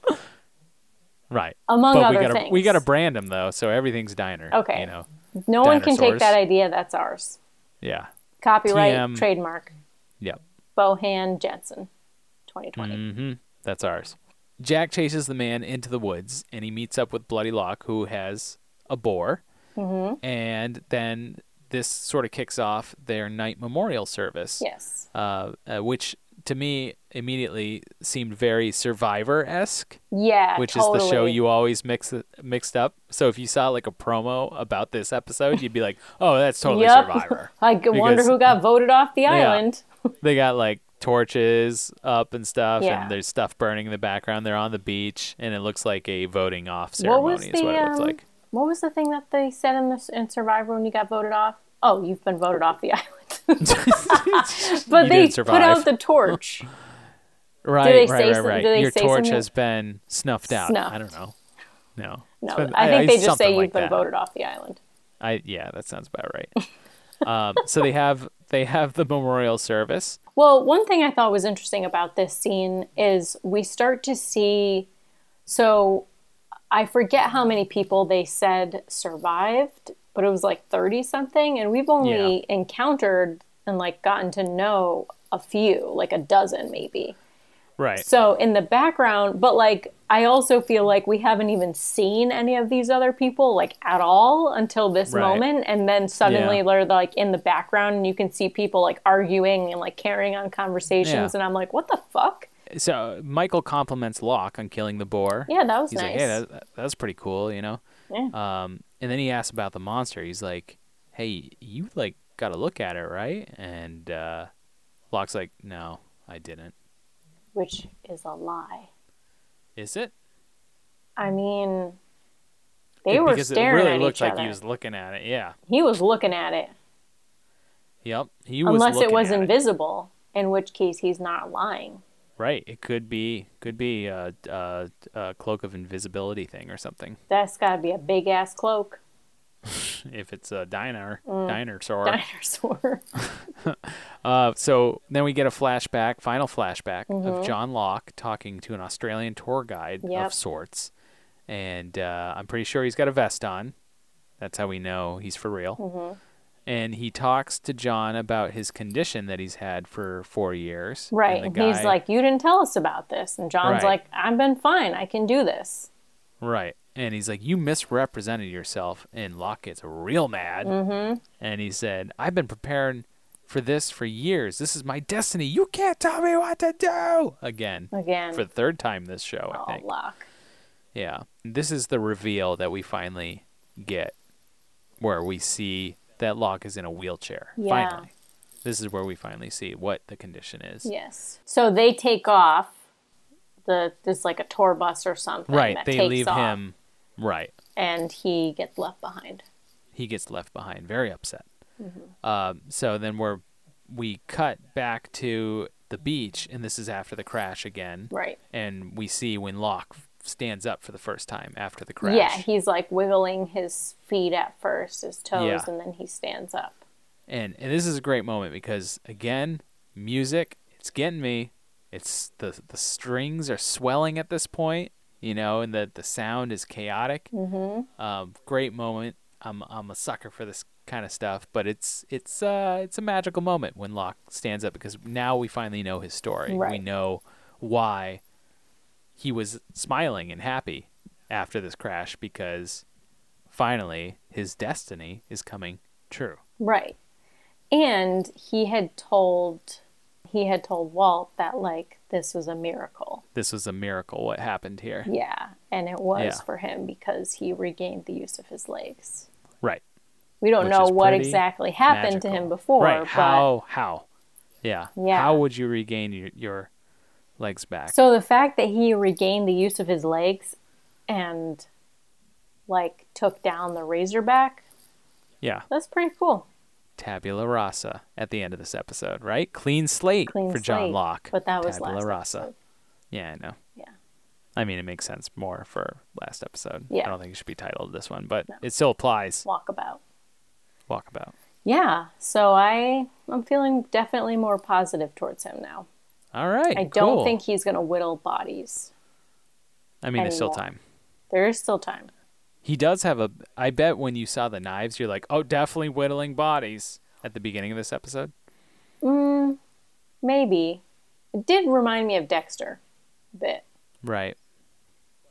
[SPEAKER 2] right
[SPEAKER 6] Among
[SPEAKER 2] but
[SPEAKER 6] other
[SPEAKER 2] we gotta
[SPEAKER 6] things.
[SPEAKER 2] we gotta brand them though so everything's diner
[SPEAKER 6] Okay.
[SPEAKER 2] you know
[SPEAKER 6] No one can
[SPEAKER 2] Dinosaurs.
[SPEAKER 6] take that idea. That's ours.
[SPEAKER 2] yeah
[SPEAKER 6] Copyright,
[SPEAKER 2] TM.
[SPEAKER 6] trademark,
[SPEAKER 2] yep
[SPEAKER 6] Bohan Jensen, 2020.
[SPEAKER 2] hmm that's ours jack chases the man into the woods and he meets up with bloody Locke, who has a boar mm-hmm. and then this sort of kicks off their night memorial service
[SPEAKER 6] Yes.
[SPEAKER 2] uh, uh, which to me immediately seemed very survivor-esque
[SPEAKER 6] Yeah.
[SPEAKER 2] which is
[SPEAKER 6] totally.
[SPEAKER 2] the show you always mix mixed up. So if you saw like a promo about this episode, you'd be like, "Oh, that's totally
[SPEAKER 6] Yep.
[SPEAKER 2] Survivor."
[SPEAKER 6] I g- wonder
[SPEAKER 2] because-
[SPEAKER 6] who got voted off the island.
[SPEAKER 2] they got like torches up and stuff,
[SPEAKER 6] Yeah.
[SPEAKER 2] and there's stuff burning in the background. They're on the beach, and it looks like a voting off
[SPEAKER 6] What
[SPEAKER 2] ceremony.
[SPEAKER 6] was
[SPEAKER 2] is what
[SPEAKER 6] the,
[SPEAKER 2] it looks
[SPEAKER 6] um,
[SPEAKER 2] like.
[SPEAKER 6] What was the thing that they said in the in Survivor when you got voted off? Oh, you've been voted off the island. but
[SPEAKER 2] You
[SPEAKER 6] they
[SPEAKER 2] didn't
[SPEAKER 6] put
[SPEAKER 2] survive.
[SPEAKER 6] out the torch.
[SPEAKER 2] Right,
[SPEAKER 6] they say
[SPEAKER 2] right, right,
[SPEAKER 6] some-
[SPEAKER 2] right.
[SPEAKER 6] do they
[SPEAKER 2] Your
[SPEAKER 6] say
[SPEAKER 2] torch
[SPEAKER 6] something?
[SPEAKER 2] has been snuffed out. I
[SPEAKER 6] Snuffed.
[SPEAKER 2] don't know. No,
[SPEAKER 6] No,
[SPEAKER 2] It's been-
[SPEAKER 6] I think they just
[SPEAKER 2] something
[SPEAKER 6] say you've
[SPEAKER 2] like
[SPEAKER 6] been
[SPEAKER 2] that.
[SPEAKER 6] voted off the island.
[SPEAKER 2] I yeah, that sounds about right. um, so they have they have the memorial service.
[SPEAKER 6] Well, one thing I thought was interesting about this scene is we start to see. So I forget how many people they said survived, but it was like 30 something. And we've only encountered and like gotten to know a few, like a dozen maybe.
[SPEAKER 2] Right.
[SPEAKER 6] So in the background, but like I also feel like we haven't even seen any of these other people like at all until this
[SPEAKER 2] Right.
[SPEAKER 6] moment, and then suddenly
[SPEAKER 2] Yeah.
[SPEAKER 6] they're like in the background, and you can see people like arguing and like carrying on conversations,
[SPEAKER 2] Yeah.
[SPEAKER 6] and I'm like, what the fuck?
[SPEAKER 2] so Michael compliments Locke on killing the boar.
[SPEAKER 6] Yeah, that was
[SPEAKER 2] He's
[SPEAKER 6] nice.
[SPEAKER 2] like, hey, that, that, that's pretty cool, you know.
[SPEAKER 6] Yeah.
[SPEAKER 2] Um, and then he asks about the monster. He's like, hey, you like got to look at it, right? And uh, Locke's like, no, I didn't.
[SPEAKER 6] Which is a lie.
[SPEAKER 2] Is it?
[SPEAKER 6] I mean, they were
[SPEAKER 2] because
[SPEAKER 6] staring
[SPEAKER 2] it really
[SPEAKER 6] at
[SPEAKER 2] looked
[SPEAKER 6] each
[SPEAKER 2] like
[SPEAKER 6] other.
[SPEAKER 2] he was looking at it. Yeah.
[SPEAKER 6] he was looking at it.
[SPEAKER 2] Yep. He was
[SPEAKER 6] unless it
[SPEAKER 2] looking
[SPEAKER 6] was
[SPEAKER 2] at
[SPEAKER 6] invisible, in which case he's not lying.
[SPEAKER 2] Right. It could be could be a, a, a cloak of invisibility thing or something.
[SPEAKER 6] That's got to be a big ass cloak.
[SPEAKER 2] If it's a diner
[SPEAKER 6] Mm.
[SPEAKER 2] dinosaur.
[SPEAKER 6] Dinosaur.
[SPEAKER 2] Uh, so then we get a flashback, final flashback of John Locke talking to an Australian tour guide
[SPEAKER 6] Mm-hmm. Yep.
[SPEAKER 2] of sorts, and uh, I'm pretty sure he's got a vest on. That's how we know he's for real.
[SPEAKER 6] Mm-hmm.
[SPEAKER 2] And he talks to John about his condition that he's had for four years. and
[SPEAKER 6] right.
[SPEAKER 2] the
[SPEAKER 6] And he's
[SPEAKER 2] guy-
[SPEAKER 6] like, You didn't tell us about this. And John's
[SPEAKER 2] Right.
[SPEAKER 6] like, I've been fine. I can do this.
[SPEAKER 2] Right. And he's like, You misrepresented yourself. And Locke gets real mad. Mm-hmm. And he said, I've been preparing for this for years. This is my destiny. You can't tell me what to do. Again.
[SPEAKER 6] Again.
[SPEAKER 2] For the third time this show, I
[SPEAKER 6] Oh,
[SPEAKER 2] think.
[SPEAKER 6] Locke.
[SPEAKER 2] Yeah. This is the reveal that we finally get where we see that Locke is in a wheelchair.
[SPEAKER 6] Yeah.
[SPEAKER 2] Finally. This is where we finally see what the condition is.
[SPEAKER 6] Yes. So they take off. The There's like a tour bus or something.
[SPEAKER 2] Right.
[SPEAKER 6] that
[SPEAKER 2] They
[SPEAKER 6] takes
[SPEAKER 2] leave
[SPEAKER 6] off,
[SPEAKER 2] him. Right.
[SPEAKER 6] And he gets left behind.
[SPEAKER 2] he gets left behind, very upset.
[SPEAKER 6] Mm-hmm.
[SPEAKER 2] Um, so then we're we cut back to the beach, and this is after the crash again,
[SPEAKER 6] Right.
[SPEAKER 2] and we see when Locke stands up for the first time after the crash.
[SPEAKER 6] Yeah. He's like wiggling his feet at first, his toes,
[SPEAKER 2] Yeah.
[SPEAKER 6] and then he stands up.
[SPEAKER 2] and and this is a great moment because again, music, it's getting me. It's the the strings are swelling at this point, you know, and the the sound is chaotic. Mm-hmm. Um, great moment. I'm I'm a sucker for this kind of stuff, but it's it's uh it's a magical moment when Locke stands up because now we finally know his story. We
[SPEAKER 6] Right.
[SPEAKER 2] know why he was smiling and happy after this crash because finally his destiny is coming true.
[SPEAKER 6] Right. And he had told he had told Walt that like this was a miracle.
[SPEAKER 2] this was a miracle what happened here.
[SPEAKER 6] Yeah, and it was
[SPEAKER 2] Yeah.
[SPEAKER 6] for him because he regained the use of his legs.
[SPEAKER 2] Right.
[SPEAKER 6] We don't
[SPEAKER 2] Which
[SPEAKER 6] know
[SPEAKER 2] is
[SPEAKER 6] what
[SPEAKER 2] pretty
[SPEAKER 6] exactly happened to
[SPEAKER 2] Magical.
[SPEAKER 6] him before,
[SPEAKER 2] Right.
[SPEAKER 6] but
[SPEAKER 2] How how? Yeah.
[SPEAKER 6] Yeah.
[SPEAKER 2] How would you regain your, your legs back?
[SPEAKER 6] so the fact that he regained the use of his legs and like took down the Razorback,
[SPEAKER 2] yeah.
[SPEAKER 6] that's pretty cool.
[SPEAKER 2] Tabula rasa at the end of this episode, right? Clean slate
[SPEAKER 6] Clean
[SPEAKER 2] for John
[SPEAKER 6] slate.
[SPEAKER 2] Locke.
[SPEAKER 6] But that was
[SPEAKER 2] Tabula
[SPEAKER 6] last
[SPEAKER 2] rasa.
[SPEAKER 6] episode.
[SPEAKER 2] Yeah, I know.
[SPEAKER 6] Yeah.
[SPEAKER 2] I mean, it makes sense more for last episode.
[SPEAKER 6] Yeah.
[SPEAKER 2] I don't think it should be titled this one, but it still applies.
[SPEAKER 6] Walkabout.
[SPEAKER 2] Walkabout.
[SPEAKER 6] Yeah, so I I'm feeling definitely more positive towards him now.
[SPEAKER 2] All right.
[SPEAKER 6] I don't
[SPEAKER 2] cool.
[SPEAKER 6] think he's going to whittle bodies.
[SPEAKER 2] I mean, there's still
[SPEAKER 6] anymore.
[SPEAKER 2] time.
[SPEAKER 6] There is still time.
[SPEAKER 2] He does have a. I bet when you saw the knives, you're like, oh, definitely whittling bodies at the beginning of this episode.
[SPEAKER 6] Mm, Maybe. It did remind me of Dexter a bit.
[SPEAKER 2] Right.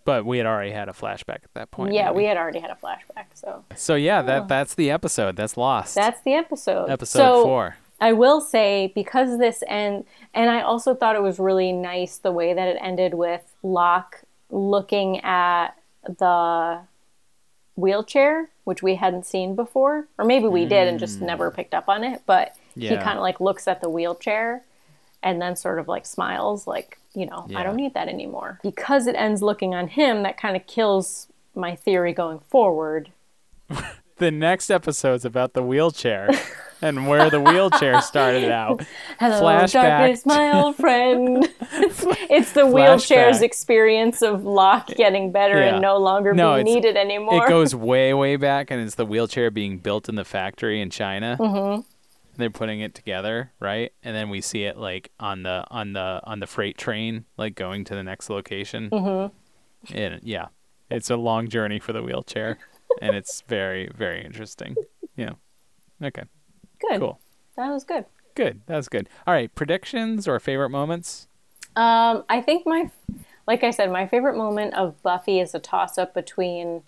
[SPEAKER 2] But we had already had a flashback at that point.
[SPEAKER 6] yeah,
[SPEAKER 2] maybe.
[SPEAKER 6] we had already had a flashback, so
[SPEAKER 2] So yeah, that that's the episode. That's lost.
[SPEAKER 6] that's the episode.
[SPEAKER 2] episode
[SPEAKER 6] So,
[SPEAKER 2] four.
[SPEAKER 6] I will say because this end, and I also thought it was really nice the way that it ended with Locke looking at the wheelchair, which we hadn't seen before, or maybe we did and just never picked up on it. But he
[SPEAKER 2] Mm. Yeah.
[SPEAKER 6] kind of like looks at the wheelchair and then sort of like smiles, like you know,
[SPEAKER 2] Yeah.
[SPEAKER 6] I don't need that anymore. Because it ends looking on him, that kind of kills my theory going forward.
[SPEAKER 2] The next episode's about the wheelchair and where the wheelchair started out.
[SPEAKER 6] Hello,
[SPEAKER 2] Flashback.
[SPEAKER 6] darkness, my old friend. it's the wheelchair's experience of Locke getting better
[SPEAKER 2] Yeah.
[SPEAKER 6] and no longer
[SPEAKER 2] No,
[SPEAKER 6] being
[SPEAKER 2] it's-
[SPEAKER 6] needed anymore.
[SPEAKER 2] It goes way, way back, and it's the wheelchair being built in the factory in China. Mm-hmm. They're putting it together, right? And then we see it like on the on the on the freight train, like going to the next location. Mm-hmm. And yeah, it's a long journey for the wheelchair, and it's very, very interesting. Yeah. Okay.
[SPEAKER 6] good.
[SPEAKER 2] Cool.
[SPEAKER 6] That was good.
[SPEAKER 2] Good. That's good. All right. Predictions or favorite moments?
[SPEAKER 6] Um, I think my, like I said, my favorite moment of Buffy is a toss up between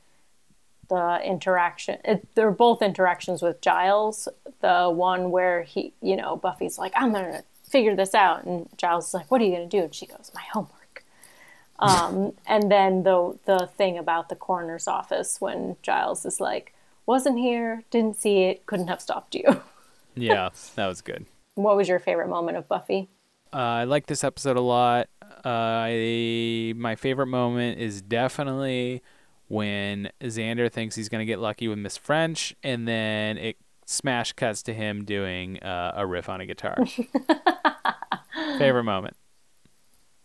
[SPEAKER 6] the interaction. It, they're both interactions with Giles. The one where he, you know, Buffy's like, I'm going to figure this out. And Giles is like, What are you going to do? And she goes, My homework. Um, and then the, the thing about the coroner's office when Giles is like, Wasn't here, didn't see it, couldn't have stopped you.
[SPEAKER 2] Yeah, that was good.
[SPEAKER 6] what was your favorite moment of Buffy?
[SPEAKER 2] Uh, I like this episode a lot. Uh, I, my favorite moment is definitely when Xander thinks he's going to get lucky with Miss French, and then it smash cuts to him doing uh, a riff on a guitar. Favorite moment.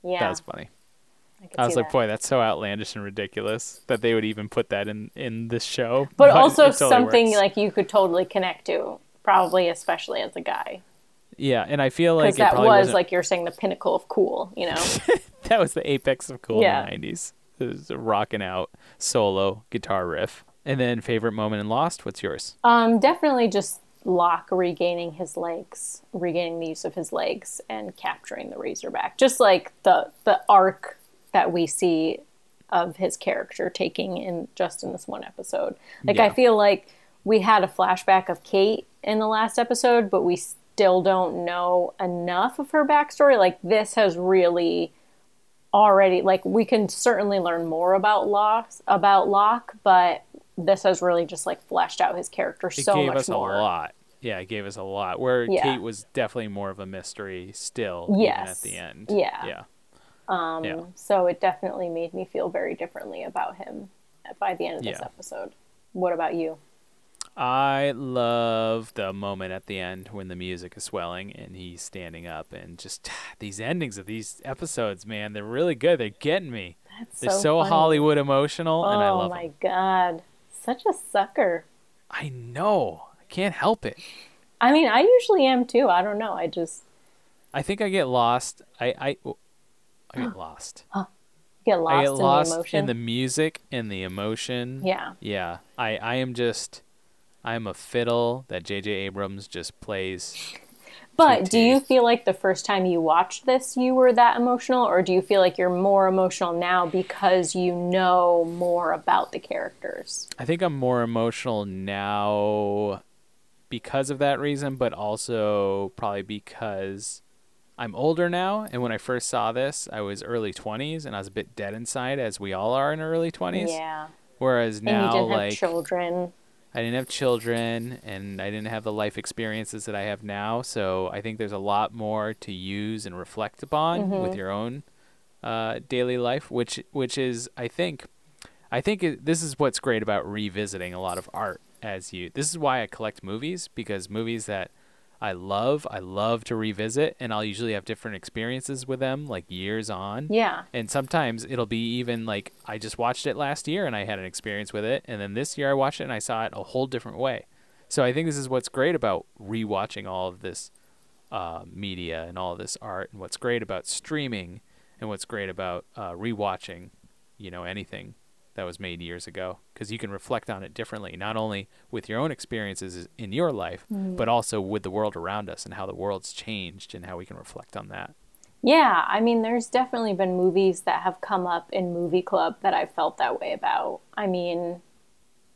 [SPEAKER 6] Yeah.
[SPEAKER 2] That was funny.
[SPEAKER 6] I, could
[SPEAKER 2] I was
[SPEAKER 6] see
[SPEAKER 2] like,
[SPEAKER 6] that.
[SPEAKER 2] boy, that's so outlandish and ridiculous that they would even put that in in this show.
[SPEAKER 6] But, also
[SPEAKER 2] it totally
[SPEAKER 6] something
[SPEAKER 2] works.
[SPEAKER 6] like you could totally connect to, probably especially as a guy,
[SPEAKER 2] yeah, and I feel like
[SPEAKER 6] because
[SPEAKER 2] it
[SPEAKER 6] that
[SPEAKER 2] probably
[SPEAKER 6] was
[SPEAKER 2] wasn't-
[SPEAKER 6] like you're saying the pinnacle of cool. You know,
[SPEAKER 2] that was the apex of cool
[SPEAKER 6] Yeah.
[SPEAKER 2] in the nineties. It was a rocking out solo guitar riff. And then favorite moment in Lost, what's yours?
[SPEAKER 6] um, definitely just Locke regaining his legs, regaining the use of his legs, and capturing the Razorback. Just like the the arc that we see of his character taking in just in this one episode. Like I
[SPEAKER 2] Yeah.
[SPEAKER 6] feel like we had a flashback of Kate in the last episode, but we still don't know enough of her backstory. Like this has really already like we can certainly learn more about Locke about Locke, but this has really just like fleshed out his character
[SPEAKER 2] It
[SPEAKER 6] so
[SPEAKER 2] gave
[SPEAKER 6] much
[SPEAKER 2] us
[SPEAKER 6] more.
[SPEAKER 2] a lot. Yeah, it gave us a lot. Where
[SPEAKER 6] Yeah.
[SPEAKER 2] Kate was definitely more of a mystery still even
[SPEAKER 6] Yes.
[SPEAKER 2] at the end.
[SPEAKER 6] Yeah.
[SPEAKER 2] Yeah.
[SPEAKER 6] Um,
[SPEAKER 2] Yeah.
[SPEAKER 6] So it definitely made me feel very differently about him by the end of this
[SPEAKER 2] Yeah.
[SPEAKER 6] episode. What about you?
[SPEAKER 2] I love the moment at the end when the music is swelling and he's standing up and just these endings of these episodes, man, they're really good. They're getting me. they're so,
[SPEAKER 6] funny.
[SPEAKER 2] Hollywood emotional, and I
[SPEAKER 6] oh
[SPEAKER 2] love
[SPEAKER 6] my
[SPEAKER 2] 'em.
[SPEAKER 6] god, such a sucker.
[SPEAKER 2] I know. I can't help it.
[SPEAKER 6] I mean, I usually am too. I don't know. I just
[SPEAKER 2] I think I get lost. I I, oh, I get lost.
[SPEAKER 6] get lost
[SPEAKER 2] I get
[SPEAKER 6] in
[SPEAKER 2] lost
[SPEAKER 6] the emotion.
[SPEAKER 2] in the music and the emotion.
[SPEAKER 6] yeah,
[SPEAKER 2] Yeah. I I am just. I'm a fiddle that J.J. Abrams just plays.
[SPEAKER 6] but do
[SPEAKER 2] teeth.
[SPEAKER 6] you feel like the first time you watched this, you were that emotional, or do you feel like you're more emotional now because you know more about the characters?
[SPEAKER 2] I think I'm more emotional now because of that reason, but also probably because I'm older now. And when I first saw this, I was early 20s and I was a bit dead inside, as we all are in our early 20s.
[SPEAKER 6] Yeah,
[SPEAKER 2] Whereas
[SPEAKER 6] and you
[SPEAKER 2] now,
[SPEAKER 6] didn't
[SPEAKER 2] like,
[SPEAKER 6] have children.
[SPEAKER 2] I didn't have children and I didn't have the life experiences that I have now. So I think there's a lot more to use and reflect upon with your own uh, daily life, which which is I think I think it, this is what's great about revisiting a lot of art as you. This is why I collect movies because movies that I love, I love to revisit, and I'll usually have different experiences with them like years on.
[SPEAKER 6] Yeah,
[SPEAKER 2] And sometimes it'll be even like I just watched it last year and I had an experience with it, and then this year I watched it and I saw it a whole different way. So I think this is what's great about rewatching all of this uh, media and all of this art, and what's great about streaming, and what's great about uh, rewatching, you know, anything that was made years ago, because you can reflect on it differently, not only with your own experiences in your life, but also with the world around us and how the world's changed and how we can reflect on that.
[SPEAKER 6] yeah. I mean, there's definitely been movies that have come up in movie club that I felt that way about. I mean,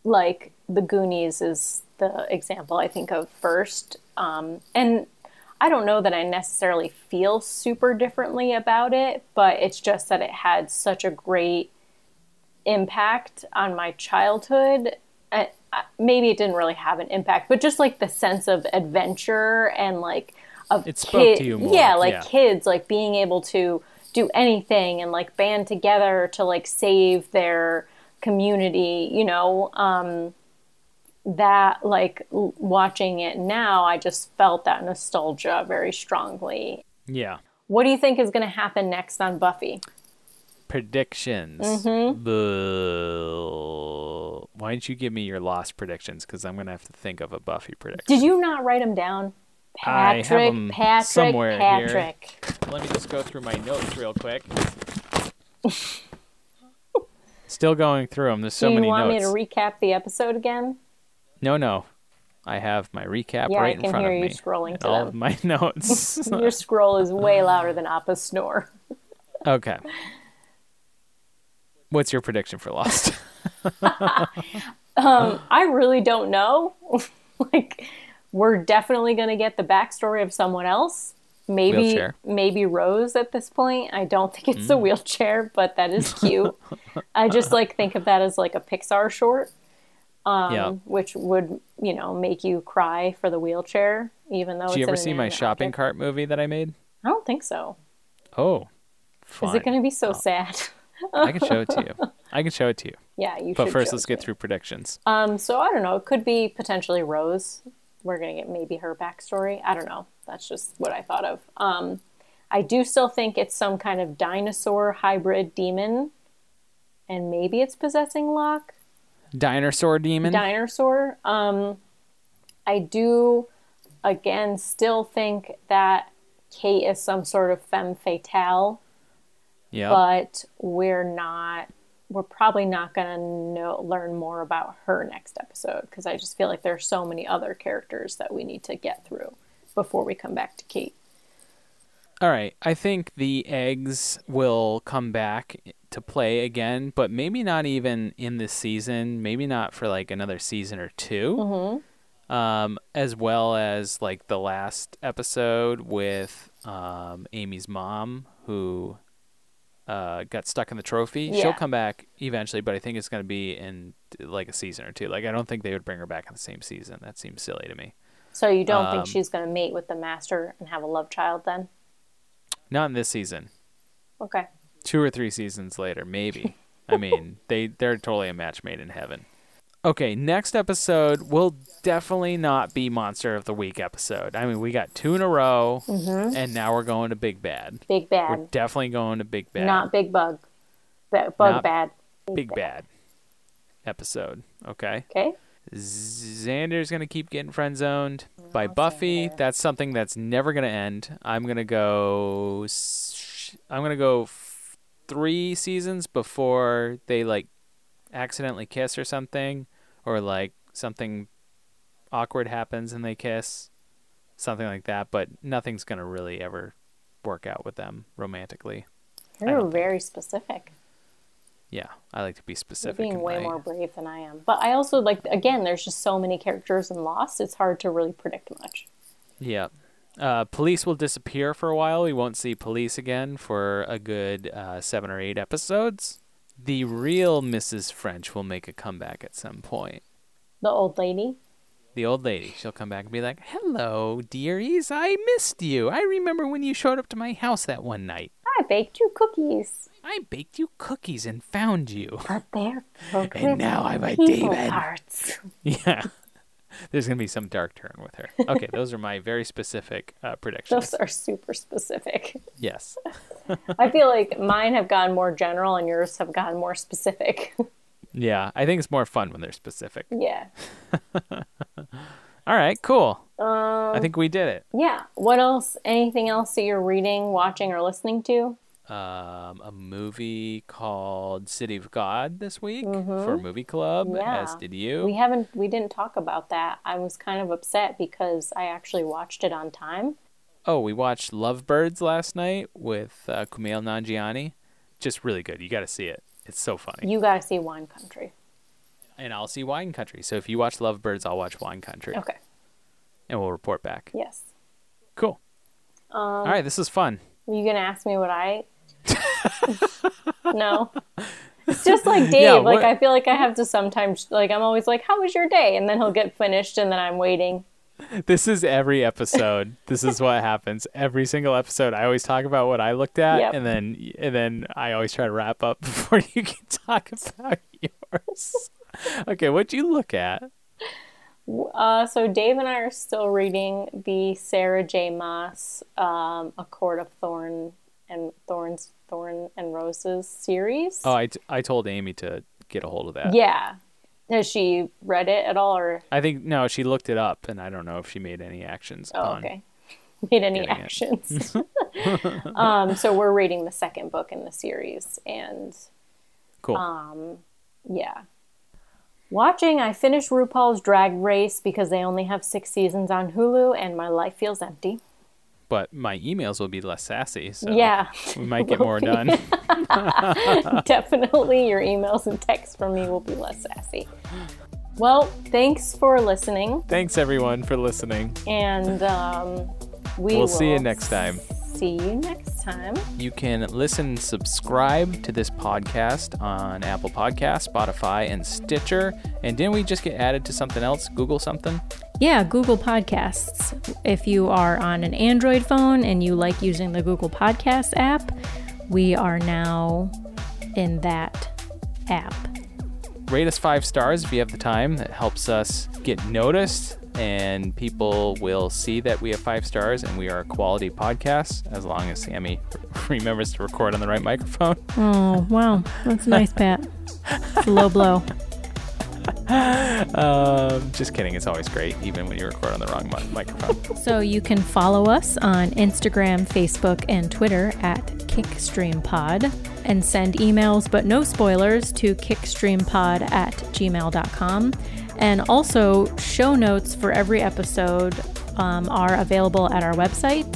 [SPEAKER 6] like The Goonies is the example I think of first. Um, and I don't know that I necessarily feel super differently about it, but it's just that it had such a great impact on my childhood. I, I- maybe it didn't really have an impact, but just like the sense of adventure and like of
[SPEAKER 2] It spoke to you more,
[SPEAKER 6] yeah, like
[SPEAKER 2] yeah.
[SPEAKER 6] kids like being able to do anything and like band together to like save their community, you know, um, that like l- watching it now, I just felt that nostalgia very strongly.
[SPEAKER 2] Yeah.
[SPEAKER 6] What do you think is going to happen next on Buffy?
[SPEAKER 2] predictions.
[SPEAKER 6] Mm-hmm.
[SPEAKER 2] Bull. Why don't you give me your lost predictions? Because I'm gonna have to think of a Buffy prediction.
[SPEAKER 6] Did you not write them down?
[SPEAKER 2] I have
[SPEAKER 6] Patrick,
[SPEAKER 2] 'em
[SPEAKER 6] Patrick,
[SPEAKER 2] somewhere here.
[SPEAKER 6] Patrick.
[SPEAKER 2] Let me just go through my notes real quick. Still going through them. There's so
[SPEAKER 6] do you
[SPEAKER 2] many
[SPEAKER 6] want
[SPEAKER 2] notes.
[SPEAKER 6] me to recap the episode again?
[SPEAKER 2] no, no. I have my recap
[SPEAKER 6] Yeah,
[SPEAKER 2] right
[SPEAKER 6] I
[SPEAKER 2] in
[SPEAKER 6] can
[SPEAKER 2] front
[SPEAKER 6] hear
[SPEAKER 2] of
[SPEAKER 6] you
[SPEAKER 2] me.
[SPEAKER 6] scrolling to
[SPEAKER 2] All
[SPEAKER 6] them.
[SPEAKER 2] of my notes.
[SPEAKER 6] Your scroll is
[SPEAKER 2] uh,
[SPEAKER 6] way louder than Appa's snore.
[SPEAKER 2] okay. What's your prediction for Lost?
[SPEAKER 6] I really don't know. like, we're definitely going to get the backstory of someone else. Maybe,
[SPEAKER 2] Wheelchair. Mm.
[SPEAKER 6] maybe Rose at this point. I don't think it's a wheelchair, but that is cute. I just like think of that as like a Pixar short, Um,
[SPEAKER 2] yeah.
[SPEAKER 6] which would you know make you cry for the wheelchair, even though.
[SPEAKER 2] Did
[SPEAKER 6] it's
[SPEAKER 2] you ever
[SPEAKER 6] an
[SPEAKER 2] see my
[SPEAKER 6] inanimate
[SPEAKER 2] shopping
[SPEAKER 6] object.
[SPEAKER 2] cart movie that I made?
[SPEAKER 6] I don't think so.
[SPEAKER 2] Oh, fun.
[SPEAKER 6] Is it going to be so
[SPEAKER 2] Oh.
[SPEAKER 6] sad?
[SPEAKER 2] I can show it to you. I can show it to you.
[SPEAKER 6] yeah, you.
[SPEAKER 2] But
[SPEAKER 6] should
[SPEAKER 2] first,
[SPEAKER 6] show
[SPEAKER 2] let's
[SPEAKER 6] it to
[SPEAKER 2] get through predictions.
[SPEAKER 6] me. Um, so I don't know. It could be potentially Rose. we're going to get maybe her backstory. I don't know. That's just what I thought of. Um, I do still think it's some kind of dinosaur hybrid demon, and maybe it's possessing Locke.
[SPEAKER 2] Dinosaur demon.
[SPEAKER 6] Dinosaur. Um, I do, again, still think that Kate is some sort of femme fatale,
[SPEAKER 2] yeah.
[SPEAKER 6] but we're not. We're probably not going to know, learn more about her next episode because I just feel like there are so many other characters that we need to get through before we come back to Kate.
[SPEAKER 2] All right. I think the eggs will come back to play again, but maybe not even in this season. Maybe not for like another season or 2 Um, as well as like the last episode with um, Amy's mom, who uh, got stuck in the trophy. She'll
[SPEAKER 6] Yeah.
[SPEAKER 2] come back eventually, but I think it's going to be in like a season or two. Like, I don't think they would bring her back in the same season. That seems silly to me.
[SPEAKER 6] So you don't
[SPEAKER 2] Um,
[SPEAKER 6] think she's going to mate with the master and have a love child then?
[SPEAKER 2] Not in this season.
[SPEAKER 6] Okay.
[SPEAKER 2] two or three seasons later, maybe. I mean, they they're totally a match made in heaven. Okay, next episode will definitely not be monster of the week episode. I mean, we got two in a row, and now we're going to big bad.
[SPEAKER 6] Big
[SPEAKER 2] We're
[SPEAKER 6] bad,
[SPEAKER 2] definitely going to big bad.
[SPEAKER 6] not big bug. Ba- bug
[SPEAKER 2] Not-
[SPEAKER 6] bad.
[SPEAKER 2] big bad episode. Okay,
[SPEAKER 6] Okay.
[SPEAKER 2] Xander's gonna keep getting friend zoned by Buffy. That's something that's never gonna end. I'm gonna go. s- I'm gonna go f- three seasons before they like accidentally kiss or something, or like something awkward happens and they kiss, something like that. But nothing's gonna really ever work out with them romantically.
[SPEAKER 6] You're very specific.
[SPEAKER 2] Yeah, I like to be
[SPEAKER 6] You're
[SPEAKER 2] specific.
[SPEAKER 6] being
[SPEAKER 2] in
[SPEAKER 6] way
[SPEAKER 2] my-
[SPEAKER 6] more brave than I am. But I also like again, there's just so many characters in Lost. It's hard to really predict much.
[SPEAKER 2] Yeah. Uh, police will disappear for a while. We won't see police again for a good uh, seven or eight episodes. The real Mrs. French will make a comeback at some point.
[SPEAKER 6] The old lady.
[SPEAKER 2] The old lady, she'll come back and be like, Hello, dearies. I missed you. I remember when you showed up to my house that one night.
[SPEAKER 6] I baked you cookies.
[SPEAKER 2] I baked you cookies and found you.
[SPEAKER 6] But they're filled
[SPEAKER 2] And
[SPEAKER 6] with
[SPEAKER 2] now I'm a
[SPEAKER 6] people
[SPEAKER 2] demon.
[SPEAKER 6] parts.
[SPEAKER 2] Yeah. There's going to be some dark turn with her. Okay, those are my very specific uh, predictions.
[SPEAKER 6] Those are super specific.
[SPEAKER 2] Yes.
[SPEAKER 6] I feel like mine have gone more general and yours have gone more specific.
[SPEAKER 2] Yeah, I think it's more fun when they're specific.
[SPEAKER 6] yeah.
[SPEAKER 2] All right, cool. I
[SPEAKER 6] Um,
[SPEAKER 2] think we did it.
[SPEAKER 6] Yeah. What else? Anything else that you're reading, watching, or listening to?
[SPEAKER 2] Um, a movie called City of God this week for Movie Club,
[SPEAKER 6] Mm-hmm. Yeah.
[SPEAKER 2] as did you.
[SPEAKER 6] We haven't. We didn't talk about that. I was kind of upset because I actually watched it on time.
[SPEAKER 2] oh, we watched Lovebirds last night with uh, Kumail Nanjiani. Just really good. You got to see it. It's so funny.
[SPEAKER 6] You gotta see Wine Country.
[SPEAKER 2] and I'll see Wine Country. So if you watch Lovebirds, I'll watch Wine Country.
[SPEAKER 6] Okay.
[SPEAKER 2] And we'll report back.
[SPEAKER 6] Yes.
[SPEAKER 2] Cool.
[SPEAKER 6] Um,
[SPEAKER 2] All right, this is fun.
[SPEAKER 6] Were you gonna ask me what I? no. It's just like Dave.
[SPEAKER 2] Yeah,
[SPEAKER 6] like
[SPEAKER 2] what-
[SPEAKER 6] I feel like I have to sometimes. Like I'm always like, "How was your day?" And then he'll get finished, and then I'm waiting.
[SPEAKER 2] This is every episode. this is what happens every single episode. I always talk about what I looked at,
[SPEAKER 6] Yep.
[SPEAKER 2] and then and then I always try to wrap up before you can talk about yours. okay, what'd you look at?
[SPEAKER 6] Uh, so Dave and I are still reading the Sarah J. Moss um, "A Court of Thorn and Thorns, Thorn and Roses" series.
[SPEAKER 2] Oh, I, t- I told Amy to get a hold of that.
[SPEAKER 6] yeah. Has she read it at all, or
[SPEAKER 2] I think no, she looked it up, and I don't know if she made any actions.
[SPEAKER 6] Oh,
[SPEAKER 2] on.
[SPEAKER 6] okay. Made any
[SPEAKER 2] getting it.
[SPEAKER 6] actions. um, so we're reading the second book in the series, and
[SPEAKER 2] Cool.
[SPEAKER 6] Um, yeah. Watching, I finished RuPaul's Drag Race because they only have six seasons on Hulu, and my life feels empty.
[SPEAKER 2] but my emails will be less sassy, so
[SPEAKER 6] Yeah,
[SPEAKER 2] we might get more done.
[SPEAKER 6] definitely your emails and texts from me will be less sassy. Well, thanks for listening,
[SPEAKER 2] Thanks everyone for listening.
[SPEAKER 6] and um, we
[SPEAKER 2] We'll
[SPEAKER 6] will
[SPEAKER 2] see you next time.
[SPEAKER 6] See you next time.
[SPEAKER 2] You can listen and subscribe to this podcast on Apple Podcasts, Spotify, and Stitcher. And didn't we just get added to something else? Google something?
[SPEAKER 1] Yeah, Google Podcasts. If you are on an Android phone and you like using the Google Podcasts app, we are now in that app.
[SPEAKER 2] Rate us five stars if you have the time. That helps us get noticed and people will see that we have five stars and we are a quality podcast as long as Sammy remembers to record on the right microphone.
[SPEAKER 6] Oh, wow. That's nice, Pat. It's a low blow.
[SPEAKER 2] Um, just kidding. It's always great, even when you record on the wrong mi- microphone.
[SPEAKER 6] So you can follow us on Instagram, Facebook, and Twitter at KickstreamPod and send emails, but no spoilers, to kickstreampod at gmail.com. And also, show notes for every episode um, are available at our website,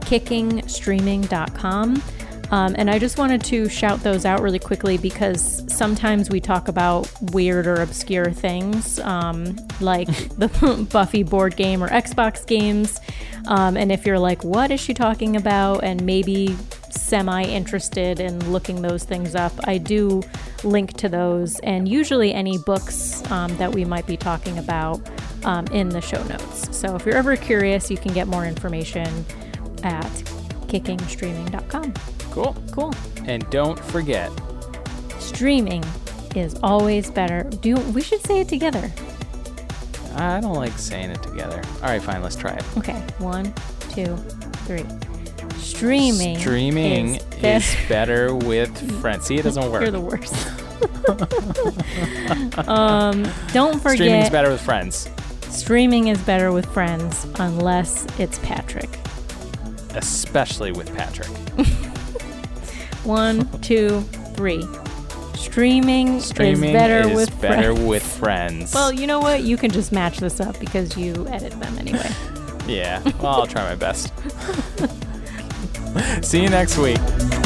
[SPEAKER 6] kickingstreaming.com. Um, and I just wanted to shout those out really quickly because sometimes we talk about weird or obscure things um, like the Buffy board game or Xbox games. Um, and if you're like, what is she talking about? And maybe semi interested in looking those things up, I do link to those and usually any books um, that we might be talking about um, in the show notes. So if you're ever curious, you can get more information at kickingstreaming.com.
[SPEAKER 2] Cool.
[SPEAKER 6] Cool.
[SPEAKER 2] And don't forget,
[SPEAKER 6] Streaming is always better. Do we should say it together.
[SPEAKER 2] I don't like saying it together. All right, fine. Let's try it.
[SPEAKER 6] Okay, one, two, three. Streaming.
[SPEAKER 2] Streaming
[SPEAKER 6] is be-
[SPEAKER 2] is better with friends. See, it doesn't work.
[SPEAKER 6] You're the worst. um, don't forget
[SPEAKER 2] Streaming's better with friends,
[SPEAKER 6] streaming is better with friends unless it's Patrick.
[SPEAKER 2] especially with Patrick.
[SPEAKER 6] One, two, three. Streaming,
[SPEAKER 2] Streaming
[SPEAKER 6] is better
[SPEAKER 2] is
[SPEAKER 6] with
[SPEAKER 2] better
[SPEAKER 6] friends.
[SPEAKER 2] with friends.
[SPEAKER 6] Well, you know what? You can just match this up because you edit them anyway.
[SPEAKER 2] yeah. Well, I'll try my best. See you next week.